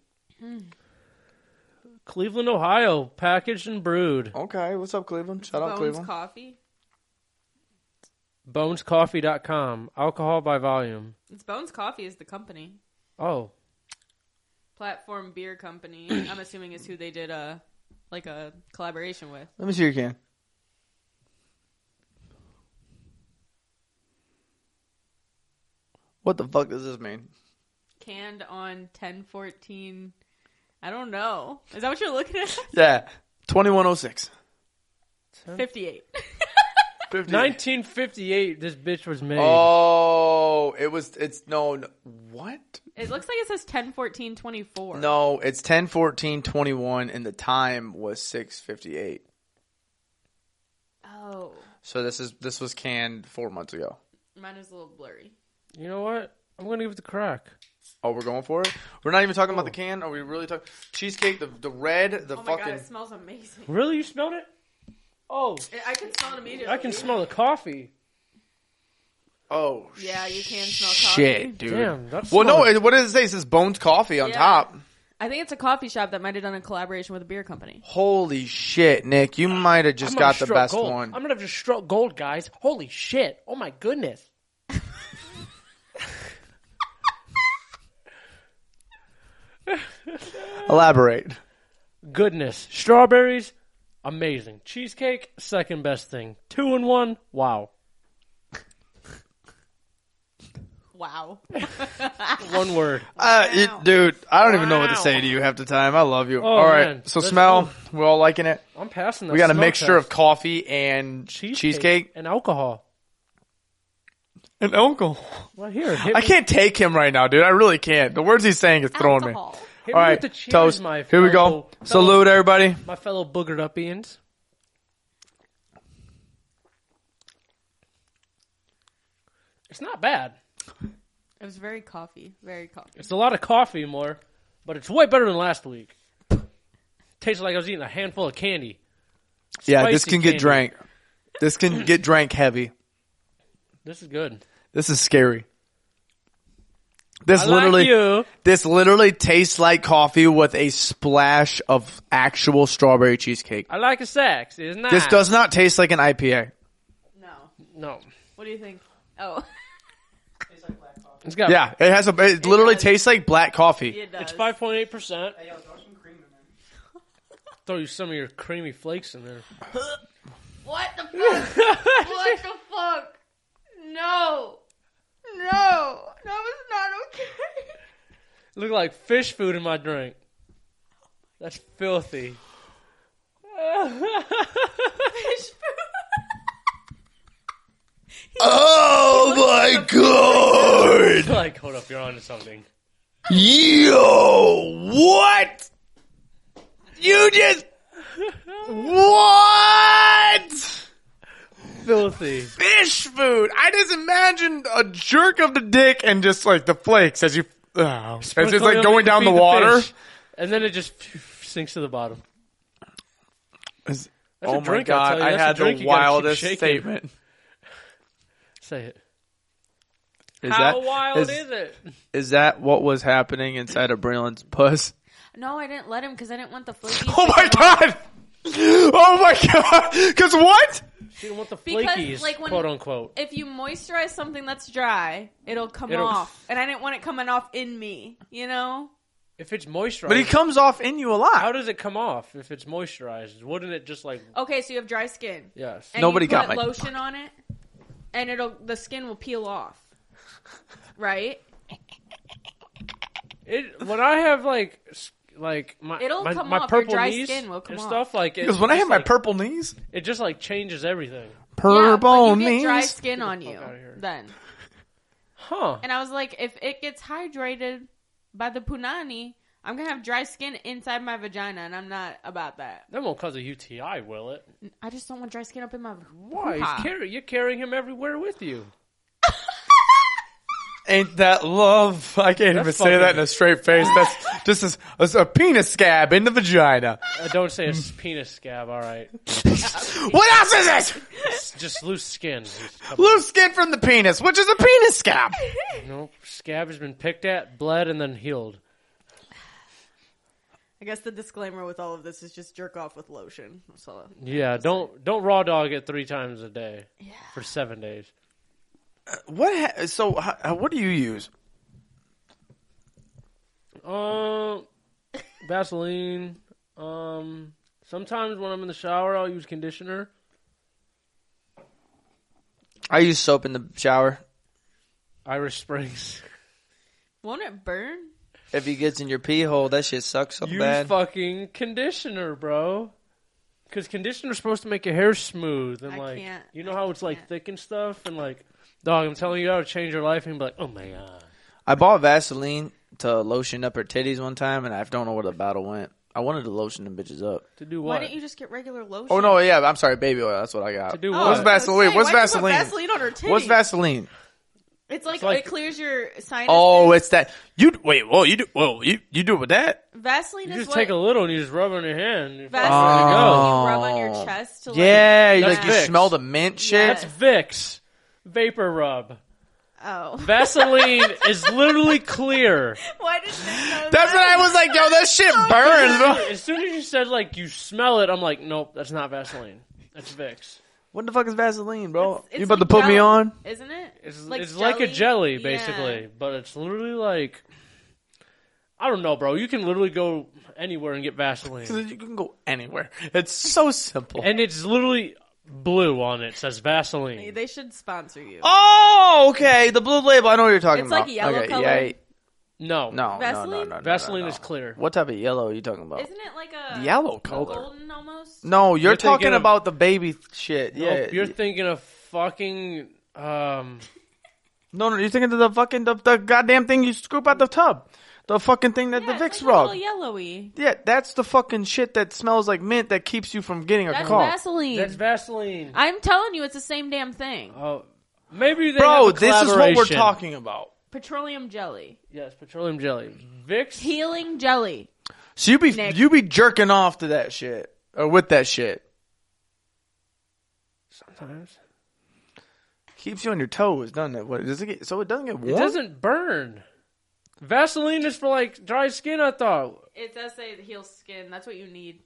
[SPEAKER 3] Cleveland, Ohio, packaged and brewed.
[SPEAKER 2] Okay, what's up, Cleveland? Shout out
[SPEAKER 1] Bones
[SPEAKER 2] Cleveland.
[SPEAKER 1] Coffee.
[SPEAKER 3] BonesCoffee.com. Alcohol by volume.
[SPEAKER 1] It's Bones Coffee is the company.
[SPEAKER 3] Oh,
[SPEAKER 1] Platform Beer Company. I'm assuming is who they did a like a collaboration with.
[SPEAKER 2] Let me see your can. What the fuck does this mean?
[SPEAKER 1] Canned on 1014. I don't know. Is that what you're looking at?
[SPEAKER 2] Yeah, twenty one oh six.
[SPEAKER 1] 58.
[SPEAKER 3] 1958, this bitch was made.
[SPEAKER 2] Oh, it was. It's no. no what?
[SPEAKER 1] It looks like it says 1014 24.
[SPEAKER 2] No, it's ten fourteen twenty one, and the time was six fifty eight.
[SPEAKER 1] Oh,
[SPEAKER 2] So this is this was canned four months ago.
[SPEAKER 1] mine is a little blurry.
[SPEAKER 3] You know what? I'm gonna give it the crack.
[SPEAKER 2] Oh, we're going for it. We're not even talking about the
[SPEAKER 3] Oh.
[SPEAKER 2] can. Are we really talking cheesecake? The the red, the
[SPEAKER 1] Oh my god,
[SPEAKER 2] fucking.
[SPEAKER 1] it smells amazing.
[SPEAKER 3] Really? You smelled it? Oh,
[SPEAKER 1] Eh, I- I can smell it immediately.
[SPEAKER 3] I can smell the coffee.
[SPEAKER 2] Oh
[SPEAKER 1] Yeah, you can smell coffee.
[SPEAKER 2] shit, dude.
[SPEAKER 3] Damn, that's
[SPEAKER 2] Well, no. It, what does it say? It says Bones Coffee on
[SPEAKER 1] Yeah.
[SPEAKER 2] top.
[SPEAKER 1] I think it's a coffee shop that might have done a collaboration with a beer company.
[SPEAKER 2] Holy shit, Nick! You might have just got the best one.
[SPEAKER 3] I'm gonna have just struck gold, guys. Holy shit! Oh my goodness.
[SPEAKER 2] Elaborate.
[SPEAKER 3] Goodness. Strawberries, amazing. Cheesecake, second best thing. Two in one. Wow.
[SPEAKER 1] Wow.
[SPEAKER 3] One word.
[SPEAKER 2] Uh, you- dude, I don't even know what to
[SPEAKER 3] Wow.
[SPEAKER 2] say to you half the time. I love you.
[SPEAKER 3] Oh,
[SPEAKER 2] all right,
[SPEAKER 3] man.
[SPEAKER 2] so
[SPEAKER 3] Let's
[SPEAKER 2] smell.
[SPEAKER 3] go.
[SPEAKER 2] We're all liking it.
[SPEAKER 3] I'm passing. That
[SPEAKER 2] We got a
[SPEAKER 3] smell
[SPEAKER 2] mixture
[SPEAKER 3] test.
[SPEAKER 2] of coffee and cheesecake,
[SPEAKER 3] and alcohol.
[SPEAKER 2] and alcohol.
[SPEAKER 3] Well, here, hit me,
[SPEAKER 2] I can't take him right now, dude. I really can't. The words he's saying is throwing
[SPEAKER 1] Alcohol.
[SPEAKER 3] hit
[SPEAKER 2] me. All
[SPEAKER 3] me
[SPEAKER 2] right,
[SPEAKER 3] with the cheers,
[SPEAKER 2] toast.
[SPEAKER 3] My
[SPEAKER 2] Here we go.
[SPEAKER 3] fellow- fellow-
[SPEAKER 2] Salute, everybody.
[SPEAKER 3] my fellow boogered up Ian's. It's not bad.
[SPEAKER 1] It was very coffee. Very coffee.
[SPEAKER 3] It's a lot of coffee more, but it's way better than last week. Tastes like I was eating a handful of candy.
[SPEAKER 2] Yeah, this
[SPEAKER 3] Spicy
[SPEAKER 2] can get
[SPEAKER 3] candy.
[SPEAKER 2] drank. This can get drank heavy.
[SPEAKER 3] This is good.
[SPEAKER 2] This is scary. This
[SPEAKER 3] I
[SPEAKER 2] literally,
[SPEAKER 3] like you.
[SPEAKER 2] this literally tastes like coffee with a splash of actual strawberry cheesecake.
[SPEAKER 3] I like a sex. It's not.
[SPEAKER 2] This does not taste like an IPA.
[SPEAKER 1] No.
[SPEAKER 3] No,
[SPEAKER 1] What do you think? Oh,
[SPEAKER 4] Tastes like black coffee.
[SPEAKER 3] it's got.
[SPEAKER 2] Yeah, it has a. It literally
[SPEAKER 1] does.
[SPEAKER 2] tastes like black coffee.
[SPEAKER 1] it does.
[SPEAKER 3] It's five point eight percent.
[SPEAKER 4] Hey, yo, throw some cream in there.
[SPEAKER 3] Throw you some of your creamy flakes in there.
[SPEAKER 1] What the fuck? what the fuck? No. No. That was not okay.
[SPEAKER 3] Look like fish food in my drink. That's filthy.
[SPEAKER 1] Fish
[SPEAKER 2] Oh my god!
[SPEAKER 3] like, hold up, you're onto something.
[SPEAKER 2] Yo, what? You just what?
[SPEAKER 3] Filthy.
[SPEAKER 2] Fish food. I just imagined a jerk of the dick and just like the flakes as you. Oh, it's just
[SPEAKER 3] Sprinkle
[SPEAKER 2] like
[SPEAKER 3] it
[SPEAKER 2] going
[SPEAKER 3] to
[SPEAKER 2] down
[SPEAKER 3] feed
[SPEAKER 2] the water.
[SPEAKER 3] fish, and then it just sinks to the bottom.
[SPEAKER 2] It's-
[SPEAKER 3] That's a
[SPEAKER 2] oh my
[SPEAKER 3] drink, I tell
[SPEAKER 2] god!
[SPEAKER 3] you.
[SPEAKER 2] I
[SPEAKER 3] That's a
[SPEAKER 2] had
[SPEAKER 3] drink
[SPEAKER 2] the
[SPEAKER 3] you gotta keep
[SPEAKER 2] wildest
[SPEAKER 3] shaking.
[SPEAKER 2] statement.
[SPEAKER 3] Say it.
[SPEAKER 2] Is
[SPEAKER 3] How
[SPEAKER 2] that-
[SPEAKER 3] wild
[SPEAKER 2] is-
[SPEAKER 3] is, it?
[SPEAKER 2] Is that what was happening inside of Braylon's puss?
[SPEAKER 1] No, I didn't let him because I didn't want the flaky.
[SPEAKER 2] Oh my god! Oh my god! Cause what?
[SPEAKER 3] She didn't want the
[SPEAKER 1] Because,
[SPEAKER 3] flakies,
[SPEAKER 1] like, when-
[SPEAKER 3] quote unquote.
[SPEAKER 1] If you moisturize something that's dry, it'll come
[SPEAKER 3] It'll-
[SPEAKER 1] off, and I didn't want it coming off in me. You know?
[SPEAKER 3] If it's moisturized,
[SPEAKER 2] But he comes off in you a
[SPEAKER 3] how
[SPEAKER 2] lot.
[SPEAKER 3] does it come off if it's moisturized? Wouldn't it just like
[SPEAKER 1] Okay, so you have dry skin.
[SPEAKER 3] yes?
[SPEAKER 1] And
[SPEAKER 2] Nobody
[SPEAKER 1] you
[SPEAKER 2] got
[SPEAKER 1] put
[SPEAKER 2] my-
[SPEAKER 1] lotion on it, and it'll the skin will peel off. Right?
[SPEAKER 3] It when I have like s- like my
[SPEAKER 1] It'll
[SPEAKER 3] my,
[SPEAKER 1] come
[SPEAKER 3] my
[SPEAKER 1] off, your
[SPEAKER 3] purple
[SPEAKER 1] dry
[SPEAKER 3] knees
[SPEAKER 1] skin will come
[SPEAKER 3] and
[SPEAKER 1] off.
[SPEAKER 3] stuff like it.
[SPEAKER 2] Because when I
[SPEAKER 3] just,
[SPEAKER 2] had my
[SPEAKER 3] like-
[SPEAKER 2] purple knees,
[SPEAKER 3] it just like changes everything.
[SPEAKER 1] Yeah, but
[SPEAKER 2] purple
[SPEAKER 1] you get dry
[SPEAKER 2] knees.
[SPEAKER 1] skin on
[SPEAKER 3] the
[SPEAKER 1] you
[SPEAKER 3] fuck outta here.
[SPEAKER 1] then.
[SPEAKER 3] Huh?
[SPEAKER 1] And I was like, if it gets hydrated by the punani, I'm gonna have dry skin inside my vagina, and I'm not about that.
[SPEAKER 3] That won't cause a UTI, will it?
[SPEAKER 1] I just don't want dry skin up in my.
[SPEAKER 3] Why?
[SPEAKER 1] hoo-ha.
[SPEAKER 3] He's carry, you're carrying him everywhere with you.
[SPEAKER 2] Ain't that love? I can't even
[SPEAKER 3] That's
[SPEAKER 2] say that
[SPEAKER 3] fucking-
[SPEAKER 2] in a straight face. That's just as, as a penis scab in the vagina.
[SPEAKER 3] Uh, don't say it's penis scab. All right,
[SPEAKER 2] What else is this?
[SPEAKER 3] It's just loose skin. Just uh, a couple-
[SPEAKER 2] Loose skin from the penis, which is a penis scab.
[SPEAKER 3] No scab has been picked at, bled, and then healed.
[SPEAKER 1] I guess the disclaimer with all of this is just jerk off with lotion. So
[SPEAKER 3] Yeah, don't don't raw dog it three times a day for seven days.
[SPEAKER 2] What? Ha- so, uh, what do you use?
[SPEAKER 3] Um, Vaseline. Um, sometimes when I'm in the shower, I'll use conditioner.
[SPEAKER 2] I use soap in the shower.
[SPEAKER 3] Irish Springs.
[SPEAKER 1] won't it burn?
[SPEAKER 2] If he gets in your pee hole, that shit sucks so
[SPEAKER 3] Use fucking conditioner, bro. Because conditioner's supposed to make your hair smooth and
[SPEAKER 1] I
[SPEAKER 3] like
[SPEAKER 1] can't.
[SPEAKER 3] you know
[SPEAKER 1] I
[SPEAKER 3] how it's like
[SPEAKER 1] can't.
[SPEAKER 3] thick and stuff and like dog. I'm telling you, how to change your life and be like, oh my god.
[SPEAKER 2] I bought Vaseline to lotion up her titties one time, and I don't know where the battle went.
[SPEAKER 6] I wanted to lotion them bitches up.
[SPEAKER 3] To do
[SPEAKER 1] Why
[SPEAKER 3] what?
[SPEAKER 1] didn't you just get regular lotion?
[SPEAKER 2] Oh no, yeah, I'm sorry, baby oil. That's what I got. Uh,
[SPEAKER 3] To do
[SPEAKER 1] Oh,
[SPEAKER 3] what?
[SPEAKER 1] I was
[SPEAKER 2] What's
[SPEAKER 1] gonna
[SPEAKER 2] Vaseline?
[SPEAKER 1] say,
[SPEAKER 2] What's
[SPEAKER 1] why'd you put
[SPEAKER 2] Vaseline?
[SPEAKER 1] Vaseline on her titties?
[SPEAKER 2] What's Vaseline?
[SPEAKER 1] It's like,
[SPEAKER 3] like-
[SPEAKER 1] it clears your sinus.
[SPEAKER 2] Oh, it's that. You wait. Whoa, you do. Whoa, you you do it with that?
[SPEAKER 1] Vaseline
[SPEAKER 3] You
[SPEAKER 1] is
[SPEAKER 3] just
[SPEAKER 1] what
[SPEAKER 3] take a little and you just rub it on your hand. You're fucking
[SPEAKER 1] Vaseline is
[SPEAKER 3] good to
[SPEAKER 1] what
[SPEAKER 3] go.
[SPEAKER 1] you rub on your chest to
[SPEAKER 2] Oh. Yeah, you
[SPEAKER 1] That's
[SPEAKER 2] like you
[SPEAKER 3] Vicks.
[SPEAKER 2] smell the mint shit.
[SPEAKER 1] Yeah.
[SPEAKER 3] That's Vicks vapor rub.
[SPEAKER 1] like. Oh,
[SPEAKER 3] Vaseline is literally clear.
[SPEAKER 1] why didn't they know
[SPEAKER 2] That's
[SPEAKER 1] that?
[SPEAKER 2] what I was like, yo, that shit burns. bro.
[SPEAKER 3] As soon as you said like you smell it, I'm like, nope, that's not Vaseline. That's Vicks.
[SPEAKER 2] What the fuck is Vaseline, bro?
[SPEAKER 1] It's- it's
[SPEAKER 2] you about to
[SPEAKER 1] like
[SPEAKER 2] put me
[SPEAKER 1] jelly,
[SPEAKER 2] on?
[SPEAKER 1] Isn't it?
[SPEAKER 3] It's like, it's like a jelly basically,
[SPEAKER 1] Yeah.
[SPEAKER 3] but it's literally like I don't know, bro. You can literally go anywhere and get Vaseline,
[SPEAKER 2] You can go anywhere. It's so simple.
[SPEAKER 3] and it's literally blue on it. Says Vaseline.
[SPEAKER 1] They should sponsor you.
[SPEAKER 2] oh, okay. The blue label. I know what you're talking
[SPEAKER 1] It's
[SPEAKER 2] about.
[SPEAKER 1] like yellow
[SPEAKER 2] okay,
[SPEAKER 1] color.
[SPEAKER 2] Yeah, no, no,
[SPEAKER 3] No,
[SPEAKER 2] no, no,
[SPEAKER 1] Vaseline?
[SPEAKER 2] no, no,
[SPEAKER 3] Vaseline
[SPEAKER 2] no.
[SPEAKER 3] is clear.
[SPEAKER 6] What type of yellow are you talking about?
[SPEAKER 1] Isn't it like a
[SPEAKER 2] Yellow color.
[SPEAKER 1] golden almost?
[SPEAKER 2] No, you're,
[SPEAKER 3] You're thinking
[SPEAKER 2] talking
[SPEAKER 3] of-
[SPEAKER 2] about the baby shit. yeah,
[SPEAKER 3] Nope, you're thinking of fucking um.
[SPEAKER 2] no, no, you're thinking of the fucking the, the goddamn thing you scoop out the tub, the fucking thing that
[SPEAKER 1] Yeah,
[SPEAKER 2] the
[SPEAKER 1] it's
[SPEAKER 2] Vicks
[SPEAKER 1] like a
[SPEAKER 2] rub.
[SPEAKER 1] little yellowy.
[SPEAKER 2] Yeah, that's the fucking shit that smells like mint that keeps you from getting a
[SPEAKER 1] That's
[SPEAKER 2] cough.
[SPEAKER 1] Vaseline.
[SPEAKER 3] That's Vaseline.
[SPEAKER 1] I'm telling you, it's the same damn thing.
[SPEAKER 3] Oh, maybe they have
[SPEAKER 2] Bro,
[SPEAKER 3] a
[SPEAKER 2] this is what we're
[SPEAKER 3] collaboration.
[SPEAKER 2] talking about.
[SPEAKER 1] Petroleum jelly,
[SPEAKER 3] Yes, petroleum jelly. Vicks.
[SPEAKER 1] healing jelly.
[SPEAKER 2] So you be
[SPEAKER 1] Nick.
[SPEAKER 2] you be jerking off to that shit or with that shit.
[SPEAKER 3] Sometimes
[SPEAKER 2] Keeps you on your toes, doesn't it? What does it get? So it doesn't get warm.
[SPEAKER 3] it doesn't burn. Vaseline is for like dry skin. I thought.
[SPEAKER 1] It does say it heals skin. That's what you need.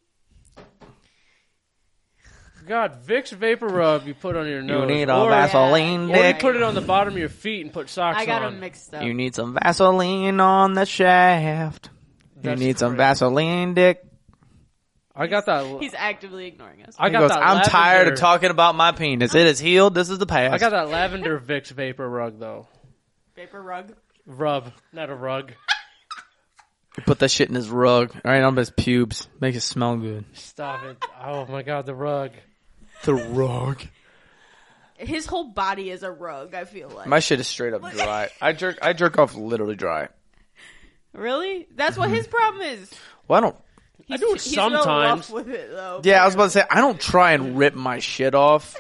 [SPEAKER 3] God, Vicks vapor rub you put on your nose. or,
[SPEAKER 1] Vaseline,
[SPEAKER 3] or you
[SPEAKER 1] dick.
[SPEAKER 3] put it on the bottom of your feet and put socks
[SPEAKER 1] I got
[SPEAKER 3] on.
[SPEAKER 1] them mixed up.
[SPEAKER 6] You need some Vaseline on the shaft.
[SPEAKER 3] That's
[SPEAKER 6] you need some
[SPEAKER 3] correct.
[SPEAKER 6] Vaseline, dick.
[SPEAKER 3] I got that.
[SPEAKER 1] He's actively ignoring us.
[SPEAKER 3] I
[SPEAKER 6] He
[SPEAKER 3] got
[SPEAKER 6] goes,
[SPEAKER 3] that.
[SPEAKER 6] I'm tired of
[SPEAKER 3] lavender-
[SPEAKER 6] talking about my penis. It is healed. This is the past.
[SPEAKER 3] I got that lavender Vicks vapor rug though.
[SPEAKER 1] Vapor rug.
[SPEAKER 3] Rub, not a rug.
[SPEAKER 6] Put that shit in his rug. All right, on his pubes. Make it smell good.
[SPEAKER 3] Stop it. Oh my god, the rug.
[SPEAKER 6] The rug.
[SPEAKER 1] His whole body is a rug. I feel like.
[SPEAKER 2] My shit is straight up dry. I jerk I jerk off literally dry.
[SPEAKER 1] really? That's
[SPEAKER 2] Mm-hmm.
[SPEAKER 1] what his problem is.
[SPEAKER 2] Well, I don't.
[SPEAKER 1] He's,
[SPEAKER 3] do it
[SPEAKER 1] he's real rough
[SPEAKER 3] sometimes.
[SPEAKER 1] with it though.
[SPEAKER 2] Yeah, I was about to say I don't try and rip my shit off.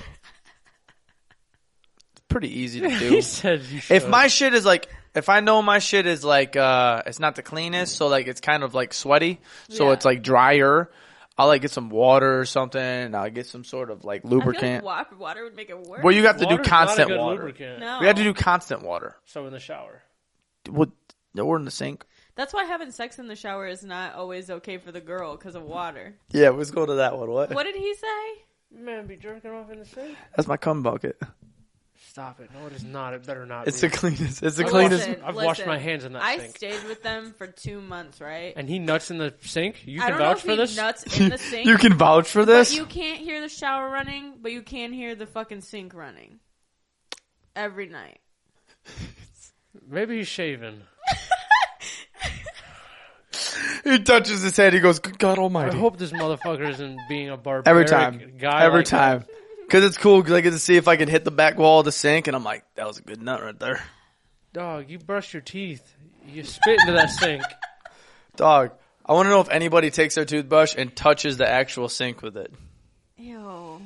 [SPEAKER 2] It's pretty easy to do.
[SPEAKER 3] He said you should.
[SPEAKER 2] if my shit is like if i know my shit is like uh it's not the cleanest so like it's kind of like sweaty so
[SPEAKER 1] Yeah.
[SPEAKER 2] it's like drier i'll like get some water or something and i'll get some sort of like
[SPEAKER 1] I feel like
[SPEAKER 2] lubricant
[SPEAKER 1] wa- water would make it worse.
[SPEAKER 2] well you have to do
[SPEAKER 3] Water's not a
[SPEAKER 2] constant
[SPEAKER 3] good
[SPEAKER 2] water
[SPEAKER 3] lubricant.
[SPEAKER 1] No.
[SPEAKER 2] we have to do constant water
[SPEAKER 3] So in the shower.
[SPEAKER 2] well we're in the sink
[SPEAKER 1] That's why having sex in the shower is not always okay for the girl because of water.
[SPEAKER 2] yeah let's go to that one what,
[SPEAKER 1] What did he say?
[SPEAKER 3] Man, be jerking off in the sink.
[SPEAKER 2] that's my cum bucket
[SPEAKER 3] Stop it. No, it is not. It better not.
[SPEAKER 2] it's
[SPEAKER 3] be.
[SPEAKER 2] the cleanest it's the
[SPEAKER 1] Listen,
[SPEAKER 2] cleanest
[SPEAKER 3] I've washed my hands in that
[SPEAKER 1] I
[SPEAKER 3] sink.
[SPEAKER 1] stayed with them for two months, right?
[SPEAKER 3] and he nuts in the sink. You can
[SPEAKER 1] I don't know
[SPEAKER 3] vouch
[SPEAKER 1] if
[SPEAKER 3] for
[SPEAKER 1] he
[SPEAKER 3] this.
[SPEAKER 1] nuts in the sink.
[SPEAKER 2] you can vouch for
[SPEAKER 1] but
[SPEAKER 2] this
[SPEAKER 1] you can't hear the shower running, but you can hear the fucking sink running every night.
[SPEAKER 3] Maybe he's shaving.
[SPEAKER 2] he touches his head he goes good god
[SPEAKER 3] I
[SPEAKER 2] almighty
[SPEAKER 3] hope this motherfucker isn't being a barbaric
[SPEAKER 2] Every time.
[SPEAKER 3] guy.
[SPEAKER 2] Every
[SPEAKER 3] like
[SPEAKER 2] time. Because it's cool because I get to see if I can hit the back wall of the sink and I'm like, that was a good nut right there.
[SPEAKER 3] that. Dog, you brush your teeth. You spit into that sink.
[SPEAKER 2] Dog, I want to know if anybody takes their toothbrush and touches the actual sink with it.
[SPEAKER 1] Ew.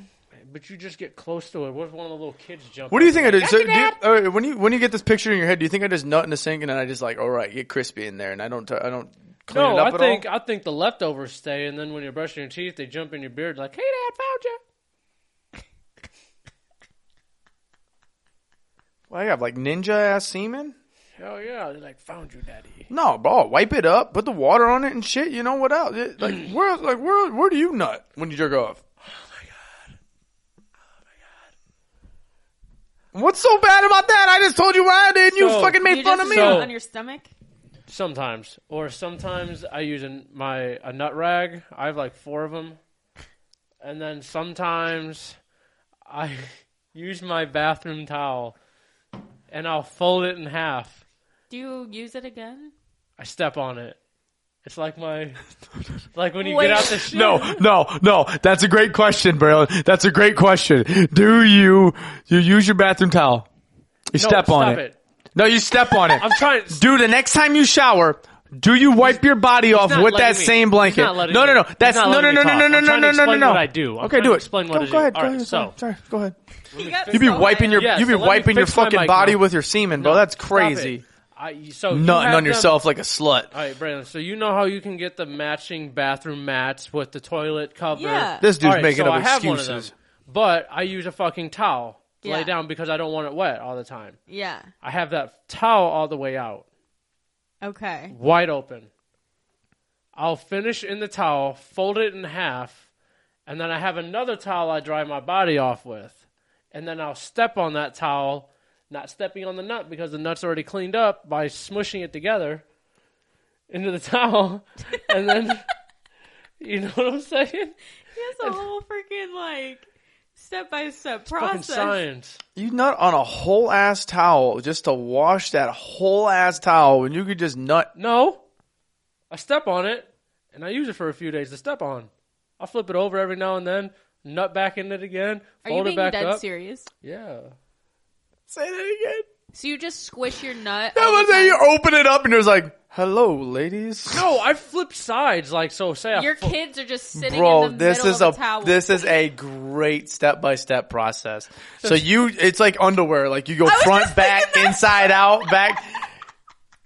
[SPEAKER 3] But you just get close to it. What if one of the little kids jump?
[SPEAKER 2] What do you think I did?
[SPEAKER 1] Got
[SPEAKER 2] So,
[SPEAKER 1] you,
[SPEAKER 2] do you,
[SPEAKER 1] Dad.
[SPEAKER 2] all right, when you when you get this picture in your head, do you think I just nut in the sink and then I just like, all right, get crispy in there and I don't t- I don't clean
[SPEAKER 3] No,
[SPEAKER 2] it up
[SPEAKER 3] I
[SPEAKER 2] at
[SPEAKER 3] think
[SPEAKER 2] all?
[SPEAKER 3] I think the leftovers stay, and then when you're brushing your teeth, they jump in your beard like, "Hey, Dad, found you."
[SPEAKER 2] Well, I have like ninja ass semen.
[SPEAKER 3] Hell yeah! They like found you, Daddy.
[SPEAKER 2] No, bro, wipe it up, put the water on it and shit. You know what else? It- like where like where where do you nut when you jerk off? What's so bad about that? I just told you what I did and you
[SPEAKER 3] So-
[SPEAKER 2] fucking made
[SPEAKER 1] you
[SPEAKER 2] fun
[SPEAKER 1] just
[SPEAKER 2] of me.
[SPEAKER 1] put it
[SPEAKER 3] So-
[SPEAKER 1] on your stomach.
[SPEAKER 3] Sometimes, or sometimes I use a, my a nut rag. I have like four of them, and then sometimes I use my bathroom towel, and I'll fold it in half.
[SPEAKER 1] Do you use it again?
[SPEAKER 3] I step on it. It's like my like when you
[SPEAKER 1] Wait.
[SPEAKER 3] get out the sh-
[SPEAKER 2] No, no, no. That's a great question, bro. That's a great question. Do you you use your bathroom towel? You
[SPEAKER 3] no,
[SPEAKER 2] step on
[SPEAKER 3] stop
[SPEAKER 2] it. No, you step on it.
[SPEAKER 3] I'm trying.
[SPEAKER 2] Dude, the next time you shower, Do you wipe your body off
[SPEAKER 3] not
[SPEAKER 2] with that
[SPEAKER 3] letting me.
[SPEAKER 2] same
[SPEAKER 3] He's
[SPEAKER 2] blanket?
[SPEAKER 3] not
[SPEAKER 2] No,
[SPEAKER 3] letting
[SPEAKER 2] no,
[SPEAKER 3] me-
[SPEAKER 2] no.
[SPEAKER 3] he's
[SPEAKER 2] That's
[SPEAKER 3] not
[SPEAKER 2] no, no,
[SPEAKER 3] letting
[SPEAKER 2] no,
[SPEAKER 3] me
[SPEAKER 2] no,
[SPEAKER 3] talk.
[SPEAKER 2] no,
[SPEAKER 3] I'm
[SPEAKER 2] no,
[SPEAKER 3] trying to
[SPEAKER 2] no, no, no,
[SPEAKER 3] explain
[SPEAKER 2] no.
[SPEAKER 3] what I do. I'm
[SPEAKER 2] Okay,
[SPEAKER 3] trying
[SPEAKER 2] do
[SPEAKER 3] to
[SPEAKER 2] it.
[SPEAKER 3] explain what
[SPEAKER 2] Go
[SPEAKER 3] I do.
[SPEAKER 2] go ahead.
[SPEAKER 3] All
[SPEAKER 2] go
[SPEAKER 3] right,
[SPEAKER 2] ahead,
[SPEAKER 3] so-
[SPEAKER 2] sorry, go ahead.
[SPEAKER 1] He got
[SPEAKER 2] You be
[SPEAKER 1] so
[SPEAKER 2] wiping your
[SPEAKER 1] angry.
[SPEAKER 3] Yeah,
[SPEAKER 2] you be
[SPEAKER 3] so let me
[SPEAKER 2] wiping your
[SPEAKER 3] fix my
[SPEAKER 2] fucking
[SPEAKER 3] mic
[SPEAKER 2] body
[SPEAKER 3] now.
[SPEAKER 2] with your semen, bro.
[SPEAKER 3] No,
[SPEAKER 2] That's
[SPEAKER 3] stop
[SPEAKER 2] crazy.
[SPEAKER 3] it. I, so you
[SPEAKER 2] Nutting
[SPEAKER 3] have
[SPEAKER 2] on
[SPEAKER 3] to-
[SPEAKER 2] yourself like a slut.
[SPEAKER 3] All right, Brandon. So you know how you can get the matching bathroom mats with the toilet cover.
[SPEAKER 1] Yeah.
[SPEAKER 2] This dude's
[SPEAKER 3] All right,
[SPEAKER 2] making
[SPEAKER 3] so
[SPEAKER 2] up
[SPEAKER 3] I have one of them,
[SPEAKER 2] excuses.
[SPEAKER 3] but I use a fucking towel to
[SPEAKER 1] Yeah.
[SPEAKER 3] lay down because I don't want it wet all the time.
[SPEAKER 1] Yeah.
[SPEAKER 3] I have that towel all the way out,
[SPEAKER 1] Okay.
[SPEAKER 3] wide open. I'll finish in the towel, fold it in half, and then I have another towel I dry my body off with. And then I'll step on that towel, not stepping on the nut because the nut's already cleaned up by smushing it together into the towel. And then, you know what I'm saying?
[SPEAKER 1] He has a whole freaking like step by step
[SPEAKER 3] Fucking
[SPEAKER 1] process.
[SPEAKER 3] science.
[SPEAKER 2] You nut on a whole ass towel just to wash that whole ass towel when you could just nut.
[SPEAKER 3] No. I step on it and I use it for a few days to step on. I flip it over every now and then, nut back in it again,
[SPEAKER 1] Are you
[SPEAKER 3] fold
[SPEAKER 1] being
[SPEAKER 3] it back
[SPEAKER 1] dead
[SPEAKER 3] up.
[SPEAKER 1] serious?
[SPEAKER 3] Yeah.
[SPEAKER 2] Say that again.
[SPEAKER 1] So you just squish your nut.
[SPEAKER 2] That
[SPEAKER 1] all
[SPEAKER 2] was
[SPEAKER 1] the
[SPEAKER 2] that
[SPEAKER 1] time?
[SPEAKER 2] you open it up and there's like, "Hello, ladies."
[SPEAKER 3] No, I flip sides like so say I
[SPEAKER 1] Your
[SPEAKER 3] fl-
[SPEAKER 1] kids are just sitting
[SPEAKER 2] Bro,
[SPEAKER 1] in the
[SPEAKER 2] this
[SPEAKER 1] middle
[SPEAKER 2] is
[SPEAKER 1] of
[SPEAKER 2] a
[SPEAKER 1] a, towel.
[SPEAKER 2] this is a great step by step process. So you, it's like underwear. Like you go
[SPEAKER 1] was
[SPEAKER 2] front,
[SPEAKER 1] just thinking
[SPEAKER 2] back,
[SPEAKER 1] that.
[SPEAKER 2] inside out, back.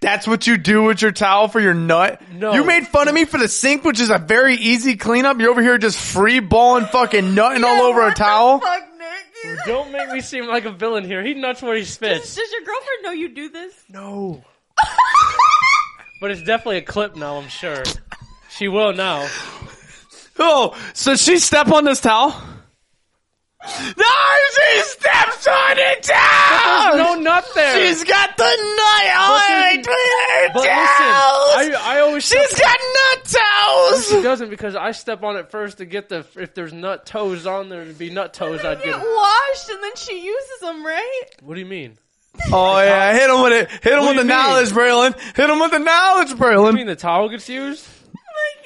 [SPEAKER 2] That's what you do with your towel for your nut.
[SPEAKER 3] No.
[SPEAKER 2] You made fun of me for the sink, which is a very easy cleanup. You're over here just free balling, fucking nutting all over a towel.
[SPEAKER 1] Fuck, Nick.
[SPEAKER 3] Don't make me seem like a villain here. He nuts where he spits.
[SPEAKER 1] Does your girlfriend know you do this?
[SPEAKER 2] No,
[SPEAKER 3] But it's definitely a clip now, I'm sure. She will now.
[SPEAKER 2] Oh, so she step on this towel? No, she steps on it towel.
[SPEAKER 3] No nut there.
[SPEAKER 2] Oh, She's got the nut on
[SPEAKER 3] listen-
[SPEAKER 2] between her
[SPEAKER 3] but listen,
[SPEAKER 2] towels.
[SPEAKER 3] I, I always
[SPEAKER 2] She's got nut
[SPEAKER 3] She
[SPEAKER 2] towels.
[SPEAKER 3] doesn't because I step on it first to get the if there's nut toes on there to be nut toes I'd get.
[SPEAKER 1] Get washed and then she uses them, right?
[SPEAKER 3] What do you mean?
[SPEAKER 2] Oh yeah, hit him with it. Hit him
[SPEAKER 3] What
[SPEAKER 2] with
[SPEAKER 3] do
[SPEAKER 2] the
[SPEAKER 3] you mean?
[SPEAKER 2] knowledge, Braylon. Hit him with the knowledge,
[SPEAKER 3] You
[SPEAKER 2] Braylon.
[SPEAKER 3] mean the towel gets used
[SPEAKER 1] Like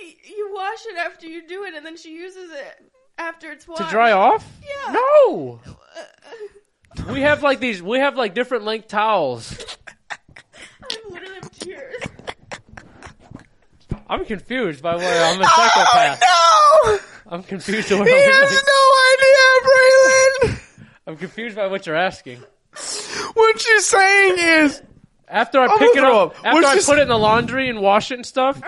[SPEAKER 1] y- you wash it after you do it, and then she uses it after it's
[SPEAKER 2] Uh,
[SPEAKER 1] washed.
[SPEAKER 3] to dry off?
[SPEAKER 1] Yeah.
[SPEAKER 3] No. We have like these. We have like different length towels.
[SPEAKER 1] I'm literally tears.
[SPEAKER 3] I'm confused by where I'm a psychopath.
[SPEAKER 2] Oh
[SPEAKER 3] I'm confused. By
[SPEAKER 2] no, he
[SPEAKER 3] what
[SPEAKER 2] has no idea, Braylon.
[SPEAKER 3] I'm confused by what you're asking.
[SPEAKER 2] What you're saying is
[SPEAKER 3] After I
[SPEAKER 2] I'm
[SPEAKER 3] pick it
[SPEAKER 2] gonna throw
[SPEAKER 3] up,
[SPEAKER 2] up.
[SPEAKER 3] after
[SPEAKER 2] What's
[SPEAKER 3] I
[SPEAKER 2] this-
[SPEAKER 3] put it in the laundry and wash it and stuff. Is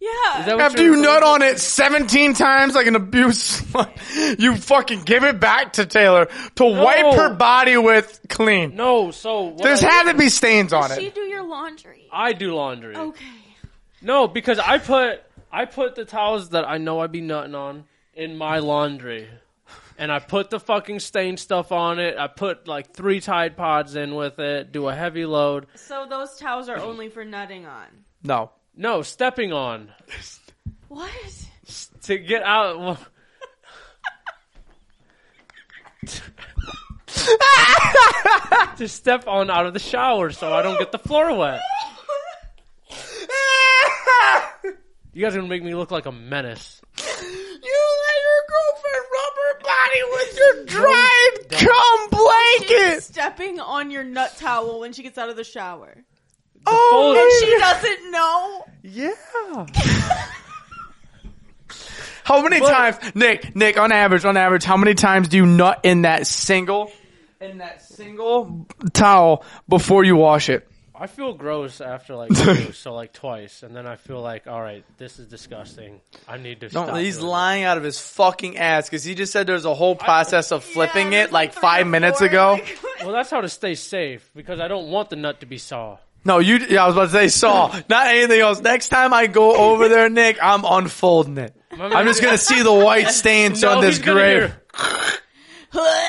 [SPEAKER 1] Yeah.
[SPEAKER 3] that what
[SPEAKER 2] After
[SPEAKER 3] you're-
[SPEAKER 2] you nut on it 17 times like an abuse, you fucking give it back to Taylor to wipe her body with clean.
[SPEAKER 3] No. So what
[SPEAKER 2] There's
[SPEAKER 3] I,
[SPEAKER 2] had to be stains on
[SPEAKER 1] Does she
[SPEAKER 2] it.
[SPEAKER 1] do your laundry?
[SPEAKER 3] I do laundry.
[SPEAKER 2] Oh.
[SPEAKER 1] Okay.
[SPEAKER 3] No, because I put I put the towels that I know I'd be nutting on in my laundry. And I put the fucking stain stuff on it. I put like three Tide Pods in with it. Do a heavy load.
[SPEAKER 1] So those towels are only for nutting on.
[SPEAKER 2] No.
[SPEAKER 3] No, stepping on
[SPEAKER 1] What?
[SPEAKER 3] to get out. Well, to step on out of the shower so I don't get the floor wet. You guys are gonna make me look like a menace.
[SPEAKER 2] You let your girlfriend rub her body with your dried cum blanket.
[SPEAKER 1] Stepping on your nut towel when she gets out of the shower.
[SPEAKER 3] Fold-
[SPEAKER 2] Oh,
[SPEAKER 1] She doesn't know.
[SPEAKER 2] yeah. How many times, Nick? Nick, on average, on average, how many times do you nut in that single, in that single towel before you wash it?
[SPEAKER 3] I feel gross after like two, so like twice, and then I feel like, all right, this is disgusting. I need to.
[SPEAKER 2] Don't-
[SPEAKER 3] stop
[SPEAKER 2] he's
[SPEAKER 3] doing this.
[SPEAKER 2] lying out of his fucking ass because he just said there's a whole process of flipping
[SPEAKER 1] Yeah,
[SPEAKER 2] it like
[SPEAKER 1] three
[SPEAKER 2] five
[SPEAKER 1] or
[SPEAKER 2] minutes
[SPEAKER 1] four,
[SPEAKER 2] ago.
[SPEAKER 1] like-
[SPEAKER 3] Well, that's how to stay safe because I don't want the nut to be saw.
[SPEAKER 2] No, you. Yeah, I was about to say Saul, not anything else. Next time I go over there, Nick, I'm unfolding it. I'm just gonna see the white stains on
[SPEAKER 3] No,
[SPEAKER 2] this
[SPEAKER 3] he's gonna
[SPEAKER 2] grave.
[SPEAKER 3] hear-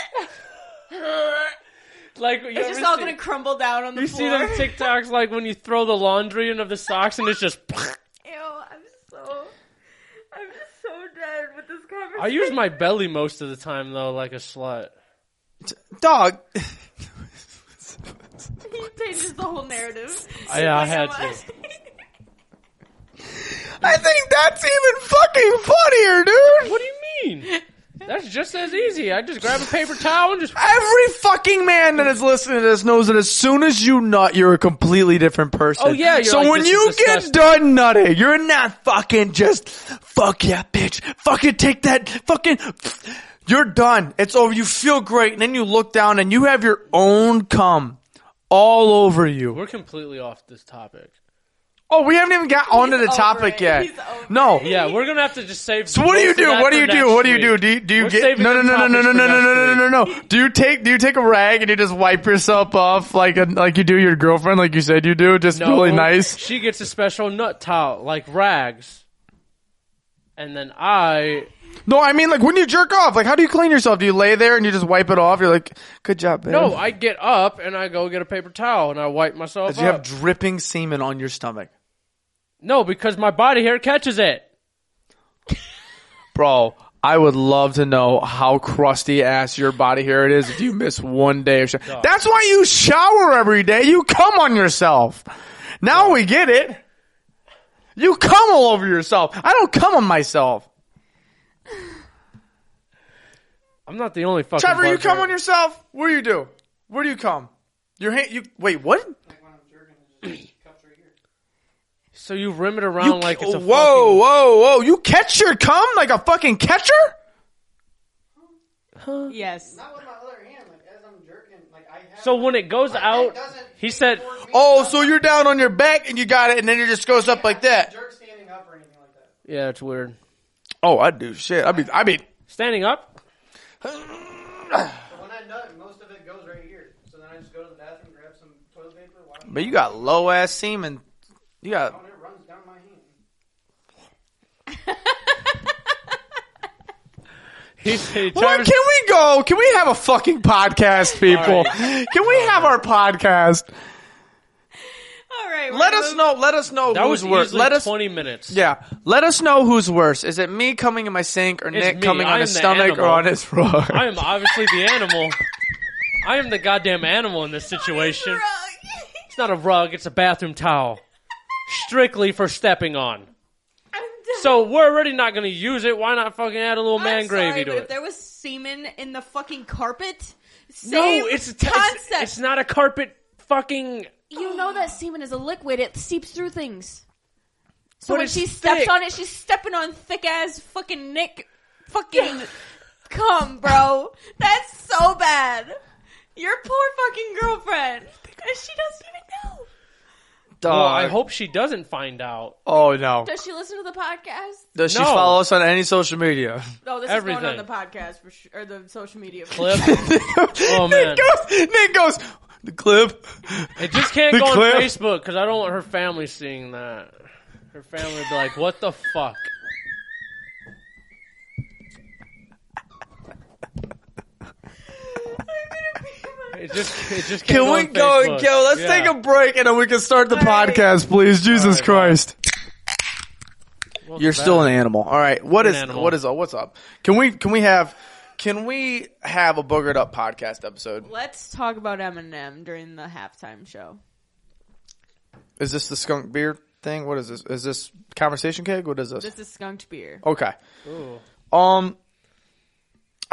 [SPEAKER 3] Like you
[SPEAKER 1] it's
[SPEAKER 3] ever
[SPEAKER 1] just all
[SPEAKER 3] see,
[SPEAKER 1] gonna crumble down on the
[SPEAKER 3] you see
[SPEAKER 1] floor.
[SPEAKER 3] them TikToks like when you throw the laundry in of the socks and it's just.
[SPEAKER 1] Ew, I'm so, I'm so dead with this conversation.
[SPEAKER 3] I use my belly most of the time though, like a slut.
[SPEAKER 2] Dog,
[SPEAKER 1] He changes the whole narrative.
[SPEAKER 3] Yeah, I had to.
[SPEAKER 2] I think that's even fucking funnier, dude.
[SPEAKER 3] What do you mean? That's just as easy. I just grab a paper towel and just.
[SPEAKER 2] Every fucking man that is listening to this knows that as soon as you nut, you're a completely different person.
[SPEAKER 3] Oh, yeah, you're
[SPEAKER 2] so
[SPEAKER 3] like,
[SPEAKER 2] when
[SPEAKER 3] "This is
[SPEAKER 2] you get
[SPEAKER 3] disgusting."
[SPEAKER 2] done nutting, you're not fucking just fuck yeah, bitch. Fucking take that. Fucking. You're done. It's over. You feel great, and then you look down and you have your own cum all over you.
[SPEAKER 3] We're completely off this topic.
[SPEAKER 2] Oh, we haven't even got onto the
[SPEAKER 1] over
[SPEAKER 2] topic
[SPEAKER 1] it.
[SPEAKER 2] yet.
[SPEAKER 1] He's over
[SPEAKER 2] No.
[SPEAKER 3] Yeah, we're gonna have to just save.
[SPEAKER 2] So what do you do? What do you do? What do you do? Do you, do you
[SPEAKER 3] We're
[SPEAKER 2] get
[SPEAKER 3] saving
[SPEAKER 2] no no no
[SPEAKER 3] the
[SPEAKER 2] no no
[SPEAKER 3] topics
[SPEAKER 2] no no no
[SPEAKER 3] for next
[SPEAKER 2] no no no no? Do you take do you take a rag and you just wipe yourself off like a, like you do your girlfriend like you said you do just really nice?
[SPEAKER 3] She gets a special nut towel, like rags. And then I,
[SPEAKER 2] No, I mean like when you jerk off, like how do you clean yourself? Do you lay there and you just wipe it off? You're like, good job, babe.
[SPEAKER 3] no, I get up and I go get a paper towel and I wipe myself
[SPEAKER 2] you have
[SPEAKER 3] up.
[SPEAKER 2] dripping semen on your stomach,
[SPEAKER 3] no, because my body hair catches it.
[SPEAKER 2] bro. I would love to know how crusty ass your body hair it is if you miss one day of shower. That's why you shower every day. You cum on yourself. Now we get it. You cum all over yourself. I don't cum on myself.
[SPEAKER 3] I'm not the only fucking.
[SPEAKER 2] Trevor, you
[SPEAKER 3] bug
[SPEAKER 2] cum
[SPEAKER 3] here.
[SPEAKER 2] on yourself. What do you do? Where do you cum? Your hand. You wait. What?
[SPEAKER 4] Like when I'm jerking, it's just cups right here.
[SPEAKER 3] So you rim it around
[SPEAKER 2] You
[SPEAKER 3] like it's a
[SPEAKER 2] whoa, whoa, whoa! You catch your cum like a fucking catcher?
[SPEAKER 1] Yes.
[SPEAKER 4] Not with my other hand. Like as I'm jerking, like I have.
[SPEAKER 3] Fucking, so when it goes out, he said,
[SPEAKER 2] Oh, so you're down on your back and you got it, and then it just goes up like that.
[SPEAKER 4] Jerk standing up or anything like that.
[SPEAKER 3] "Yeah, it's weird."
[SPEAKER 2] Oh, I do shit. I mean, I mean,
[SPEAKER 3] Standing up,
[SPEAKER 4] But when I nut, most of it goes right here. So then I just go to the bathroom, grab some toilet paper, wash. it.
[SPEAKER 2] but you got low ass semen. You
[SPEAKER 4] Oh,
[SPEAKER 2] got
[SPEAKER 4] and it runs down my hand.
[SPEAKER 3] he said,
[SPEAKER 2] Where
[SPEAKER 3] Travis,
[SPEAKER 2] can we go? Can we have a fucking podcast, people?
[SPEAKER 3] All right.
[SPEAKER 2] Can we have our podcast?
[SPEAKER 1] All right. we're
[SPEAKER 2] Let
[SPEAKER 1] gonna
[SPEAKER 2] us
[SPEAKER 1] move-
[SPEAKER 2] know. Let us know
[SPEAKER 3] that was
[SPEAKER 2] who's worse.
[SPEAKER 3] easily
[SPEAKER 2] Let us.
[SPEAKER 3] twenty minutes.
[SPEAKER 2] Yeah, let us know who's worse. Is it me coming in my sink or Nick
[SPEAKER 3] me.
[SPEAKER 2] coming
[SPEAKER 3] I
[SPEAKER 2] on
[SPEAKER 3] am
[SPEAKER 2] his
[SPEAKER 3] the
[SPEAKER 2] stomach or
[SPEAKER 3] animal.
[SPEAKER 2] on his rug?
[SPEAKER 3] I am obviously the animal. I am the goddamn animal in this situation. It's not a rug, it's a bathroom towel. Strictly for stepping on.
[SPEAKER 1] I'm done.
[SPEAKER 3] So we're already not gonna use it, why not fucking add a little
[SPEAKER 1] I'm
[SPEAKER 3] man
[SPEAKER 1] sorry,
[SPEAKER 3] gravy
[SPEAKER 1] but
[SPEAKER 3] to
[SPEAKER 1] If
[SPEAKER 3] it?
[SPEAKER 1] there was semen in the fucking carpet,
[SPEAKER 3] No,
[SPEAKER 1] same
[SPEAKER 3] it's, a t-
[SPEAKER 1] concept.
[SPEAKER 3] it's it's not a carpet fucking
[SPEAKER 1] you know that semen is a liquid; it seeps through things.
[SPEAKER 3] But
[SPEAKER 1] So when
[SPEAKER 3] it's
[SPEAKER 1] she steps
[SPEAKER 3] thick.
[SPEAKER 1] on it, she's stepping on thick ass fucking Nick fucking cum, bro. That's so bad. Your poor fucking girlfriend, and she doesn't even know.
[SPEAKER 3] Well,
[SPEAKER 2] Uh,
[SPEAKER 3] I hope she doesn't find out.
[SPEAKER 2] Oh no!
[SPEAKER 1] Does she listen to the podcast?
[SPEAKER 2] Does she
[SPEAKER 3] No.
[SPEAKER 2] follow us on any social media?
[SPEAKER 1] No, this is going on
[SPEAKER 3] Everything.
[SPEAKER 1] the podcast for sure, or the social media. For
[SPEAKER 3] Clip. oh man.
[SPEAKER 2] Nick goes. Nick goes. The clip.
[SPEAKER 3] It just can't
[SPEAKER 2] The
[SPEAKER 3] go
[SPEAKER 2] clip.
[SPEAKER 3] on Facebook because I don't want her family seeing that. Her family would be like, what the fuck? It just, it just can't
[SPEAKER 2] Can
[SPEAKER 3] go
[SPEAKER 2] we
[SPEAKER 3] on
[SPEAKER 2] go?
[SPEAKER 3] Facebook.
[SPEAKER 2] Yo, let's
[SPEAKER 3] Yeah.
[SPEAKER 2] take a break and then we can start the
[SPEAKER 1] right.
[SPEAKER 2] podcast, please. Jesus
[SPEAKER 3] right.
[SPEAKER 2] Christ!
[SPEAKER 3] Welcome
[SPEAKER 2] You're still
[SPEAKER 3] back.
[SPEAKER 2] an animal. All right. What
[SPEAKER 3] An
[SPEAKER 2] is
[SPEAKER 3] animal.
[SPEAKER 2] what is what's up? Can we can we have can we have a boogered up podcast episode?
[SPEAKER 1] Let's talk about Eminem during the halftime show.
[SPEAKER 2] Is this the skunk beer thing? What is this? Is this conversation keg? What is this?
[SPEAKER 1] This is skunked beer.
[SPEAKER 2] Okay.
[SPEAKER 3] Ooh.
[SPEAKER 2] Um,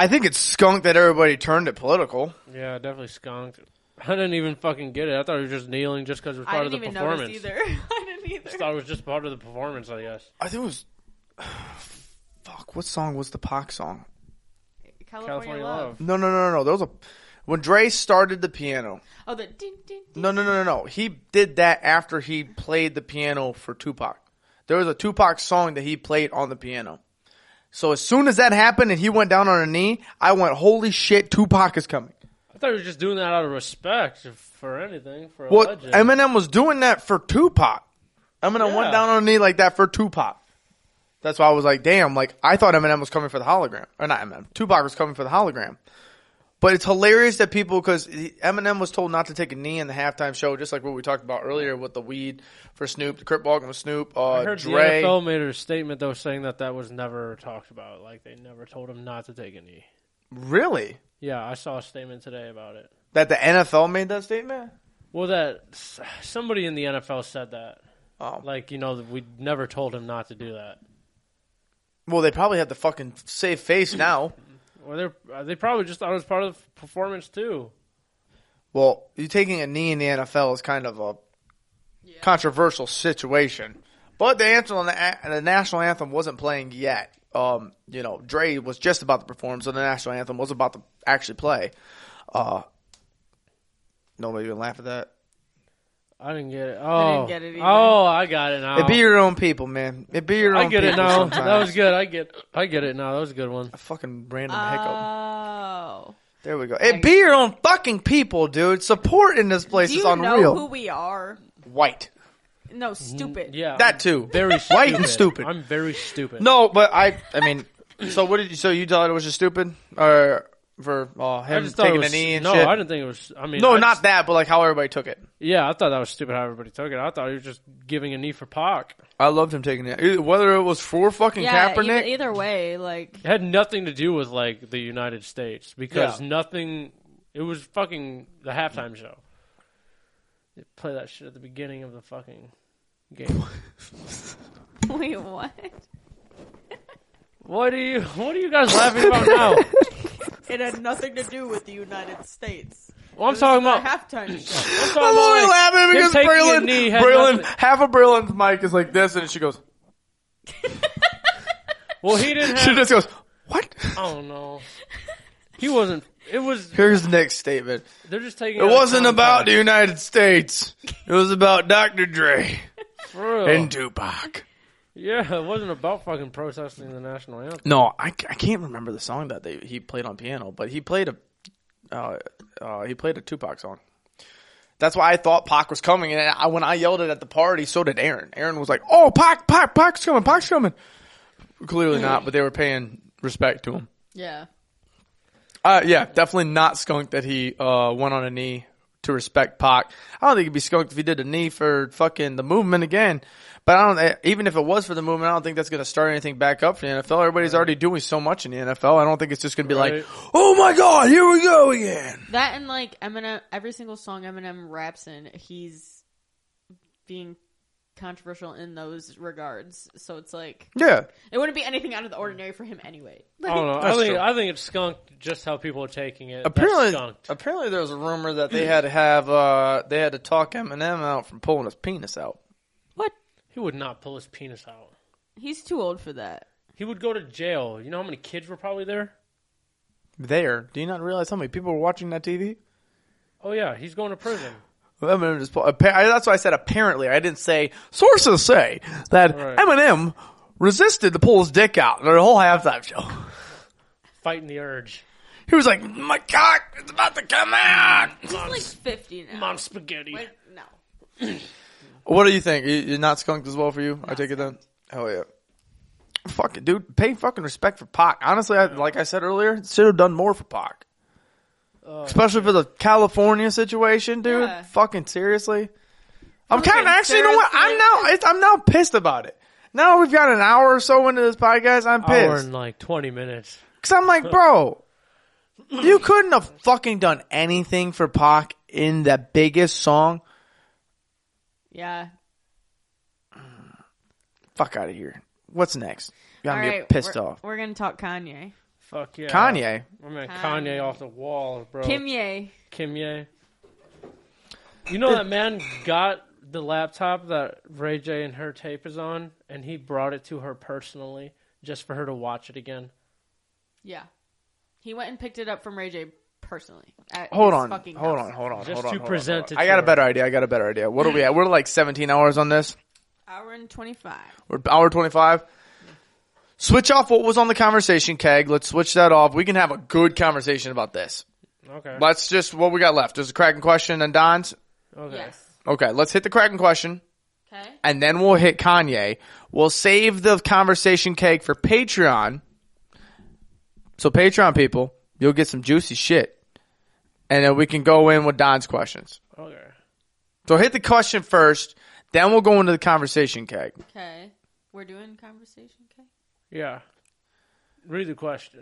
[SPEAKER 2] I think it's skunk that everybody turned it political.
[SPEAKER 3] Yeah, definitely skunked. I didn't even fucking get it. I thought he was just kneeling just because it was
[SPEAKER 1] I
[SPEAKER 3] part
[SPEAKER 1] didn't
[SPEAKER 3] of the
[SPEAKER 1] even notice
[SPEAKER 3] performance.
[SPEAKER 1] either. Oh, I didn't either.
[SPEAKER 3] thought it was just part of the performance, I guess.
[SPEAKER 2] I think it was. Fuck. What song was the Pac song?
[SPEAKER 1] California,
[SPEAKER 3] California
[SPEAKER 1] love.
[SPEAKER 3] Love.
[SPEAKER 2] No, no, no, no, no. There was a when Dre started the piano.
[SPEAKER 1] Oh, the ding, ding, ding.
[SPEAKER 2] No, no, no, no, no. He did that after he played the piano for Tupac. There was a Tupac song that he played on the piano. So as soon as that happened and he went down on a knee, I went, "Holy shit, Tupac is coming."
[SPEAKER 3] I thought he was just doing that out of respect if- for anything, for a
[SPEAKER 2] Well,
[SPEAKER 3] legend.
[SPEAKER 2] Eminem was doing that for Tupac. Eminem went
[SPEAKER 3] Yeah.
[SPEAKER 2] down on a knee like that for Tupac. That's why I was like, damn, like I thought Eminem was coming for the hologram. Or not Eminem. Tupac was coming for the hologram. But it's hilarious that people, because Eminem was told not to take a knee in the halftime show, just like what we talked about earlier with the weed for Snoop, the Crip Walking with Snoop, uh,
[SPEAKER 3] I heard
[SPEAKER 2] Dre.
[SPEAKER 3] the NFL made a statement though saying that that was never talked about. Like they never told him not to take a knee.
[SPEAKER 2] Really?
[SPEAKER 3] Yeah, I saw a statement today about it.
[SPEAKER 2] That the NFL made that statement?
[SPEAKER 3] Well, that s- somebody in the NFL said that.
[SPEAKER 2] Oh.
[SPEAKER 3] Like you know, that we never told him not to do that.
[SPEAKER 2] Well, they probably have the fucking save face now.
[SPEAKER 3] Well, they're uh, they probably just thought it was part of the performance too.
[SPEAKER 2] Well, you taking a knee in the NFL is kind of a
[SPEAKER 1] Yeah.
[SPEAKER 2] controversial situation. But the anthem on the, a- the national anthem wasn't playing yet. Um, you know, Dre was just about to perform, so the national anthem was about to actually play. Uh, nobody even laugh at that.
[SPEAKER 3] I didn't get it. Oh,
[SPEAKER 1] get it either.
[SPEAKER 3] oh, I got it now.
[SPEAKER 2] It be your own people, man. It be your own.
[SPEAKER 3] I get it
[SPEAKER 2] people
[SPEAKER 3] now.
[SPEAKER 2] Sometimes.
[SPEAKER 3] That was good. I get. I get it now. That was a good one.
[SPEAKER 2] a fucking random
[SPEAKER 3] Uh,
[SPEAKER 2] hiccup.
[SPEAKER 1] Oh.
[SPEAKER 2] There we go. It be your own fucking people, dude. Supporting this place
[SPEAKER 1] Do
[SPEAKER 2] is
[SPEAKER 1] you know
[SPEAKER 2] unreal.
[SPEAKER 1] who we are?
[SPEAKER 2] White.
[SPEAKER 1] No, stupid.
[SPEAKER 3] Mm, Yeah,
[SPEAKER 2] That
[SPEAKER 3] I'm
[SPEAKER 2] too.
[SPEAKER 3] Very stupid.
[SPEAKER 2] white and stupid.
[SPEAKER 3] I'm very stupid.
[SPEAKER 2] No, but I. I mean, so what did you? So you thought it was just stupid, or for uh,
[SPEAKER 3] I
[SPEAKER 2] him
[SPEAKER 3] just thought
[SPEAKER 2] taking
[SPEAKER 3] it was,
[SPEAKER 2] a knee and
[SPEAKER 3] no,
[SPEAKER 2] shit?
[SPEAKER 3] I didn't think it was. I mean,
[SPEAKER 2] no,
[SPEAKER 3] I
[SPEAKER 2] not
[SPEAKER 3] just-
[SPEAKER 2] that, but like how everybody took it.
[SPEAKER 3] Yeah, I thought that was stupid how everybody took it. I thought he was just giving a knee for Pac.
[SPEAKER 2] I loved him taking it, Either- whether it was for fucking
[SPEAKER 1] Yeah, e-
[SPEAKER 2] Kaepernick.
[SPEAKER 1] either way, like
[SPEAKER 3] It had nothing to do with like the United States because nothing. It was fucking the halftime show. They play that shit at the beginning of the fucking game.
[SPEAKER 1] wait, what?
[SPEAKER 3] what do you? What are you guys laughing about now?
[SPEAKER 1] It had nothing to do with the United States.
[SPEAKER 3] Well, I'm talking about.
[SPEAKER 1] halftime show.
[SPEAKER 3] I'm talking
[SPEAKER 2] I'm only
[SPEAKER 3] about, like,
[SPEAKER 2] laughing
[SPEAKER 3] him
[SPEAKER 2] because
[SPEAKER 3] taking a
[SPEAKER 2] Braylon,
[SPEAKER 3] knee had
[SPEAKER 2] Braylon,
[SPEAKER 3] nothing-
[SPEAKER 2] half of Braylon's mic is like this, and she goes,
[SPEAKER 3] well, he didn't
[SPEAKER 2] she
[SPEAKER 3] have.
[SPEAKER 2] just goes, what?
[SPEAKER 3] Oh no, he wasn't. It was.
[SPEAKER 2] Here's the next statement.
[SPEAKER 3] They're just taking.
[SPEAKER 2] It
[SPEAKER 3] out
[SPEAKER 2] wasn't about the
[SPEAKER 3] context.
[SPEAKER 2] United States. It was about Dr. Dre
[SPEAKER 3] For real.
[SPEAKER 2] and Tupac.
[SPEAKER 3] Yeah, it wasn't about fucking protesting the national anthem.
[SPEAKER 2] No, I, I can't remember the song that they, he played on piano, but he played a uh, uh, he played a Tupac song. That's why I thought Pac was coming, and I, when I yelled it at the party, so did Aaron. Aaron was like, "Oh, Pac, Pac, Pac's coming, Pac's coming." Clearly not, but they were paying respect to him.
[SPEAKER 1] Yeah.
[SPEAKER 2] Uh, yeah, definitely not skunked that he uh, went on a knee to respect Pac. I don't think he'd be skunked if he did a knee for fucking the movement again. But I don't. eh, Even if it was for the movement, I don't think that's going to start anything back up for the NFL. Everybody's already doing so much in the NFL. I don't think it's just going to be
[SPEAKER 3] Right.
[SPEAKER 2] like, oh my god, here we go again.
[SPEAKER 1] That and like Eminem, every single song Eminem raps in, he's being controversial in those regards. So it's like
[SPEAKER 2] Yeah,
[SPEAKER 1] it wouldn't be anything out of the ordinary for him anyway.
[SPEAKER 3] I don't know. I
[SPEAKER 2] That's
[SPEAKER 3] think
[SPEAKER 2] true.
[SPEAKER 3] I think it's skunked just how people are taking it. That's
[SPEAKER 2] apparently,
[SPEAKER 3] skunked.
[SPEAKER 2] apparently there was a rumor that they had to have uh, they had to talk Eminem out from pulling his penis out.
[SPEAKER 1] What?
[SPEAKER 3] he would not pull his penis out.
[SPEAKER 1] He's too old for that.
[SPEAKER 3] He would go to jail. You know how many kids were probably there?
[SPEAKER 2] There, do you not realize how many people were watching that TV?
[SPEAKER 3] Oh yeah, he's going to prison.
[SPEAKER 2] Eminem just. appa- I- That's why I said apparently. I didn't say sources say that
[SPEAKER 3] Right.
[SPEAKER 2] Eminem resisted to pull his dick out during the whole halftime show.
[SPEAKER 3] Fighting the urge.
[SPEAKER 2] He was like, "My cock is about to come out."
[SPEAKER 1] He's like fifty now.
[SPEAKER 3] Mom spaghetti.
[SPEAKER 1] Wait, no.
[SPEAKER 2] What do you think? You- You're not skunked as well for you. I take it then. Hell yeah. Fuck it, dude. Pay fucking respect for Pac. Honestly, I, like I said earlier, should have done more for Pac. Especially for the California situation, dude.
[SPEAKER 1] Yeah.
[SPEAKER 2] Fucking seriously. I'm kind of
[SPEAKER 1] Okay,
[SPEAKER 2] actually. You know what? I'm
[SPEAKER 1] seriously?
[SPEAKER 2] now. it's- I'm now pissed about it. Now we've got an hour or so into this podcast. I'm
[SPEAKER 3] Hour
[SPEAKER 2] pissed
[SPEAKER 3] and like twenty minutes.
[SPEAKER 2] because I'm like, bro, you couldn't have fucking done anything for Pac in the biggest song.
[SPEAKER 1] Yeah.
[SPEAKER 2] Fuck out of here. What's next? You
[SPEAKER 1] All
[SPEAKER 2] got me
[SPEAKER 1] right,
[SPEAKER 2] pissed
[SPEAKER 1] we're-
[SPEAKER 2] off.
[SPEAKER 1] We're gonna talk Kanye.
[SPEAKER 3] Fuck yeah.
[SPEAKER 2] Kanye.
[SPEAKER 3] I mean
[SPEAKER 1] Kanye.
[SPEAKER 3] Kanye off the wall, bro.
[SPEAKER 1] Kimye.
[SPEAKER 3] Kimye. You know that man got the laptop that Ray J and her tape is on, and he brought it to her personally just for her to watch it again.
[SPEAKER 1] Yeah. He went and picked it up from Ray J personally. at
[SPEAKER 2] Hold
[SPEAKER 1] his
[SPEAKER 2] on,
[SPEAKER 1] fucking
[SPEAKER 2] hold on,
[SPEAKER 1] house.
[SPEAKER 2] hold on,
[SPEAKER 3] Just
[SPEAKER 2] hold on.
[SPEAKER 3] to
[SPEAKER 2] hold on,
[SPEAKER 3] present
[SPEAKER 2] hold on.
[SPEAKER 3] it
[SPEAKER 2] I
[SPEAKER 3] to
[SPEAKER 2] got a
[SPEAKER 3] her.
[SPEAKER 2] better idea. I got a better idea. What are we at? We're like 17 hours on this.
[SPEAKER 1] Hour and twenty five.
[SPEAKER 2] We're hour 25. Switch off what was on the conversation keg. Let's switch that off. We can have a good conversation about this.
[SPEAKER 3] Okay.
[SPEAKER 2] Let's just what we got left. There's a cracking question and Don's.
[SPEAKER 3] okay.
[SPEAKER 1] Yes.
[SPEAKER 2] Okay, let's hit the cracking question.
[SPEAKER 1] Okay.
[SPEAKER 2] and then we'll hit Kanye. We'll save the conversation cake for Patreon. So Patreon people, you'll get some juicy shit. And then we can go in with Don's questions.
[SPEAKER 3] Okay.
[SPEAKER 2] So hit the question first, then we'll go into the conversation cake.
[SPEAKER 1] Okay. We're doing conversation. Okay.
[SPEAKER 3] Yeah. Read the question.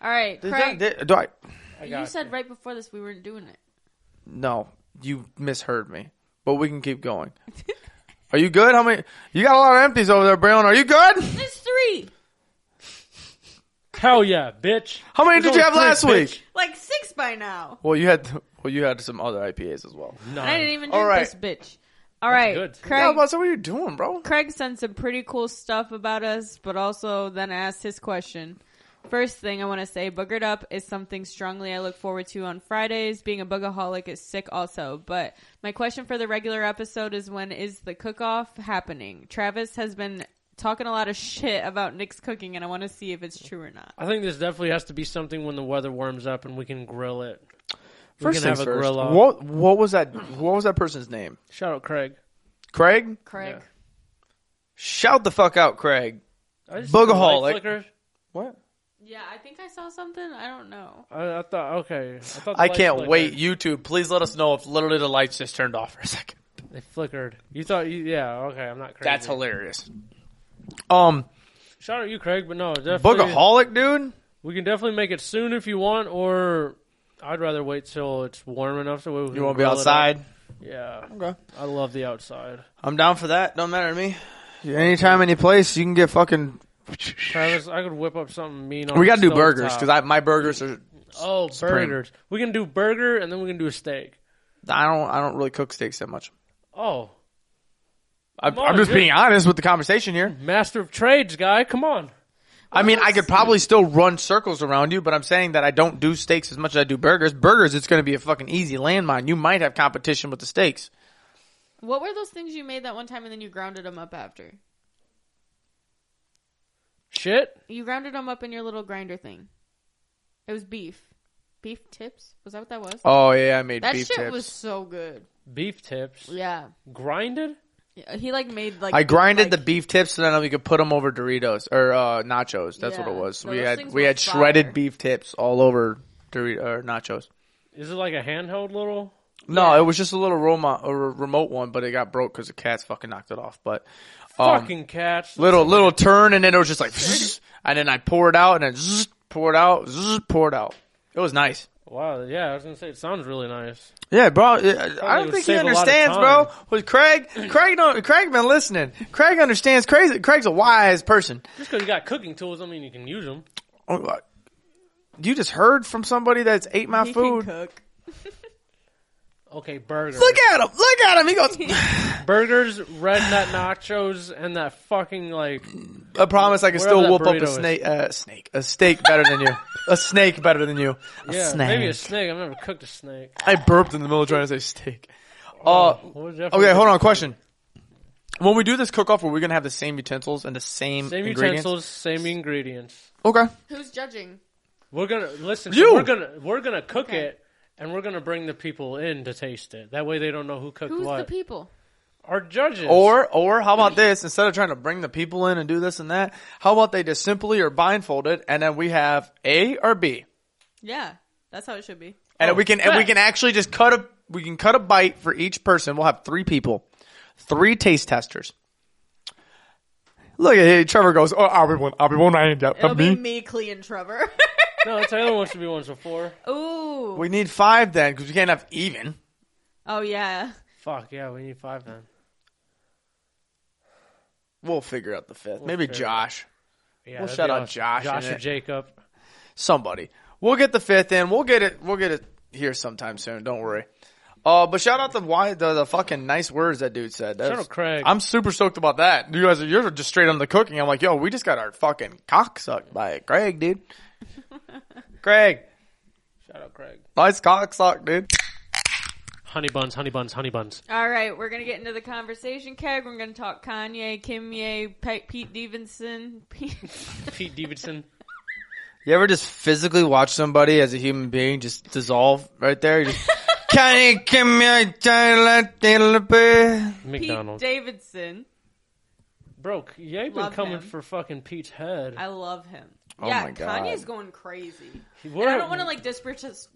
[SPEAKER 1] All right,
[SPEAKER 2] Did
[SPEAKER 1] Craig.
[SPEAKER 2] that- did- do I-
[SPEAKER 3] I
[SPEAKER 1] you
[SPEAKER 3] got
[SPEAKER 1] said right before this we weren't doing it.
[SPEAKER 2] no, you misheard me. But we can keep going. Are you good? How many? You got a lot of empties over there, Braylon. Are you good?
[SPEAKER 1] There's three.
[SPEAKER 3] Hell yeah, bitch.
[SPEAKER 2] How many did you have last week?
[SPEAKER 1] Like six by now.
[SPEAKER 2] Well, you had well, you had some other IPAs as well.
[SPEAKER 3] No.
[SPEAKER 1] And I didn't even
[SPEAKER 2] All
[SPEAKER 1] drink
[SPEAKER 2] right.
[SPEAKER 1] this bitch. All right,
[SPEAKER 3] good.
[SPEAKER 2] Yeah,
[SPEAKER 1] Craig.
[SPEAKER 2] but so what are you doing, bro?
[SPEAKER 1] Craig sent some pretty cool stuff about us, but also then asked his question. First thing I want to say, boogered up is something strongly I look forward to on Fridays. Being a boogaholic is sick also, but my question for the regular episode is when is the cook off happening? Travis has been talking a lot of shit about Nick's cooking and I want to see if it's true or not.
[SPEAKER 3] I think this definitely has to be something when the weather warms up and we can grill it. We
[SPEAKER 2] First
[SPEAKER 3] can
[SPEAKER 2] things
[SPEAKER 3] have a
[SPEAKER 2] first.
[SPEAKER 3] grill off.
[SPEAKER 2] What what was that? What was that person's name?
[SPEAKER 3] Shout out Craig.
[SPEAKER 2] Craig.
[SPEAKER 1] Craig.
[SPEAKER 2] Shout the fuck out, Craig.
[SPEAKER 3] I just see the
[SPEAKER 2] Boogaholic.
[SPEAKER 3] light flickers.
[SPEAKER 2] What?
[SPEAKER 1] Yeah, I think I saw something. I don't know.
[SPEAKER 3] I, I thought okay. I, thought the
[SPEAKER 2] I
[SPEAKER 3] light
[SPEAKER 2] can't
[SPEAKER 3] flickered.
[SPEAKER 2] wait. YouTube, please let us know if literally the lights just turned off for a second.
[SPEAKER 3] They flickered. You thought you yeah okay. I'm not crazy.
[SPEAKER 2] That's hilarious. Um,
[SPEAKER 3] Shout out you Craig, but no, definitely
[SPEAKER 2] boogaholic, dude.
[SPEAKER 3] We can definitely make it soon if you want, or I'd rather wait till it's warm enough so we can
[SPEAKER 2] You won't be
[SPEAKER 3] grill it
[SPEAKER 2] outside.
[SPEAKER 3] up. Yeah,
[SPEAKER 2] Okay.
[SPEAKER 3] I love the outside.
[SPEAKER 2] I'm down for that. Don't matter to me. Anytime, any place, you can get fucking.
[SPEAKER 3] Travis, I could whip up something mean. On
[SPEAKER 2] We
[SPEAKER 3] got
[SPEAKER 2] gotta
[SPEAKER 3] to
[SPEAKER 2] do burgers because I my burgers are.
[SPEAKER 3] oh
[SPEAKER 2] Supreme.
[SPEAKER 3] burgers. We can do burger and then we can do a steak.
[SPEAKER 2] I don't. I don't really cook steaks that much.
[SPEAKER 3] Oh,
[SPEAKER 2] I,
[SPEAKER 3] on,
[SPEAKER 2] I'm just
[SPEAKER 3] dude.
[SPEAKER 2] being honest with the conversation here.
[SPEAKER 3] master of trades guy, come on.
[SPEAKER 2] I mean, I could probably still run circles around you, but I'm saying that I don't do steaks as much as I do burgers. Burgers, it's going to be a fucking easy landmine. You might have competition with the steaks.
[SPEAKER 1] What were those things you made that one time and then you grounded them up after?
[SPEAKER 3] Shit.
[SPEAKER 1] You grounded them up in your little grinder thing. It was beef. Beef tips? Was that what that was?
[SPEAKER 2] Oh yeah, I made
[SPEAKER 1] that
[SPEAKER 2] beef
[SPEAKER 1] shit
[SPEAKER 2] tips.
[SPEAKER 1] was so good.
[SPEAKER 3] Beef tips.
[SPEAKER 1] Yeah.
[SPEAKER 3] Grinded.
[SPEAKER 1] Yeah, He like made like
[SPEAKER 2] I grinded
[SPEAKER 1] like-
[SPEAKER 2] the beef tips, and then we could put them over Doritos or uh, nachos. That's what
[SPEAKER 1] Yeah.
[SPEAKER 2] it was.
[SPEAKER 1] No,
[SPEAKER 2] we
[SPEAKER 1] those
[SPEAKER 2] had
[SPEAKER 1] things
[SPEAKER 2] we
[SPEAKER 1] were
[SPEAKER 2] had shredded
[SPEAKER 1] fire.
[SPEAKER 2] beef tips all over Doritos or nachos.
[SPEAKER 3] Is it like a handheld little?
[SPEAKER 2] No, it was just a little remote, a remote one, but it got broke because the cats fucking knocked it off. But um,
[SPEAKER 3] Fucking catch.
[SPEAKER 2] little little turn, and then it was just like, zzz, and then I pour it out, and then zzz, pour it out, zzz, pour it out. It was nice.
[SPEAKER 3] Wow. Yeah, I was gonna say it sounds really nice.
[SPEAKER 2] Yeah, bro. I- I
[SPEAKER 3] would
[SPEAKER 2] don't think he
[SPEAKER 3] save a lot of
[SPEAKER 2] understands,
[SPEAKER 3] time.
[SPEAKER 2] bro. With Craig, Craig don't. Craig been listening. Craig understands. Craig's, Craig's a wise person.
[SPEAKER 3] Just because you got cooking tools, I mean, you can use them.
[SPEAKER 2] Oh, uh, You just heard from somebody that's ate my
[SPEAKER 1] He can
[SPEAKER 2] food.
[SPEAKER 1] cook.
[SPEAKER 3] Okay, burgers.
[SPEAKER 2] Look at him! Look at him! He goes.
[SPEAKER 3] burgers, red nut nachos, and that fucking like
[SPEAKER 2] I promise I can
[SPEAKER 3] Wherever
[SPEAKER 2] still
[SPEAKER 3] that
[SPEAKER 2] whoop up
[SPEAKER 3] burrito
[SPEAKER 2] a
[SPEAKER 3] is.
[SPEAKER 2] snake. Uh, snake. A steak better than you. A snake better than you. A
[SPEAKER 3] yeah,
[SPEAKER 2] snake.
[SPEAKER 3] maybe a snake. I've never cooked a snake.
[SPEAKER 2] I burped in the middle trying to say steak. Uh,
[SPEAKER 3] What was
[SPEAKER 2] okay, hold on. Question. When we do this cook off, are we gonna have the same utensils and the same,
[SPEAKER 3] Same
[SPEAKER 2] ingredients?
[SPEAKER 3] utensils, same ingredients.
[SPEAKER 2] Okay.
[SPEAKER 1] Who's judging?
[SPEAKER 3] We're gonna listen.
[SPEAKER 2] You!
[SPEAKER 3] We're gonna we're gonna cook
[SPEAKER 1] Okay.
[SPEAKER 3] it, and we're gonna bring the people in to taste it. That way, they don't know who cooked
[SPEAKER 1] Who's the
[SPEAKER 3] what.
[SPEAKER 1] people?
[SPEAKER 3] Our judges.
[SPEAKER 2] Or, or how about this? Instead of trying to bring the people in and do this and that, how about they just simply are blindfolded and then we have A or B?
[SPEAKER 1] Yeah, that's how it should be.
[SPEAKER 2] and
[SPEAKER 3] Oh,
[SPEAKER 2] we can and we
[SPEAKER 3] facts.
[SPEAKER 2] can actually just cut a we can cut a bite for each person. We'll have three people, three taste testers. Look at here, Trevor goes. Oh, I'll be one. I'll be one. I ain't got
[SPEAKER 1] It'll
[SPEAKER 2] me.
[SPEAKER 1] be me, Clee, and Trevor.
[SPEAKER 3] no, Taylor wants to be one before.
[SPEAKER 1] Ooh.
[SPEAKER 2] We need five then because we can't have even.
[SPEAKER 1] oh yeah.
[SPEAKER 3] Fuck yeah, we need five then.
[SPEAKER 2] We'll figure out the 5th Maybe
[SPEAKER 3] figure it
[SPEAKER 2] Josh,
[SPEAKER 3] Yeah,
[SPEAKER 2] We'll
[SPEAKER 3] that'd
[SPEAKER 2] shout
[SPEAKER 3] be
[SPEAKER 2] out
[SPEAKER 3] awesome.
[SPEAKER 2] Josh
[SPEAKER 3] Josh
[SPEAKER 2] in
[SPEAKER 3] or
[SPEAKER 2] it.
[SPEAKER 3] Jacob.
[SPEAKER 2] somebody. We'll get the fifth in. We'll get it. We'll get it here sometime soon. Don't worry. Uh, but shout out the why the, the fucking nice words that dude said. That's,
[SPEAKER 3] out Craig.
[SPEAKER 2] I'm super stoked about that. You guys, are, you're just straight on the cooking. I'm like, yo, we just got our fucking cock sucked by Craig, dude. Craig,
[SPEAKER 3] Shout out Craig.
[SPEAKER 2] nice cock suck, dude.
[SPEAKER 3] Honey buns, honey buns, honey buns.
[SPEAKER 1] All right, we're gonna get into the conversation keg. We're gonna talk Kanye, Kimye, Pe- Pete Davidson. Pete-
[SPEAKER 3] Pete Davidson.
[SPEAKER 2] You ever just physically watch somebody as a human being just dissolve right there? You just, Can you give me a Can
[SPEAKER 1] Pete
[SPEAKER 3] McDonald's.
[SPEAKER 1] Davidson.
[SPEAKER 3] Bro, you ain't been
[SPEAKER 1] Love
[SPEAKER 3] coming
[SPEAKER 1] him.
[SPEAKER 3] for fucking Pete's head.
[SPEAKER 1] I love him.
[SPEAKER 2] Oh
[SPEAKER 1] yeah,
[SPEAKER 2] my God.
[SPEAKER 1] Kanye's going crazy.
[SPEAKER 3] We're-
[SPEAKER 1] And I don't want to like disparage us.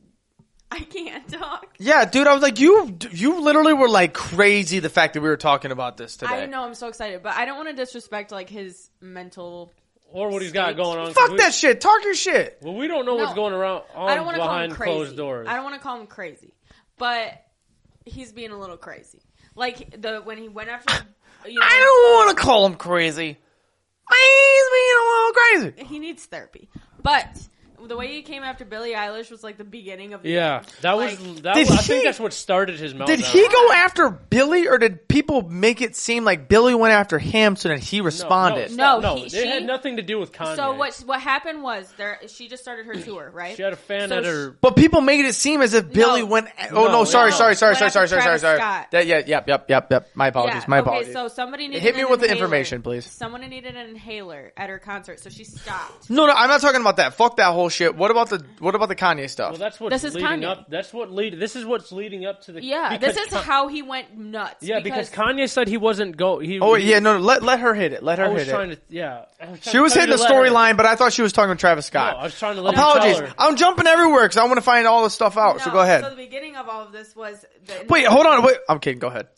[SPEAKER 1] I can't talk.
[SPEAKER 2] Yeah, dude, I was like, you, you literally were like crazy. The fact that we were talking about this today.
[SPEAKER 1] I know I'm so excited, but I don't want to disrespect like his mental.
[SPEAKER 3] or what he's got going on. 'cause
[SPEAKER 2] Fuck
[SPEAKER 3] we-
[SPEAKER 2] that shit. Talk your shit.
[SPEAKER 3] Well, we don't know what's
[SPEAKER 1] No.
[SPEAKER 3] going around on
[SPEAKER 1] I don't want to call him
[SPEAKER 3] Oh, behind
[SPEAKER 1] crazy.
[SPEAKER 3] closed doors.
[SPEAKER 1] I don't want to call him crazy, but he's being a little crazy. Like the when he went after. You know,
[SPEAKER 2] I don't want to call him crazy. He's being a little crazy.
[SPEAKER 1] He needs therapy. But the way he came after Billie Eilish was like the beginning of the
[SPEAKER 3] Yeah, that was
[SPEAKER 1] Like-
[SPEAKER 3] that.
[SPEAKER 2] Did
[SPEAKER 3] Was, I
[SPEAKER 2] he-
[SPEAKER 3] think that's what started his meltdown.
[SPEAKER 2] Did he go after Billy, or did people make it seem like Billy went after him so that he
[SPEAKER 3] No,
[SPEAKER 2] responded?
[SPEAKER 3] No, no,
[SPEAKER 1] No, he-
[SPEAKER 3] it had
[SPEAKER 1] she-
[SPEAKER 3] nothing to do with Kanye.
[SPEAKER 1] So what what happened was there she just started her tour, right?
[SPEAKER 3] She had a fan
[SPEAKER 1] So
[SPEAKER 3] at
[SPEAKER 1] she-
[SPEAKER 3] her.
[SPEAKER 2] But people made it seem as if Billy
[SPEAKER 1] No.
[SPEAKER 2] went. Oh no!
[SPEAKER 3] No,
[SPEAKER 2] sorry,
[SPEAKER 3] no.
[SPEAKER 2] sorry, sorry,
[SPEAKER 1] Went
[SPEAKER 2] sorry, sorry,
[SPEAKER 1] after
[SPEAKER 2] sorry,
[SPEAKER 1] Travis
[SPEAKER 2] sorry.
[SPEAKER 1] Scott.
[SPEAKER 2] That, yeah, yep, yep, yep, yep. My apologies.
[SPEAKER 1] Yeah,
[SPEAKER 2] My
[SPEAKER 1] okay,
[SPEAKER 2] apologies.
[SPEAKER 1] so somebody needed
[SPEAKER 2] Hit me
[SPEAKER 1] an
[SPEAKER 2] with the
[SPEAKER 1] inhaler.
[SPEAKER 2] information, please.
[SPEAKER 1] Someone needed an inhaler at her concert, so she stopped.
[SPEAKER 2] no, no, I'm not talking about that. Fuck that whole shit. What about the What about the Kanye stuff?
[SPEAKER 3] Well, that's what's
[SPEAKER 1] This is
[SPEAKER 3] leading
[SPEAKER 1] Kanye.
[SPEAKER 3] up. That's what lead. This is what's leading up to the.
[SPEAKER 1] Yeah,
[SPEAKER 3] because
[SPEAKER 1] this is
[SPEAKER 3] Ka-
[SPEAKER 1] how he went nuts.
[SPEAKER 3] Yeah, because, Kanye said he wasn't go. He,
[SPEAKER 2] oh wait,
[SPEAKER 3] he-
[SPEAKER 2] yeah, no, no. Let Let her hit it. Let her
[SPEAKER 3] I was
[SPEAKER 2] hit it.
[SPEAKER 3] trying to. Yeah, I trying
[SPEAKER 2] she
[SPEAKER 3] to
[SPEAKER 2] was
[SPEAKER 3] tell
[SPEAKER 2] hitting the
[SPEAKER 3] you to let her-
[SPEAKER 2] storyline, but I thought she was talking to Travis Scott.
[SPEAKER 3] No, I was trying to let her
[SPEAKER 2] apologies.
[SPEAKER 3] tell her.
[SPEAKER 2] I'm jumping everywhere because I want to find all the stuff out. so
[SPEAKER 1] No,
[SPEAKER 2] go ahead.
[SPEAKER 1] So the beginning of all of this was the
[SPEAKER 2] Wait, hold on. Wait, I'm kidding. Go ahead.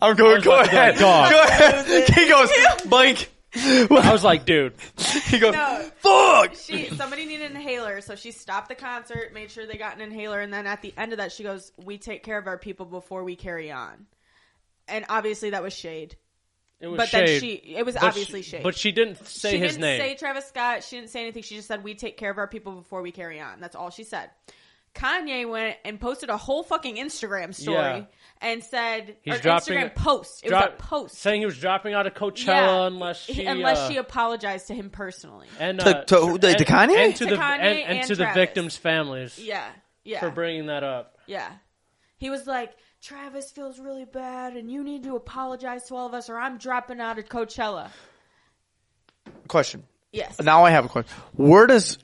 [SPEAKER 2] I'm going. Go
[SPEAKER 3] about to be
[SPEAKER 2] ahead.
[SPEAKER 3] like, "Dog."
[SPEAKER 2] Go ahead. He goes blank.
[SPEAKER 3] I was like, dude,
[SPEAKER 2] He goes
[SPEAKER 1] No.
[SPEAKER 2] fuck.
[SPEAKER 1] she somebody needed an inhaler, so she stopped the concert, made sure they got an inhaler, and then at the end of that, she goes, "We take care of our people before we carry on." And obviously, that was shade.
[SPEAKER 3] it was
[SPEAKER 1] But
[SPEAKER 3] shade.
[SPEAKER 1] then she, it was
[SPEAKER 3] but
[SPEAKER 1] obviously
[SPEAKER 3] she,
[SPEAKER 1] shade.
[SPEAKER 3] But she didn't say
[SPEAKER 1] she
[SPEAKER 3] his
[SPEAKER 1] didn't
[SPEAKER 3] name.
[SPEAKER 1] say Travis Scott. She didn't say anything. She just said, "We take care of our people before we carry on." That's all she said. Kanye went and posted a whole fucking Instagram story
[SPEAKER 3] Yeah.
[SPEAKER 1] and said,
[SPEAKER 3] He's
[SPEAKER 1] or
[SPEAKER 3] dropping
[SPEAKER 1] Instagram
[SPEAKER 3] a-
[SPEAKER 1] post. It
[SPEAKER 3] Drop-
[SPEAKER 1] was a post.
[SPEAKER 3] saying he was dropping out of Coachella
[SPEAKER 1] Yeah.
[SPEAKER 3] unless she
[SPEAKER 1] unless
[SPEAKER 3] uh,
[SPEAKER 1] she apologized to him personally.
[SPEAKER 3] and
[SPEAKER 2] To-
[SPEAKER 3] uh,
[SPEAKER 2] to who-
[SPEAKER 3] and,
[SPEAKER 2] to Kanye?
[SPEAKER 3] and to,
[SPEAKER 1] To
[SPEAKER 3] the
[SPEAKER 1] Kanye
[SPEAKER 3] and, and
[SPEAKER 1] and
[SPEAKER 3] to the
[SPEAKER 1] Travis.
[SPEAKER 3] victims' families
[SPEAKER 1] Yeah, yeah,
[SPEAKER 3] for bringing that up.
[SPEAKER 1] yeah. He was like, Travis feels really bad, and you need to apologize to all of us, or I'm dropping out of Coachella.
[SPEAKER 2] Question.
[SPEAKER 1] Yes.
[SPEAKER 2] Now I have a question. Where does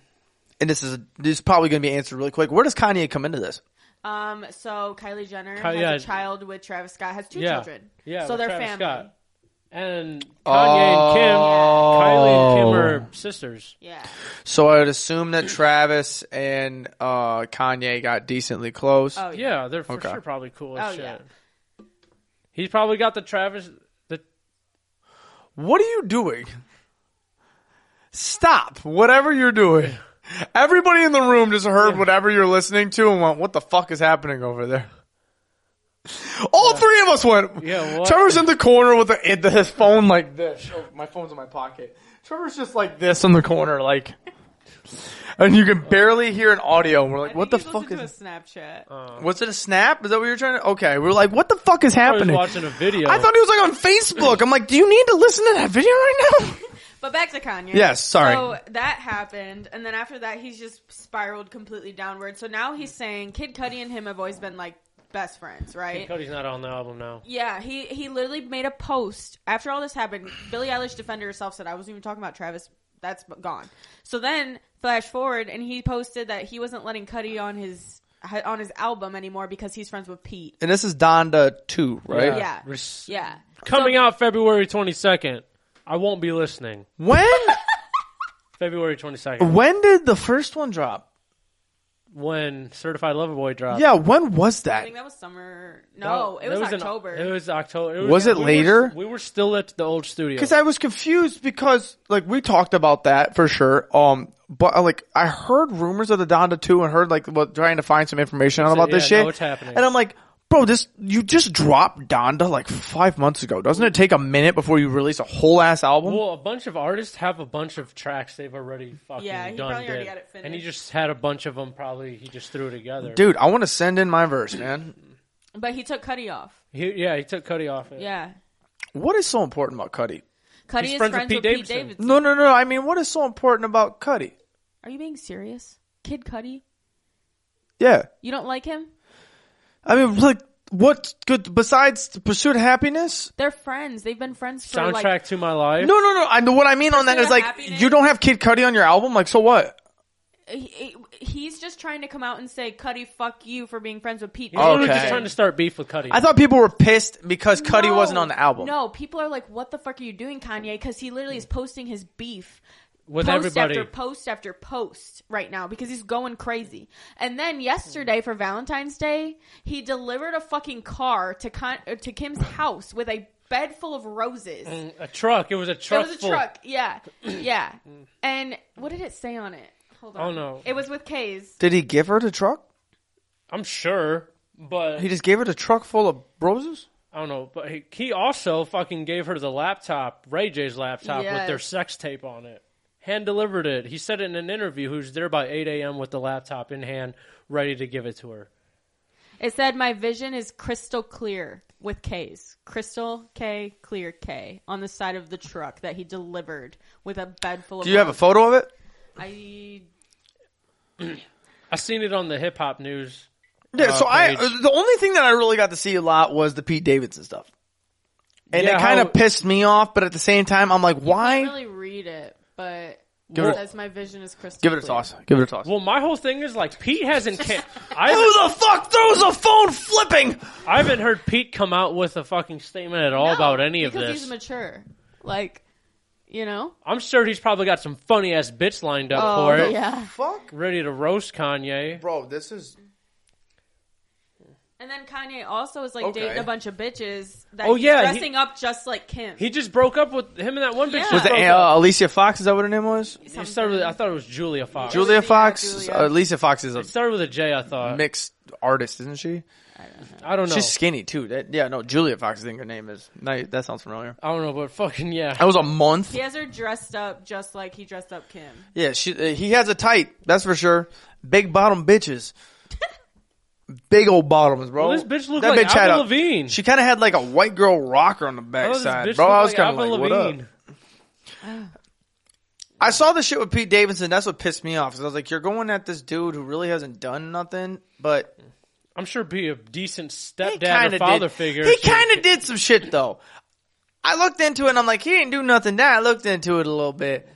[SPEAKER 2] and this is this is probably going to be answered really quick. Where does Kanye come into this?
[SPEAKER 1] Um. So Kylie Jenner
[SPEAKER 3] Ky-
[SPEAKER 1] has
[SPEAKER 3] yeah.
[SPEAKER 1] a child with Travis Scott. Has two
[SPEAKER 3] Yeah.
[SPEAKER 1] children.
[SPEAKER 3] Yeah,
[SPEAKER 1] So
[SPEAKER 3] with
[SPEAKER 1] they're
[SPEAKER 3] Travis
[SPEAKER 1] family.
[SPEAKER 3] Scott. And Kanye
[SPEAKER 2] Oh.
[SPEAKER 3] and Kim, Kylie and Kim are sisters.
[SPEAKER 1] Yeah.
[SPEAKER 2] So I would assume that Travis and uh, Kanye got decently close.
[SPEAKER 1] Oh yeah.
[SPEAKER 3] Yeah, they're for
[SPEAKER 2] Okay.
[SPEAKER 3] sure probably cool as
[SPEAKER 1] Oh,
[SPEAKER 3] shit.
[SPEAKER 1] yeah.
[SPEAKER 3] He's probably got the Travis. The
[SPEAKER 2] What are you doing? Stop whatever you're doing. Everybody in the room just heard whatever you're listening to and went, "What the fuck is happening over there?" All three of us went.
[SPEAKER 3] Yeah, what?
[SPEAKER 2] Trevor's in the corner with the, in the, his phone like this. Oh, my phone's in my pocket. Trevor's just like this in the corner, like, and you can barely hear an audio. We're like, "What the fuck is?"
[SPEAKER 1] a Snapchat?
[SPEAKER 2] was it a snap? Is that what you're trying to? Okay, we're like, "What the fuck is
[SPEAKER 3] I was
[SPEAKER 2] happening?"
[SPEAKER 3] watching a video.
[SPEAKER 2] I thought he was like on Facebook. I'm like, "Do you need to listen to that video right now?"
[SPEAKER 1] But back to Kanye.
[SPEAKER 2] Yes, sorry.
[SPEAKER 1] So that happened, and then after that, he's just spiraled completely downward. So now he's saying Kid Cudi and him have always been like best friends, right?
[SPEAKER 3] Cody's not on the album now.
[SPEAKER 1] Yeah, he he literally made a post after all this happened. Billie Eilish defended herself said I wasn't even talking about Travis. That's b- gone. So then flash forward and he posted that he wasn't letting Cuddy on his on his album anymore because he's friends with Pete.
[SPEAKER 2] And this is Donda 2, right?
[SPEAKER 1] Yeah.
[SPEAKER 3] Res-
[SPEAKER 1] Yeah.
[SPEAKER 3] Coming out February 22nd. I won't be listening.
[SPEAKER 2] When
[SPEAKER 3] February 22nd.
[SPEAKER 2] when did the first one drop?
[SPEAKER 3] When Certified Lover Boy dropped.
[SPEAKER 2] Yeah, when was
[SPEAKER 1] I
[SPEAKER 2] that?
[SPEAKER 1] think that was summer. No,
[SPEAKER 3] That-
[SPEAKER 1] Oh, it was,
[SPEAKER 3] that in-
[SPEAKER 1] October.
[SPEAKER 3] it was October.
[SPEAKER 2] Was it
[SPEAKER 3] we were-
[SPEAKER 2] later?
[SPEAKER 3] we were still at the old studio.
[SPEAKER 2] Cuz I was confused because like we talked about that for sure. Um but uh, like I heard rumors of the Donda 2 and heard like what trying to find some information out about
[SPEAKER 3] yeah,
[SPEAKER 2] this
[SPEAKER 3] no,
[SPEAKER 2] shit.
[SPEAKER 3] it's happening.
[SPEAKER 2] And I'm like Bro, this you just dropped Donda like five months ago. Doesn't it take a minute before you release a whole ass album?
[SPEAKER 3] Well, a bunch of artists have a bunch of tracks they've already fucking
[SPEAKER 1] Yeah, he
[SPEAKER 3] done.
[SPEAKER 1] probably already
[SPEAKER 3] did.
[SPEAKER 1] had it finished.
[SPEAKER 3] And he just had a bunch of them. Probably he just threw together.
[SPEAKER 2] Dude, I want to send in my verse, man.
[SPEAKER 1] but he took Cuddy off.
[SPEAKER 3] He, yeah, he took Cody off it.
[SPEAKER 1] Yeah.
[SPEAKER 2] What is so important about Cuddy?
[SPEAKER 1] Cuddy
[SPEAKER 3] He's
[SPEAKER 1] is
[SPEAKER 3] friends
[SPEAKER 1] friends,
[SPEAKER 3] with Pete
[SPEAKER 1] with Pete
[SPEAKER 3] Davidson.
[SPEAKER 1] Davidson.
[SPEAKER 2] No, no, no. I mean, what is so important about Cuddy?
[SPEAKER 1] Are you being serious? Kid Cuddy?
[SPEAKER 2] Yeah.
[SPEAKER 1] You don't like him?
[SPEAKER 2] I mean, like, what good besides the pursuit of happiness?
[SPEAKER 1] They're friends. They've been friends for
[SPEAKER 3] Soundtrack
[SPEAKER 1] like
[SPEAKER 3] to my life.
[SPEAKER 2] No, no, no. I know what I mean on that
[SPEAKER 1] Pursuit
[SPEAKER 2] is
[SPEAKER 1] of
[SPEAKER 2] like,
[SPEAKER 1] Happiness?
[SPEAKER 2] you don't have Kid Cudi on your album, like, so what?
[SPEAKER 1] he, he's just trying to come out and say, "Cuddy, fuck you for being friends with Pete."
[SPEAKER 3] He's literally
[SPEAKER 2] Okay.
[SPEAKER 3] just trying to start beef with Cody.
[SPEAKER 2] I thought people were pissed because Cudi
[SPEAKER 1] No.
[SPEAKER 2] wasn't on the album.
[SPEAKER 1] No, people are like, "What the fuck are you doing, Kanye?" Because he literally is
[SPEAKER 3] Mm.
[SPEAKER 1] posting his beef
[SPEAKER 3] with
[SPEAKER 1] post
[SPEAKER 3] everybody.
[SPEAKER 1] after post after post right now because he's going crazy. And then yesterday for Valentine's Day, he delivered a fucking car to Con- uh, to Kim's house with a bed full of roses.
[SPEAKER 3] a truck. It was a
[SPEAKER 1] It
[SPEAKER 3] truck.
[SPEAKER 1] was a
[SPEAKER 3] full-
[SPEAKER 1] truck, yeah, yeah. And what did it say on it? Hold on.
[SPEAKER 3] Oh, no.
[SPEAKER 1] It was with K's.
[SPEAKER 2] Did he give her the truck?
[SPEAKER 3] I'm sure, but
[SPEAKER 2] He just gave her the truck full of roses?
[SPEAKER 3] I don't know, but he, he also fucking gave her the laptop, Ray J's laptop, with their
[SPEAKER 1] Yes.
[SPEAKER 3] sex tape on it. Hand delivered it. He said it in an interview. Who's there by 8 a.m. with the laptop in hand, ready to give it to her.
[SPEAKER 1] It said, "My vision is crystal clear with K's, crystal K, clear K, on the side of the truck that he delivered with a bed full of."
[SPEAKER 2] Do you have a photo of it?
[SPEAKER 1] I
[SPEAKER 3] I seen it on the hip hop news.
[SPEAKER 2] Yeah.
[SPEAKER 3] Uh,
[SPEAKER 2] so I
[SPEAKER 3] page.
[SPEAKER 2] the only thing that I really got to see a lot was the Pete Davidson stuff, and
[SPEAKER 3] Yeah,
[SPEAKER 2] it kind
[SPEAKER 3] how-
[SPEAKER 2] of pissed me off. But at the same time, I'm like, why?
[SPEAKER 1] can't really read it, but
[SPEAKER 2] Give
[SPEAKER 1] it
[SPEAKER 2] it a-
[SPEAKER 1] says, "My vision is crystal."
[SPEAKER 2] Give it a
[SPEAKER 1] clear."
[SPEAKER 2] toss. Give it a toss.
[SPEAKER 3] Well, my whole thing is like Pete hasn't. Ca- I haven't-
[SPEAKER 2] Who the fuck throws a phone flipping?
[SPEAKER 3] I haven't heard Pete come out with a fucking statement at all
[SPEAKER 1] No,
[SPEAKER 3] about any of
[SPEAKER 1] because
[SPEAKER 3] this.
[SPEAKER 1] He's mature, like you know.
[SPEAKER 3] I'm sure he's probably got some funny ass bits lined up
[SPEAKER 1] Oh
[SPEAKER 3] for it,
[SPEAKER 1] yeah.
[SPEAKER 2] Fuck,
[SPEAKER 3] ready to roast Kanye.
[SPEAKER 2] bro. This is
[SPEAKER 1] And then Kanye also is like
[SPEAKER 2] Okay.
[SPEAKER 1] dating a bunch of bitches that
[SPEAKER 3] Oh,
[SPEAKER 1] he's
[SPEAKER 3] yeah, he-
[SPEAKER 1] dressing up just like Kim.
[SPEAKER 3] He just broke up with him and that one bitch.
[SPEAKER 1] Yeah.
[SPEAKER 3] just
[SPEAKER 1] Was
[SPEAKER 2] was it.
[SPEAKER 3] broke
[SPEAKER 2] Uh,
[SPEAKER 3] up.
[SPEAKER 2] Alicia Fox. Is that what her name was?
[SPEAKER 3] It started with, I thought it was Julia Fox.
[SPEAKER 1] Ju-
[SPEAKER 2] Julia
[SPEAKER 1] Yeah,
[SPEAKER 2] Fox.
[SPEAKER 1] Julia.
[SPEAKER 2] Uh, Alicia Fox is a
[SPEAKER 3] it started with a J. I thought.
[SPEAKER 2] mixed artist, isn't she?
[SPEAKER 3] I don't know.
[SPEAKER 2] She's skinny too. That, yeah, no, Julia Fox. I think her name is. Now, that sounds familiar.
[SPEAKER 3] I don't know, but fucking yeah.
[SPEAKER 2] That was a month.
[SPEAKER 1] he has her dressed up just like he dressed up Kim.
[SPEAKER 2] Yeah, she. Uh, he has a tight. That's for sure. Big bottom bitches. Big old bottoms, bro.
[SPEAKER 3] Well, this bitch looked
[SPEAKER 2] Oh, That
[SPEAKER 3] like
[SPEAKER 2] had
[SPEAKER 3] Avril
[SPEAKER 2] a-
[SPEAKER 3] Lavigne.
[SPEAKER 2] She kind of had like a white girl rocker on the
[SPEAKER 3] I thought this
[SPEAKER 2] backside,
[SPEAKER 3] bitch
[SPEAKER 2] bro.
[SPEAKER 3] looked
[SPEAKER 2] I was kind of
[SPEAKER 3] Avril
[SPEAKER 2] like, what up?
[SPEAKER 3] Lavigne.
[SPEAKER 2] I saw the shit with Pete Davidson. That's what pissed me off. 'cause I was like, you're going at this dude who really hasn't done nothing, but
[SPEAKER 3] I'm sure be a decent
[SPEAKER 2] he
[SPEAKER 3] stepdad
[SPEAKER 2] kind
[SPEAKER 3] or
[SPEAKER 2] of
[SPEAKER 3] father
[SPEAKER 2] did.
[SPEAKER 3] figure.
[SPEAKER 2] He
[SPEAKER 3] So-
[SPEAKER 2] kind of did some shit though. I looked into it and I'm like, he didn't do nothing. Now I looked into it a little bit.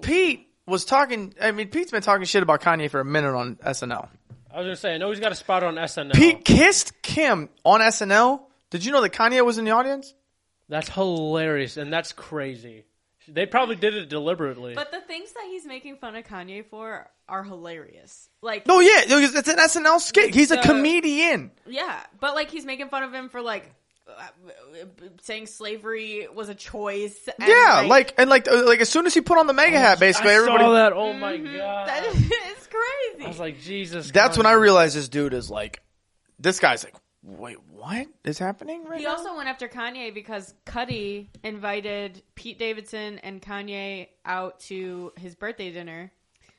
[SPEAKER 2] Pete was talking. I mean, Pete's been talking shit about Kanye for a minute on SNL.
[SPEAKER 3] I was gonna say, I know he's got a spot on SNL.
[SPEAKER 2] Pete kissed Kim on SNL. Did you know that Kanye was in the audience?
[SPEAKER 3] That's hilarious and that's crazy. They probably did it deliberately.
[SPEAKER 1] But the things that he's making fun of Kanye for are hilarious. Like
[SPEAKER 2] No, Oh, yeah, it was- it's an SNL skit. He's a
[SPEAKER 1] So-
[SPEAKER 2] comedian.
[SPEAKER 1] yeah, but like he's making fun of him for like uh, saying slavery was a choice. And,
[SPEAKER 2] Yeah, like and like uh, like as soon as he put on the mega hat, basically
[SPEAKER 3] I
[SPEAKER 2] everybody
[SPEAKER 3] saw that. Oh my god!
[SPEAKER 1] Mm-hmm.
[SPEAKER 2] uh,
[SPEAKER 1] that is it's
[SPEAKER 3] I was
[SPEAKER 1] crazy.
[SPEAKER 3] like, Jesus.
[SPEAKER 2] That's when I
[SPEAKER 3] Christ.
[SPEAKER 2] realized this dude is like, this guy's like, wait, what is happening right
[SPEAKER 1] He
[SPEAKER 2] now?
[SPEAKER 1] also went after Kanye because Cuddy invited Pete Davidson and Kanye out to his birthday dinner,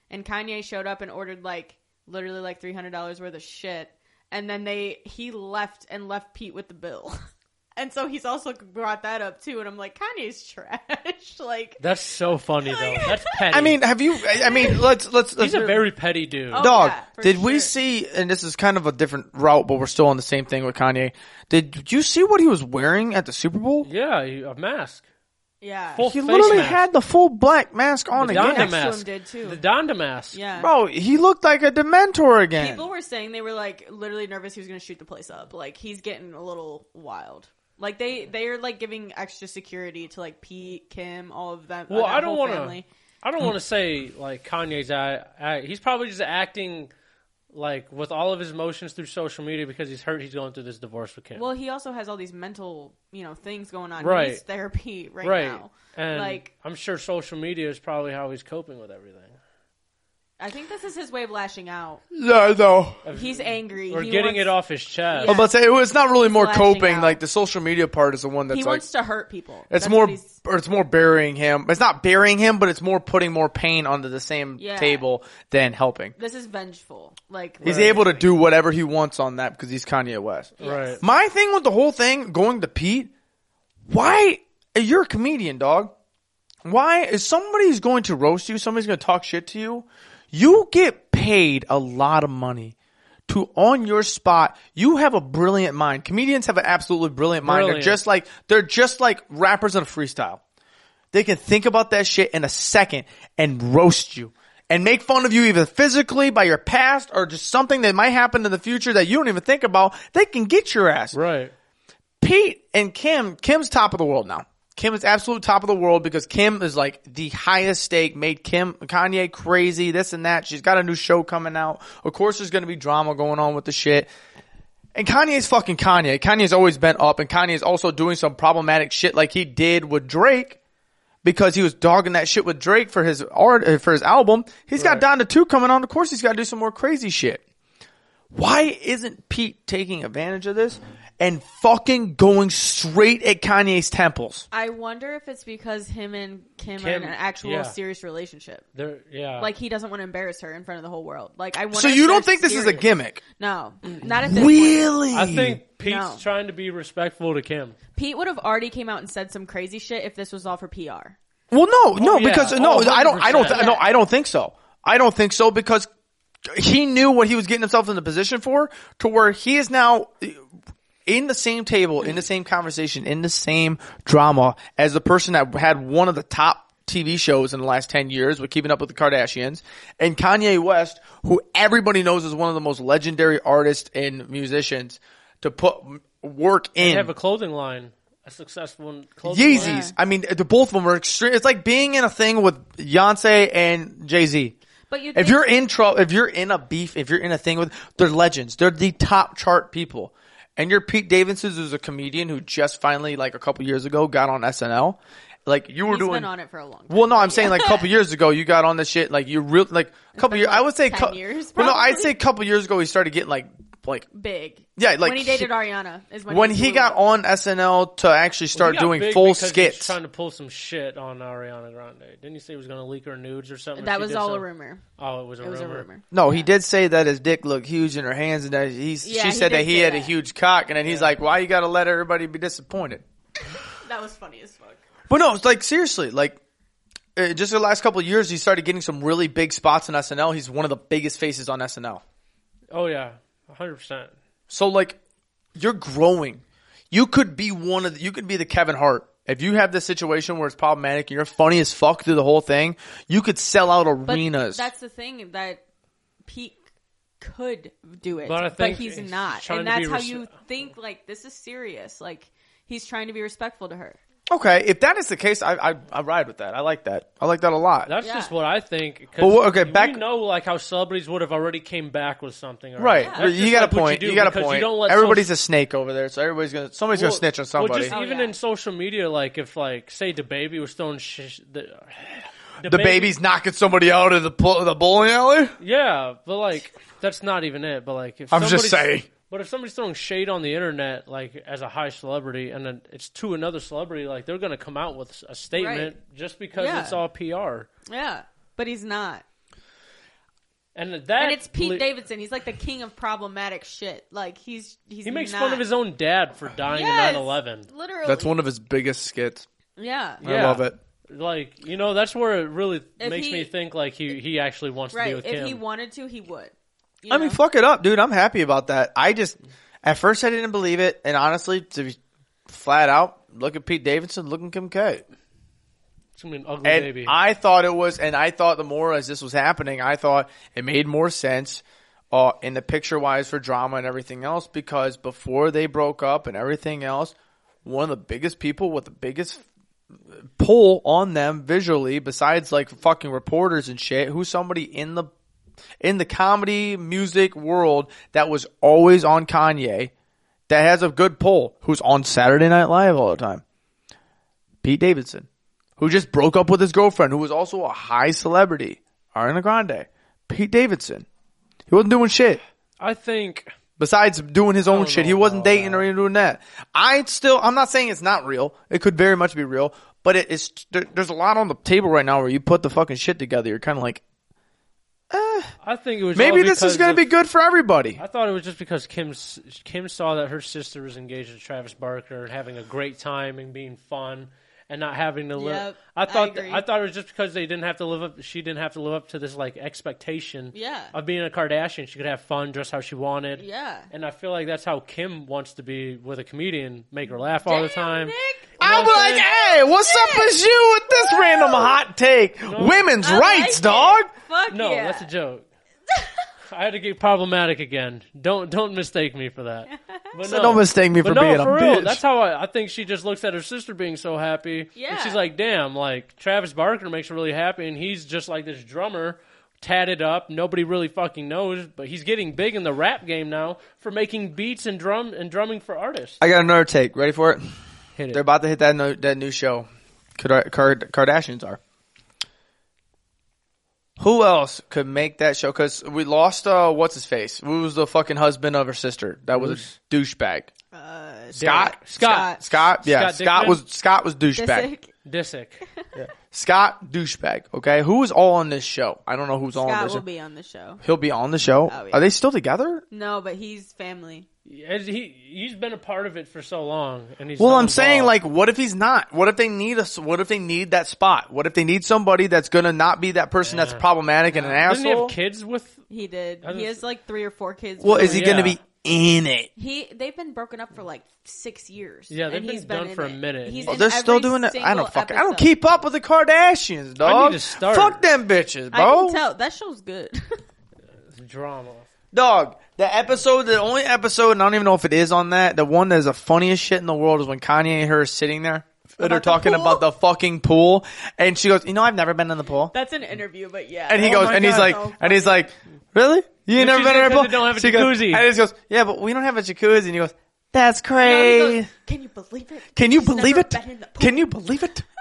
[SPEAKER 1] and Kanye showed up and ordered like literally like three hundred dollars worth of shit, and then they he left and left Pete with the bill, and so he's also brought that up too, and I'm like Kanye's trash, like
[SPEAKER 3] That's so
[SPEAKER 1] Oh,
[SPEAKER 3] funny though. That's petty.
[SPEAKER 2] I mean, have you? I I mean, let's let's.
[SPEAKER 3] he's a very petty dude.
[SPEAKER 1] Oh,
[SPEAKER 2] dog.
[SPEAKER 1] yeah, for
[SPEAKER 2] did we
[SPEAKER 1] sure.
[SPEAKER 2] see? And this is kind of a different route, but we're still on the same thing with Kanye. Did you see what he was wearing at the Super Bowl?
[SPEAKER 3] Yeah, he- a mask.
[SPEAKER 1] yeah,
[SPEAKER 3] Full
[SPEAKER 2] He
[SPEAKER 3] face
[SPEAKER 2] literally
[SPEAKER 3] mask.
[SPEAKER 2] had the full black mask on
[SPEAKER 3] the
[SPEAKER 2] again,
[SPEAKER 3] Donda
[SPEAKER 1] Next to him
[SPEAKER 3] mask.
[SPEAKER 1] did, too.
[SPEAKER 3] The Donda mask.
[SPEAKER 1] yeah.
[SPEAKER 2] bro. He looked like a Dementor again.
[SPEAKER 1] People were saying they were like literally nervous he was going to shoot the place up. Like he's getting a little wild. Like they they are like giving extra security to like Pete, Kim, all of them.
[SPEAKER 3] Well,
[SPEAKER 1] that
[SPEAKER 3] I don't
[SPEAKER 1] whole
[SPEAKER 3] wanna-
[SPEAKER 1] family.
[SPEAKER 3] I don't want to say like Kanye's. I, I, he's probably just acting like with all of his emotions through social media because he's hurt. He's going through this divorce with Kim.
[SPEAKER 1] Well, he also has all these mental you know things going on.
[SPEAKER 3] Right.
[SPEAKER 1] He needs therapy right,
[SPEAKER 3] right.
[SPEAKER 1] now.
[SPEAKER 3] And
[SPEAKER 1] like
[SPEAKER 3] I'm sure social media is probably how he's coping with everything.
[SPEAKER 1] I think this is his way of lashing out.
[SPEAKER 2] yeah, no.
[SPEAKER 1] He's angry.
[SPEAKER 3] Or
[SPEAKER 1] He
[SPEAKER 3] getting
[SPEAKER 1] wants-
[SPEAKER 3] it off his chest.
[SPEAKER 1] Yeah.
[SPEAKER 2] I'm about to say it was not really more
[SPEAKER 1] Lashing
[SPEAKER 2] coping.
[SPEAKER 1] out.
[SPEAKER 2] Like the social media part is the one that's
[SPEAKER 1] He
[SPEAKER 2] like
[SPEAKER 1] wants to hurt people.
[SPEAKER 2] It's
[SPEAKER 1] That's
[SPEAKER 2] more,
[SPEAKER 1] what he's-
[SPEAKER 2] or it's more burying him. It's not burying him, but it's more putting more pain onto the same
[SPEAKER 1] Yeah.
[SPEAKER 2] table than helping.
[SPEAKER 1] This is vengeful. Like
[SPEAKER 2] He's able to do whatever he wants on that because he's Kanye West.
[SPEAKER 3] Right.
[SPEAKER 2] My thing with the whole thing going to Pete, why you're a comedian, dog? Why if somebody's going to roast you? Somebody's going to talk shit to you. You get paid a lot of money to on your spot. You have a brilliant mind. Comedians have an absolutely brilliant mind.
[SPEAKER 3] Brilliant.
[SPEAKER 2] They're just like they're just like rappers on a freestyle. They can think about that shit in a second and roast you and make fun of you either physically by your past or just something that might happen in the future that you don't even think about. They can get your ass.
[SPEAKER 3] Right.
[SPEAKER 2] Pete and Kim, Kim's top of the world now. Kim is absolute top of the world because Kim is like the highest stake, made Kim Kanye crazy, this and that. She's got a new show coming out. Of course there's gonna be drama going on with the shit. And Kanye's fucking Kanye. Kanye's always been up and Kanye's also doing some problematic shit like he did with Drake because he was dogging that shit with Drake for his art uh, for his album. He's got Down to Two coming on. Of course, he's got to do some more crazy shit. Why isn't Pete taking advantage of this and fucking going straight at Kanye's temples.
[SPEAKER 1] I wonder if it's because him and Kim, are in
[SPEAKER 3] Kim,
[SPEAKER 1] an actual
[SPEAKER 3] yeah.
[SPEAKER 1] serious relationship.
[SPEAKER 3] They're, yeah.
[SPEAKER 1] Like he doesn't want to embarrass her in front of the whole world. Like I wonder.
[SPEAKER 2] So
[SPEAKER 1] if
[SPEAKER 2] you don't
[SPEAKER 1] they're
[SPEAKER 2] think this is a
[SPEAKER 1] serious.
[SPEAKER 2] gimmick?
[SPEAKER 1] No, not at this point.
[SPEAKER 2] Really?
[SPEAKER 3] I think Pete's
[SPEAKER 1] No.
[SPEAKER 3] trying to be respectful to Kim.
[SPEAKER 1] Pete would have already came out and said some crazy shit if this was all for PR.
[SPEAKER 2] Well, no, no,
[SPEAKER 3] yeah.
[SPEAKER 2] because
[SPEAKER 3] Oh,
[SPEAKER 2] no, I don't, I don't,
[SPEAKER 1] 100%.
[SPEAKER 2] no, I don't think so. I don't think so because he knew what he was getting himself in the position for, to where he is now in the same table, in the same conversation, in the same drama as the person that had one of the top TV shows in the last ten years with Keeping Up with the Kardashians, and Kanye West, who everybody knows is one of the most legendary artists and musicians, to put work in.
[SPEAKER 3] They have a clothing line, a successful clothing
[SPEAKER 2] Yeezys.
[SPEAKER 3] line.
[SPEAKER 2] I mean, the both of them are extreme. It's like being in a thing with Beyonce and Jay Z.
[SPEAKER 1] But you,
[SPEAKER 2] If you're in trouble, if you're in a beef, if you're in a thing with, they're legends. They're the top chart people. And your Pete Davidson, who's a comedian who just finally, like a couple years ago, got on SNL. Like you were
[SPEAKER 1] he's
[SPEAKER 2] doing.
[SPEAKER 1] been on it for a long time.
[SPEAKER 2] Well, no, I'm saying like a couple years ago, you got on this shit. Like you real like a couple
[SPEAKER 1] been,
[SPEAKER 2] years. I
[SPEAKER 1] like,
[SPEAKER 2] would say
[SPEAKER 1] 10
[SPEAKER 2] cou-
[SPEAKER 1] years,
[SPEAKER 2] Well, no, I'd
[SPEAKER 1] probably.
[SPEAKER 2] say a couple years ago, he started getting like like
[SPEAKER 1] Big.
[SPEAKER 2] Yeah, like
[SPEAKER 1] when he
[SPEAKER 2] he-
[SPEAKER 1] dated Ariana is when
[SPEAKER 2] when
[SPEAKER 1] he,
[SPEAKER 2] he
[SPEAKER 1] blew
[SPEAKER 2] got
[SPEAKER 1] up.
[SPEAKER 2] on SNL to actually
[SPEAKER 3] He
[SPEAKER 2] start
[SPEAKER 3] got
[SPEAKER 2] doing
[SPEAKER 3] big
[SPEAKER 2] full
[SPEAKER 3] because he was
[SPEAKER 2] skits.
[SPEAKER 3] trying to pull some shit on Ariana Grande. Didn't you say he was going to leak her nudes or something?
[SPEAKER 1] That
[SPEAKER 3] She
[SPEAKER 1] was
[SPEAKER 3] did
[SPEAKER 1] all a
[SPEAKER 3] some-
[SPEAKER 1] rumor.
[SPEAKER 3] Oh, it was a
[SPEAKER 1] It was a
[SPEAKER 3] rumor.
[SPEAKER 1] rumor.
[SPEAKER 2] No, he did say that his dick looked huge in her hands, and that he's,
[SPEAKER 1] Yeah,
[SPEAKER 2] she
[SPEAKER 1] he
[SPEAKER 2] said
[SPEAKER 1] did
[SPEAKER 2] that he
[SPEAKER 1] say
[SPEAKER 2] had a
[SPEAKER 1] that.
[SPEAKER 2] huge cock, and then he's like, "Why you got to let everybody be disappointed?"
[SPEAKER 1] That was funny as fuck.
[SPEAKER 2] But no, it's like seriously, like uh, just the last couple of years, he started getting some really big spots on SNL. He's one of the biggest faces on SNL.
[SPEAKER 3] Oh, yeah. 100%.
[SPEAKER 2] So like, you're growing. You could be one of the, you could be the Kevin Hart. If you have this situation where it's problematic and you're funny as fuck through the whole thing, you could sell out
[SPEAKER 1] But
[SPEAKER 2] arenas.
[SPEAKER 1] that's the thing that Pete could do it,
[SPEAKER 3] But
[SPEAKER 1] but,
[SPEAKER 3] I think
[SPEAKER 1] he's
[SPEAKER 3] he's
[SPEAKER 1] not,
[SPEAKER 3] trying
[SPEAKER 1] and
[SPEAKER 3] to
[SPEAKER 1] that's
[SPEAKER 3] be
[SPEAKER 1] how
[SPEAKER 3] res-
[SPEAKER 1] you think. Like this is serious. Like he's trying to be respectful to her.
[SPEAKER 2] okay, if that is the case, I, I I ride with that. I like that. I like that a lot.
[SPEAKER 3] That's
[SPEAKER 1] Yeah.
[SPEAKER 3] just what I think. 'cause
[SPEAKER 2] But what- okay, back-
[SPEAKER 3] We know like how celebrities would have already came back with something. already.
[SPEAKER 2] Right.
[SPEAKER 3] That's
[SPEAKER 2] You
[SPEAKER 3] just,
[SPEAKER 2] got
[SPEAKER 3] like,
[SPEAKER 2] a
[SPEAKER 3] what
[SPEAKER 2] point.
[SPEAKER 3] do
[SPEAKER 2] You, got a
[SPEAKER 3] because
[SPEAKER 2] point.
[SPEAKER 3] You don't let
[SPEAKER 2] Everybody's
[SPEAKER 3] social-
[SPEAKER 2] a snake over there, so everybody's gonna somebody's
[SPEAKER 3] well,
[SPEAKER 2] gonna snitch on
[SPEAKER 3] well,
[SPEAKER 2] somebody. Oh,
[SPEAKER 3] just even
[SPEAKER 1] yeah.
[SPEAKER 3] in social media, like if like say the baby was throwing sh- the,
[SPEAKER 2] the baby's knocking somebody out of the pl- the bowling alley.
[SPEAKER 3] Yeah, but like that's not even it. But like if
[SPEAKER 2] I'm just
[SPEAKER 3] somebody's-
[SPEAKER 2] saying.
[SPEAKER 3] But if somebody's throwing shade on the internet, like as a high celebrity, and then it's to another celebrity, like they're gonna come out with a statement just because
[SPEAKER 1] Yeah.
[SPEAKER 3] it's all PR.
[SPEAKER 1] Yeah, but he's not.
[SPEAKER 3] And that
[SPEAKER 1] and it's Pete
[SPEAKER 3] le-
[SPEAKER 1] Davidson. He's like the king of problematic shit. Like he's he's
[SPEAKER 3] He makes
[SPEAKER 1] not-
[SPEAKER 3] fun of his own dad for dying
[SPEAKER 1] Yes,
[SPEAKER 3] in 9/11.
[SPEAKER 1] Literally,
[SPEAKER 2] That's one of his biggest skits.
[SPEAKER 1] Yeah,
[SPEAKER 2] I
[SPEAKER 3] Yeah.
[SPEAKER 2] love it.
[SPEAKER 3] Like you know, that's where it really
[SPEAKER 1] If
[SPEAKER 3] makes
[SPEAKER 1] he-
[SPEAKER 3] me think like he he actually wants to be
[SPEAKER 1] right.
[SPEAKER 3] with
[SPEAKER 1] If
[SPEAKER 3] him.
[SPEAKER 1] he wanted to, he would. You
[SPEAKER 2] I mean,
[SPEAKER 1] know?
[SPEAKER 2] fuck it up, dude. I'm happy about that. I just at first I didn't believe it, and honestly, to be flat out, look at Pete Davidson, look at Kim K.
[SPEAKER 3] it's gonna be an ugly
[SPEAKER 2] And
[SPEAKER 3] baby.
[SPEAKER 2] I thought it was, and I thought the more as this was happening, I thought it made more sense uh, in the picture wise for drama and everything else because before they broke up and everything else, one of the biggest people with the biggest pull on them visually, besides like fucking reporters and shit, who's somebody in the in the comedy music world that was always on Kanye, that has a good pull, who's on Saturday Night Live all the time. Pete Davidson, who just broke up with his girlfriend, who was also a high celebrity, Ariana Grande. Pete Davidson. He wasn't doing shit.
[SPEAKER 3] I think
[SPEAKER 2] Besides doing his own shit, he
[SPEAKER 3] know
[SPEAKER 2] wasn't
[SPEAKER 3] about
[SPEAKER 2] dating or even doing that. I still, I'm not saying it's not real. It could very much be real, but it, it's there, there's a lot on the table right now where you put the fucking shit together. You're kind of like,
[SPEAKER 3] I think it was
[SPEAKER 2] maybe
[SPEAKER 3] all
[SPEAKER 2] this is
[SPEAKER 3] because
[SPEAKER 2] going
[SPEAKER 3] of-
[SPEAKER 2] to be good for everybody.
[SPEAKER 3] I thought it was just because Kim s- Kim saw that her sister was engaged to Travis Barker and having a great time and being fun and not having to live.
[SPEAKER 1] Yep,
[SPEAKER 3] I
[SPEAKER 1] I
[SPEAKER 3] thought th-
[SPEAKER 1] agree.
[SPEAKER 3] I thought it was just because they didn't have to live up. She didn't have to live up to this like expectation.
[SPEAKER 1] Yeah.
[SPEAKER 3] of being a Kardashian, she could have fun, dress how she wanted.
[SPEAKER 1] Yeah.
[SPEAKER 3] and I feel like that's how Kim wants to be with a comedian, make her laugh all the
[SPEAKER 1] Damn,
[SPEAKER 3] time.
[SPEAKER 1] Nick.
[SPEAKER 3] You know
[SPEAKER 2] I'm
[SPEAKER 3] what
[SPEAKER 2] like,
[SPEAKER 3] saying?
[SPEAKER 2] hey, what's up with you with this random hot take? Women's
[SPEAKER 1] I like
[SPEAKER 2] rights,
[SPEAKER 1] it.
[SPEAKER 2] dog.
[SPEAKER 1] Fuck
[SPEAKER 3] no,
[SPEAKER 1] yeah.
[SPEAKER 3] that's a joke. I had to get problematic again. Don't don't mistake me for that. But
[SPEAKER 2] So don't mistake me
[SPEAKER 3] But
[SPEAKER 2] for
[SPEAKER 3] no,
[SPEAKER 2] being a
[SPEAKER 3] for real.
[SPEAKER 2] bitch.
[SPEAKER 3] That's how I, I think she just looks at her sister being so happy. And
[SPEAKER 1] Yeah.
[SPEAKER 3] she's like, damn, like Travis Barker makes her really happy, and he's just like this drummer, tatted up. Nobody really fucking knows, but he's getting big in the rap game now for making beats and drum and drumming for artists.
[SPEAKER 2] I got another take. Ready for it?
[SPEAKER 3] Hit it.
[SPEAKER 2] They're about to hit that no, that new show. Kar- Kar- Kardashians are. Who else could make that show? Because we lost uh, what's his face. Who was the fucking husband of her sister? That was a douchebag.
[SPEAKER 1] Uh, it.
[SPEAKER 2] Scott?
[SPEAKER 3] Scott.
[SPEAKER 2] Scott, yeah,
[SPEAKER 3] Scott
[SPEAKER 2] Scott,
[SPEAKER 3] Dixon?
[SPEAKER 2] was Scott was douchebag.
[SPEAKER 1] Disick.
[SPEAKER 3] Disick.
[SPEAKER 2] Scott douchebag. Okay, who is all on this show? I don't know who's all on
[SPEAKER 1] Scott
[SPEAKER 2] this.
[SPEAKER 1] will
[SPEAKER 2] Show.
[SPEAKER 1] be on the show.
[SPEAKER 2] He'll be on the show.
[SPEAKER 1] Oh, yeah.
[SPEAKER 2] Are they still together?
[SPEAKER 1] No, but he's family.
[SPEAKER 3] As he he's been a part of it for so long, and he's
[SPEAKER 2] Well,
[SPEAKER 3] so
[SPEAKER 2] I'm saying
[SPEAKER 3] involved.
[SPEAKER 2] like, what if he's not? What if they need us? What if they need that spot? What if they need somebody that's gonna not be that person that's problematic and an
[SPEAKER 3] doesn't he
[SPEAKER 2] asshole?
[SPEAKER 3] have kids with?
[SPEAKER 1] He did.
[SPEAKER 3] I
[SPEAKER 1] He
[SPEAKER 3] just-
[SPEAKER 1] has like three or four kids.
[SPEAKER 2] well, is he
[SPEAKER 3] Yeah.
[SPEAKER 2] gonna be in it?
[SPEAKER 1] He they've been broken up for like six years.
[SPEAKER 3] Yeah, they've
[SPEAKER 1] and
[SPEAKER 3] been
[SPEAKER 1] he's
[SPEAKER 3] done
[SPEAKER 1] in
[SPEAKER 3] for a
[SPEAKER 1] it.
[SPEAKER 3] minute.
[SPEAKER 1] He's
[SPEAKER 3] Oh,
[SPEAKER 1] in
[SPEAKER 2] They're still
[SPEAKER 1] every
[SPEAKER 2] doing it. I
[SPEAKER 1] single
[SPEAKER 2] don't fucking. I don't
[SPEAKER 1] episode.
[SPEAKER 2] keep up with the Kardashians, dog.
[SPEAKER 3] to start.
[SPEAKER 2] Fuck them bitches,
[SPEAKER 1] I
[SPEAKER 2] bro.
[SPEAKER 1] can tell that show's good.
[SPEAKER 3] Drama.
[SPEAKER 2] Dog, the episode, the only episode, and I don't even know if it is on that. The one that is the funniest shit in the world is when Kanye and her are sitting there. and They're
[SPEAKER 1] About the
[SPEAKER 2] talking
[SPEAKER 1] pool?
[SPEAKER 2] about the fucking pool, and she goes, "You know, I've never been in the pool."
[SPEAKER 1] That's an interview, but yeah.
[SPEAKER 2] And he
[SPEAKER 1] Oh
[SPEAKER 2] goes,
[SPEAKER 1] my
[SPEAKER 2] and he's
[SPEAKER 1] God,
[SPEAKER 2] like,
[SPEAKER 1] so
[SPEAKER 2] and he's like, "Really? You ain't never
[SPEAKER 3] she's
[SPEAKER 2] been in a
[SPEAKER 3] because
[SPEAKER 2] pool?"
[SPEAKER 3] they don't have a
[SPEAKER 2] She goes-
[SPEAKER 3] jacuzzi.
[SPEAKER 2] and he goes, "Yeah, but we don't have a jacuzzi." And he goes, "That's
[SPEAKER 1] funny. He
[SPEAKER 2] crazy.
[SPEAKER 1] goes, Can you believe it?
[SPEAKER 2] Can you
[SPEAKER 1] She's
[SPEAKER 2] believe
[SPEAKER 1] never
[SPEAKER 2] it?
[SPEAKER 1] been in the pool."
[SPEAKER 2] Can you believe it?"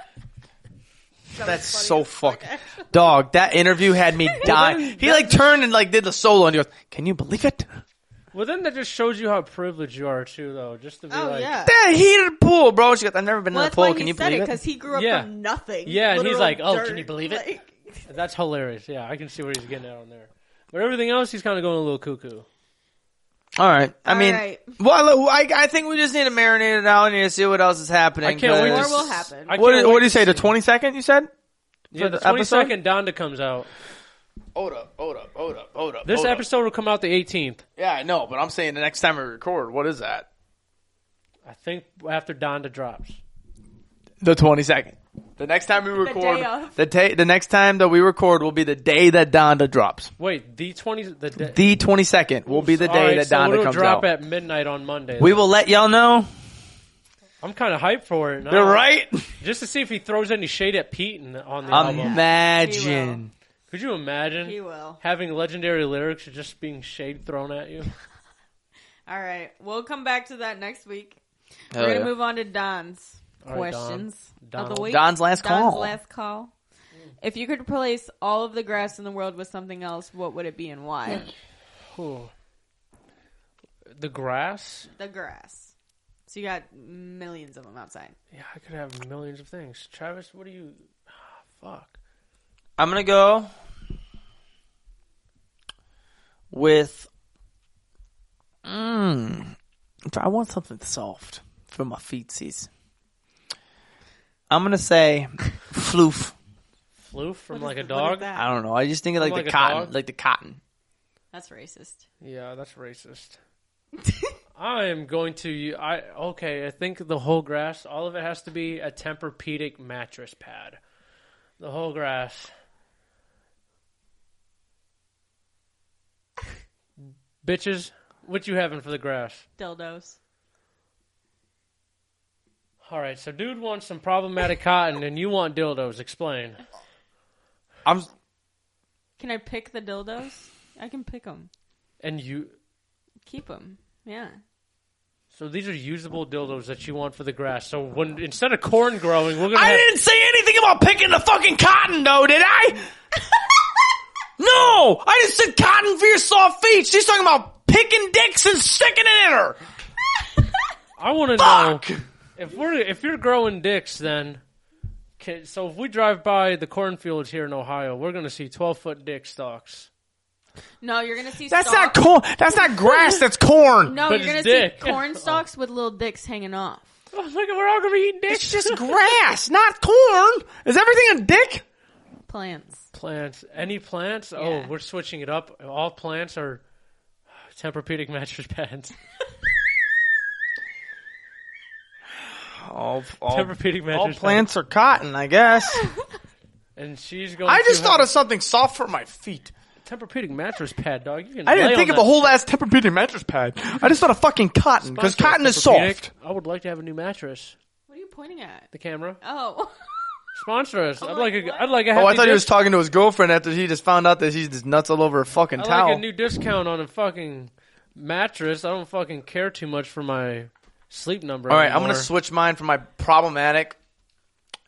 [SPEAKER 1] That was
[SPEAKER 2] That's
[SPEAKER 1] funny
[SPEAKER 2] so
[SPEAKER 1] as fuck,
[SPEAKER 2] fucking
[SPEAKER 1] actually.
[SPEAKER 2] dog. That interview had me die. He like turned and like did the solo, and he goes, "Can you believe it?"
[SPEAKER 1] Uh,
[SPEAKER 3] Well, then that just shows you how privileged you are too, though. Just to be
[SPEAKER 1] Oh
[SPEAKER 3] like,
[SPEAKER 1] yeah.
[SPEAKER 2] That heated pool, bro. She goes, "I've never been
[SPEAKER 1] Well,
[SPEAKER 2] in a
[SPEAKER 1] that's
[SPEAKER 2] pool.
[SPEAKER 1] why
[SPEAKER 2] Can
[SPEAKER 1] he
[SPEAKER 2] you
[SPEAKER 1] said
[SPEAKER 2] believe
[SPEAKER 1] it
[SPEAKER 2] it?"
[SPEAKER 1] because he grew up
[SPEAKER 3] Yeah.
[SPEAKER 1] from nothing.
[SPEAKER 3] Yeah, and he's
[SPEAKER 1] literal
[SPEAKER 3] like, "Oh, can
[SPEAKER 1] dirt."
[SPEAKER 3] you believe it?"
[SPEAKER 1] Like,
[SPEAKER 3] that's hilarious. Yeah, I can see where he's getting at on there. But everything else, he's kind of going a little cuckoo.
[SPEAKER 2] All right. I
[SPEAKER 1] All
[SPEAKER 2] mean,
[SPEAKER 1] right.
[SPEAKER 2] well, I, I think we just need to marinate it out and need to see what else is happening.
[SPEAKER 3] I can't wait.
[SPEAKER 1] More
[SPEAKER 3] to-
[SPEAKER 1] will happen.
[SPEAKER 3] I can't
[SPEAKER 2] What,
[SPEAKER 3] wait
[SPEAKER 2] did- what do you
[SPEAKER 3] to
[SPEAKER 2] say? The
[SPEAKER 3] see-
[SPEAKER 2] twenty second? You said?
[SPEAKER 3] Yeah,
[SPEAKER 2] the
[SPEAKER 3] the twenty
[SPEAKER 2] episode?
[SPEAKER 3] second Donda comes out.
[SPEAKER 2] Hold up! Hold up! Hold up! Hold up!
[SPEAKER 3] This episode will come out the eighteenth.
[SPEAKER 2] Yeah, I know, but I'm saying the next time we record, what is that?
[SPEAKER 3] I think after Donda drops.
[SPEAKER 2] The twenty second. The next time we record,
[SPEAKER 1] day of.
[SPEAKER 2] the ta- the next time that we record will be the day that Donda drops.
[SPEAKER 3] Wait, the twenty the day.
[SPEAKER 2] The twenty second will be the
[SPEAKER 3] All
[SPEAKER 2] day
[SPEAKER 3] right,
[SPEAKER 2] that
[SPEAKER 3] so
[SPEAKER 2] Donda
[SPEAKER 3] it'll
[SPEAKER 2] comes
[SPEAKER 3] drop
[SPEAKER 2] out.
[SPEAKER 3] at midnight on Monday.
[SPEAKER 2] we will let y'all know.
[SPEAKER 3] I'm kind of hyped for it. Now.
[SPEAKER 2] They're right.
[SPEAKER 3] Just to see if he throws any shade at Pete and on the album.
[SPEAKER 2] Imagine.
[SPEAKER 3] Could you imagine
[SPEAKER 1] he will.
[SPEAKER 3] having legendary lyrics and just being shade thrown at you?
[SPEAKER 1] All right, we'll come back to that next week.
[SPEAKER 2] Hell
[SPEAKER 1] We're gonna
[SPEAKER 2] yeah.
[SPEAKER 1] move on to Don's
[SPEAKER 3] All right, Don.
[SPEAKER 1] questions of
[SPEAKER 3] Donald.
[SPEAKER 1] the week.
[SPEAKER 2] Don's last
[SPEAKER 1] Don's
[SPEAKER 2] call.
[SPEAKER 1] last call. If you could replace all of the grass in the world with something else, what would it be and why?
[SPEAKER 3] Ooh. The grass?
[SPEAKER 1] the grass. So you got millions of them outside.
[SPEAKER 3] Yeah, I could have millions of things. Travis, what do you? Ah, fuck.
[SPEAKER 2] I'm gonna go with. Mm, I want something soft for my feetsies. I'm gonna say floof.
[SPEAKER 3] Floof from
[SPEAKER 1] What
[SPEAKER 3] like
[SPEAKER 1] is
[SPEAKER 3] a
[SPEAKER 1] the- what is
[SPEAKER 3] dog?
[SPEAKER 1] that?
[SPEAKER 2] I don't know. I just think of like,
[SPEAKER 3] Like
[SPEAKER 2] the
[SPEAKER 3] a
[SPEAKER 2] cotton,
[SPEAKER 3] dog?
[SPEAKER 2] like the cotton.
[SPEAKER 1] That's racist.
[SPEAKER 3] Yeah, that's racist. I am going to. I okay. I think the whole grass, all of it has to be a Tempur-Pedic mattress pad. The whole grass. Bitches, what you having for the grass?
[SPEAKER 1] Dildos.
[SPEAKER 3] All right, so dude wants some problematic cotton, and you want dildos. Explain.
[SPEAKER 2] I'm
[SPEAKER 1] Can I pick the dildos? I can pick them.
[SPEAKER 3] And you,
[SPEAKER 1] Keep them. Yeah.
[SPEAKER 3] so these are usable dildos that you want for the grass. So when instead of corn growing, we're gonna.
[SPEAKER 2] I
[SPEAKER 3] have,
[SPEAKER 2] didn't say anything about picking the fucking cotton, though, did I? no, I just said cotton for your soft feet. She's talking about picking dicks and sticking it in her.
[SPEAKER 3] I want to
[SPEAKER 2] Fuck!
[SPEAKER 3] know if we're if you're growing dicks, then can, so if we drive by the cornfields here in Ohio, we're gonna see twelve foot dick stalks.
[SPEAKER 1] No, you're gonna see.
[SPEAKER 2] That's
[SPEAKER 1] stalk-
[SPEAKER 2] not corn. That's not grass. That's corn.
[SPEAKER 1] No,
[SPEAKER 3] but
[SPEAKER 1] you're gonna
[SPEAKER 3] it's dick.
[SPEAKER 1] see corn stalks with little dicks hanging off.
[SPEAKER 3] Oh, look, we're all gonna be eating
[SPEAKER 2] It's
[SPEAKER 3] dicks.
[SPEAKER 2] just grass, not corn. Is everything a dick?
[SPEAKER 1] Plants.
[SPEAKER 3] plants. Any plants?
[SPEAKER 1] Yeah.
[SPEAKER 3] Oh, we're switching it up. All plants are Tempur-Pedic mattress pads.
[SPEAKER 2] All, all,
[SPEAKER 3] Tempur-Pedic mattress
[SPEAKER 2] all plants are cotton, I guess.
[SPEAKER 3] Pads. And she's going.
[SPEAKER 2] I just
[SPEAKER 3] to
[SPEAKER 2] thought of
[SPEAKER 3] have
[SPEAKER 2] something soft for my feet.
[SPEAKER 3] Tempur-Pedic mattress pad, dog. You can
[SPEAKER 2] I
[SPEAKER 3] lay
[SPEAKER 2] didn't think
[SPEAKER 3] on
[SPEAKER 2] of a
[SPEAKER 3] that
[SPEAKER 2] whole ass Tempur-Pedic mattress pad. I just thought of fucking cotton because
[SPEAKER 3] sponsor,
[SPEAKER 2] cotton is
[SPEAKER 3] Tempur-Pedic.
[SPEAKER 2] soft.
[SPEAKER 3] I would like to have a new mattress.
[SPEAKER 1] What are you pointing at?
[SPEAKER 3] The camera
[SPEAKER 1] Oh,
[SPEAKER 3] sponsor us. I'd
[SPEAKER 1] like,
[SPEAKER 3] like a.
[SPEAKER 1] what?
[SPEAKER 3] I'd like a.
[SPEAKER 2] Oh, I
[SPEAKER 3] hefty
[SPEAKER 2] thought he
[SPEAKER 3] dis-
[SPEAKER 2] was talking to his girlfriend after he just found out that she's just nuts all over her fucking
[SPEAKER 3] I
[SPEAKER 2] towel.
[SPEAKER 3] like a new discount on a fucking mattress. I don't fucking care too much for my sleep number.
[SPEAKER 2] all right, I'm gonna
[SPEAKER 3] anymore.
[SPEAKER 2] switch mine from my problematic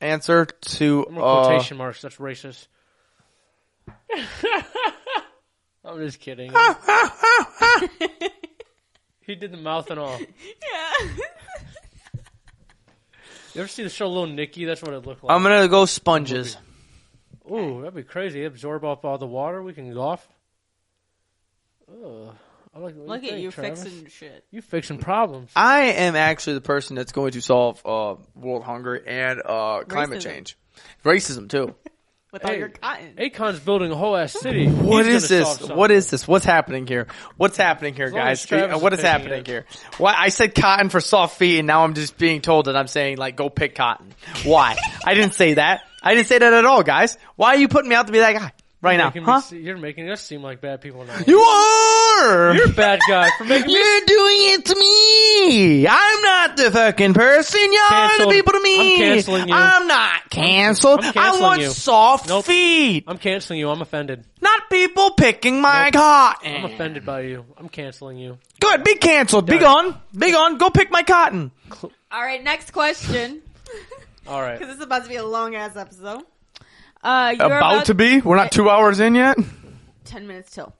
[SPEAKER 2] answer to
[SPEAKER 3] More
[SPEAKER 2] uh,
[SPEAKER 3] quotation marks. That's racist. I'm just kidding. he did the mouth and all.
[SPEAKER 1] yeah.
[SPEAKER 3] You ever see the show Little Nicky? That's what it looked
[SPEAKER 2] uh,
[SPEAKER 3] like.
[SPEAKER 6] I'm gonna go sponges.
[SPEAKER 2] Um,
[SPEAKER 3] Ooh, that'd be crazy. Absorb off all the water. We can golf. Ugh. I like, what
[SPEAKER 1] Look
[SPEAKER 3] you
[SPEAKER 1] at
[SPEAKER 3] think,
[SPEAKER 1] you
[SPEAKER 3] Travis?
[SPEAKER 1] fixing shit.
[SPEAKER 3] You fixing problems.
[SPEAKER 6] I am actually the person that's going to solve uh, world hunger and uh, climate
[SPEAKER 1] Racism.
[SPEAKER 6] change, racism too.
[SPEAKER 1] With all
[SPEAKER 3] Hey.
[SPEAKER 1] your cotton.
[SPEAKER 3] Acon's building a whole ass city.
[SPEAKER 6] What is this? What is this? What's happening here? What's happening here,
[SPEAKER 3] long as
[SPEAKER 6] guys?
[SPEAKER 3] Travis
[SPEAKER 6] Uh, What
[SPEAKER 3] is
[SPEAKER 6] is
[SPEAKER 3] picking
[SPEAKER 6] happening
[SPEAKER 3] it.
[SPEAKER 6] here? Why I said cotton for soft feet, and now I'm just being told that I'm saying like go pick cotton. Why? I didn't say that. I didn't say that at all, guys. Why are you putting me out to be that guy right now?
[SPEAKER 3] Making me
[SPEAKER 6] Huh?
[SPEAKER 3] se- you're making us seem like bad people now.
[SPEAKER 6] You are.
[SPEAKER 3] You're a bad guy for making me
[SPEAKER 6] You're doing it to me. I'm not the fucking person. Y'all are
[SPEAKER 3] Canceled.
[SPEAKER 6] the people to me.
[SPEAKER 3] I'm canceling you.
[SPEAKER 6] I'm not canceled.
[SPEAKER 3] I'm
[SPEAKER 6] I
[SPEAKER 3] canceling
[SPEAKER 6] want
[SPEAKER 3] you.
[SPEAKER 6] soft
[SPEAKER 3] Nope.
[SPEAKER 6] feet,
[SPEAKER 3] I'm canceling you. I'm offended.
[SPEAKER 6] not people picking my cotton.
[SPEAKER 3] I'm offended by you. I'm canceling you.
[SPEAKER 6] Good. Be canceled. Be gone. Be gone. Go pick my cotton.
[SPEAKER 1] All right, next question.
[SPEAKER 3] All right.
[SPEAKER 1] Because it's about to be a long ass episode. Uh, you're
[SPEAKER 2] About, to be? We're not two hours in yet?
[SPEAKER 1] 10 minutes till.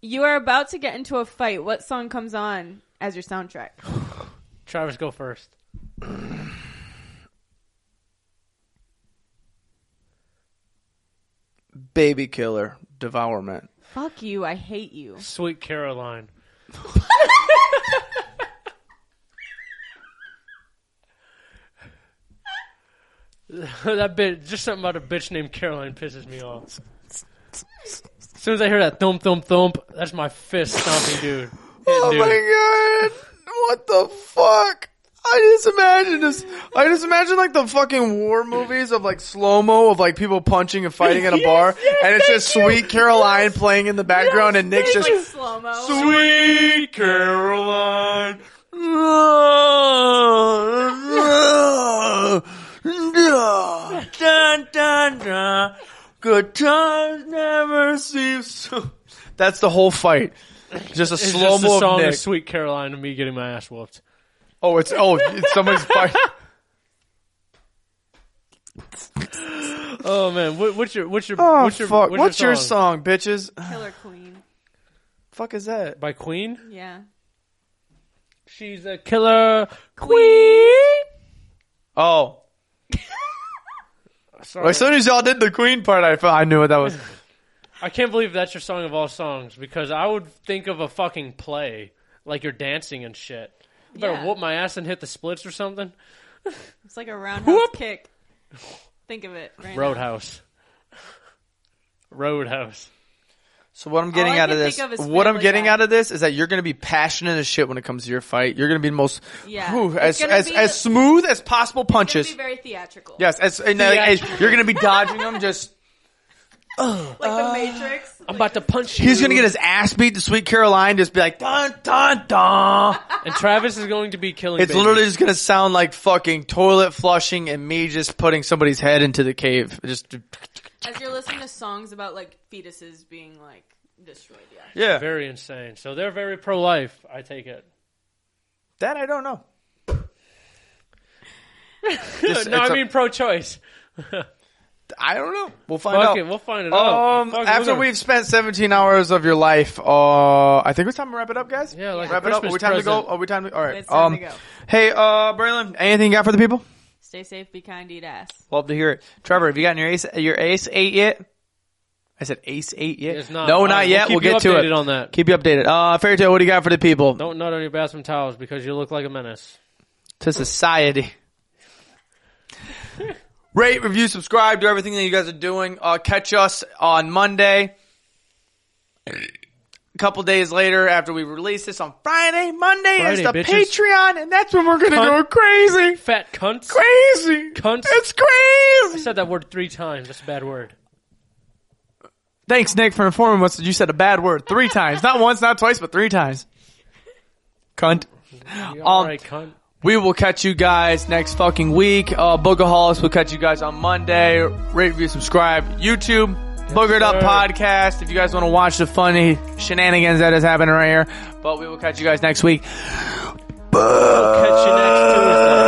[SPEAKER 1] You are about to get into a fight. What song comes on as your soundtrack?
[SPEAKER 3] Travis, go first.
[SPEAKER 6] Baby killer. Devourment.
[SPEAKER 1] Fuck you. I hate you.
[SPEAKER 3] Sweet Caroline. that bit, just something about a bitch named Caroline pisses me off. As soon as I hear that thump thump thump, that's my fist stomping dude.
[SPEAKER 2] Oh
[SPEAKER 3] Hitting dude.
[SPEAKER 2] my god! What the fuck? I just imagine this. I just imagine like the fucking war movies of like slow mo of like people punching and fighting at a bar, and it's just Sweet Caroline playing in the background, and Nick's just
[SPEAKER 1] Like slow mo.
[SPEAKER 2] Sweet Caroline. Dun, dun, dun. Good times never seem so. That's the whole fight. Just a
[SPEAKER 3] It's
[SPEAKER 2] slow
[SPEAKER 3] just the
[SPEAKER 2] mo
[SPEAKER 3] song
[SPEAKER 2] of Nick.
[SPEAKER 3] of Sweet Caroline and me getting my ass whooped.
[SPEAKER 2] Oh, it's oh, it's somebody's fight.
[SPEAKER 3] Oh man, what, what's your what's your
[SPEAKER 2] Oh
[SPEAKER 3] what's your
[SPEAKER 2] fuck!
[SPEAKER 3] what's,
[SPEAKER 2] What's
[SPEAKER 3] your,
[SPEAKER 2] your song? bitches?
[SPEAKER 1] Killer Queen.
[SPEAKER 2] Fuck is that?
[SPEAKER 3] by Queen?
[SPEAKER 1] Yeah.
[SPEAKER 3] She's a killer.
[SPEAKER 1] Queen.
[SPEAKER 2] Oh,
[SPEAKER 3] Sorry.
[SPEAKER 2] as soon as y'all did the Queen part, I felt I knew what that was.
[SPEAKER 3] I can't believe that's your song of all songs because I would think of a fucking play like you're dancing and shit. You better
[SPEAKER 1] Yeah.
[SPEAKER 3] whoop my ass and hit the splits or something.
[SPEAKER 1] It's like a roundhouse
[SPEAKER 3] Whoop.
[SPEAKER 1] kick. Think of it. Right now.
[SPEAKER 3] Roadhouse. Roadhouse.
[SPEAKER 2] So what I'm
[SPEAKER 1] All
[SPEAKER 2] getting
[SPEAKER 1] I
[SPEAKER 2] out of
[SPEAKER 1] can
[SPEAKER 2] this,
[SPEAKER 1] think of is
[SPEAKER 2] what I'm
[SPEAKER 1] Family
[SPEAKER 2] getting
[SPEAKER 1] Guy.
[SPEAKER 2] out of this is that you're going to be passionate as shit when it comes to your fight. You're going to be the most,
[SPEAKER 1] Yeah.
[SPEAKER 2] whew, as
[SPEAKER 1] It's gonna
[SPEAKER 2] as
[SPEAKER 1] be-
[SPEAKER 2] as smooth as possible
[SPEAKER 1] It's going to
[SPEAKER 2] punches.
[SPEAKER 1] be very theatrical.
[SPEAKER 2] yes, as, and, uh, as- you're going to be dodging them. Just
[SPEAKER 1] Like the Matrix.
[SPEAKER 3] I'm about to punch you.
[SPEAKER 2] he's going to get his ass beat to Sweet Caroline. Just be like dun dun dun.
[SPEAKER 3] And Travis is going to be killing.
[SPEAKER 2] It's
[SPEAKER 3] babies.
[SPEAKER 2] literally just going to sound like fucking toilet flushing and me just putting somebody's head into the cave. Just
[SPEAKER 1] As you're listening to songs about like fetuses being like destroyed. Yeah.
[SPEAKER 2] yeah,
[SPEAKER 3] very insane. So they're very pro-life. I take it.
[SPEAKER 2] that I don't know.
[SPEAKER 3] no,
[SPEAKER 2] it's
[SPEAKER 3] I
[SPEAKER 2] a-
[SPEAKER 3] mean pro-choice.
[SPEAKER 2] I don't know. We'll find
[SPEAKER 3] Fuck
[SPEAKER 2] out.
[SPEAKER 3] it, we'll find it out.
[SPEAKER 2] Um,
[SPEAKER 3] Fuck, we're
[SPEAKER 2] after
[SPEAKER 3] gonna-
[SPEAKER 2] we've spent 17 hours of your life, uh, I think it's time to wrap it up, guys.
[SPEAKER 3] Yeah, like a
[SPEAKER 2] wrap it up. Are
[SPEAKER 3] Christmas
[SPEAKER 2] we time to
[SPEAKER 3] present.
[SPEAKER 2] go? Are we time to? All right.
[SPEAKER 1] It's time
[SPEAKER 2] um,
[SPEAKER 1] to go.
[SPEAKER 2] Hey, uh, Braylon, anything you got for the people?
[SPEAKER 1] Stay safe, be kind, eat ass.
[SPEAKER 2] Love to hear it. Trevor, have you gotten your ace your ace eight yet? I said ace eight yet.
[SPEAKER 3] It's not.
[SPEAKER 2] No,
[SPEAKER 3] All
[SPEAKER 2] not
[SPEAKER 3] right, we'll
[SPEAKER 2] yet.
[SPEAKER 3] keep
[SPEAKER 2] We'll,
[SPEAKER 3] you
[SPEAKER 2] get to it.
[SPEAKER 3] updated on that.
[SPEAKER 2] Keep you updated. Uh, fairy tale, what do you got for the people
[SPEAKER 3] Don't nut on your bathroom towels because you look like a menace.
[SPEAKER 2] to society? Rate, review, subscribe, do everything that you guys are doing. Uh, catch us on Monday. A couple days later, after we release this on Friday, Monday is
[SPEAKER 3] Friday,
[SPEAKER 2] the
[SPEAKER 3] bitches.
[SPEAKER 2] Patreon, and that's when we're gonna
[SPEAKER 3] Cunt.
[SPEAKER 2] go crazy,
[SPEAKER 3] Fat cunts.
[SPEAKER 2] crazy.
[SPEAKER 3] Cunts.
[SPEAKER 2] It's
[SPEAKER 3] I
[SPEAKER 2] crazy.
[SPEAKER 3] said that word three times. That's a bad word.
[SPEAKER 2] Thanks, Nick, for informing us that you said a bad word three times, not once, not twice, but three times. Cunt. Um,
[SPEAKER 3] All right, cunt.
[SPEAKER 2] We will catch you guys next fucking week. Uh, Boogaholics will catch you guys on Monday. Rate, review, subscribe. YouTube, Boogered Up
[SPEAKER 3] sir.
[SPEAKER 2] Podcast. If you guys want to watch the funny shenanigans that is happening right here, but we will catch you guys next week.
[SPEAKER 3] Catch you next Tuesday.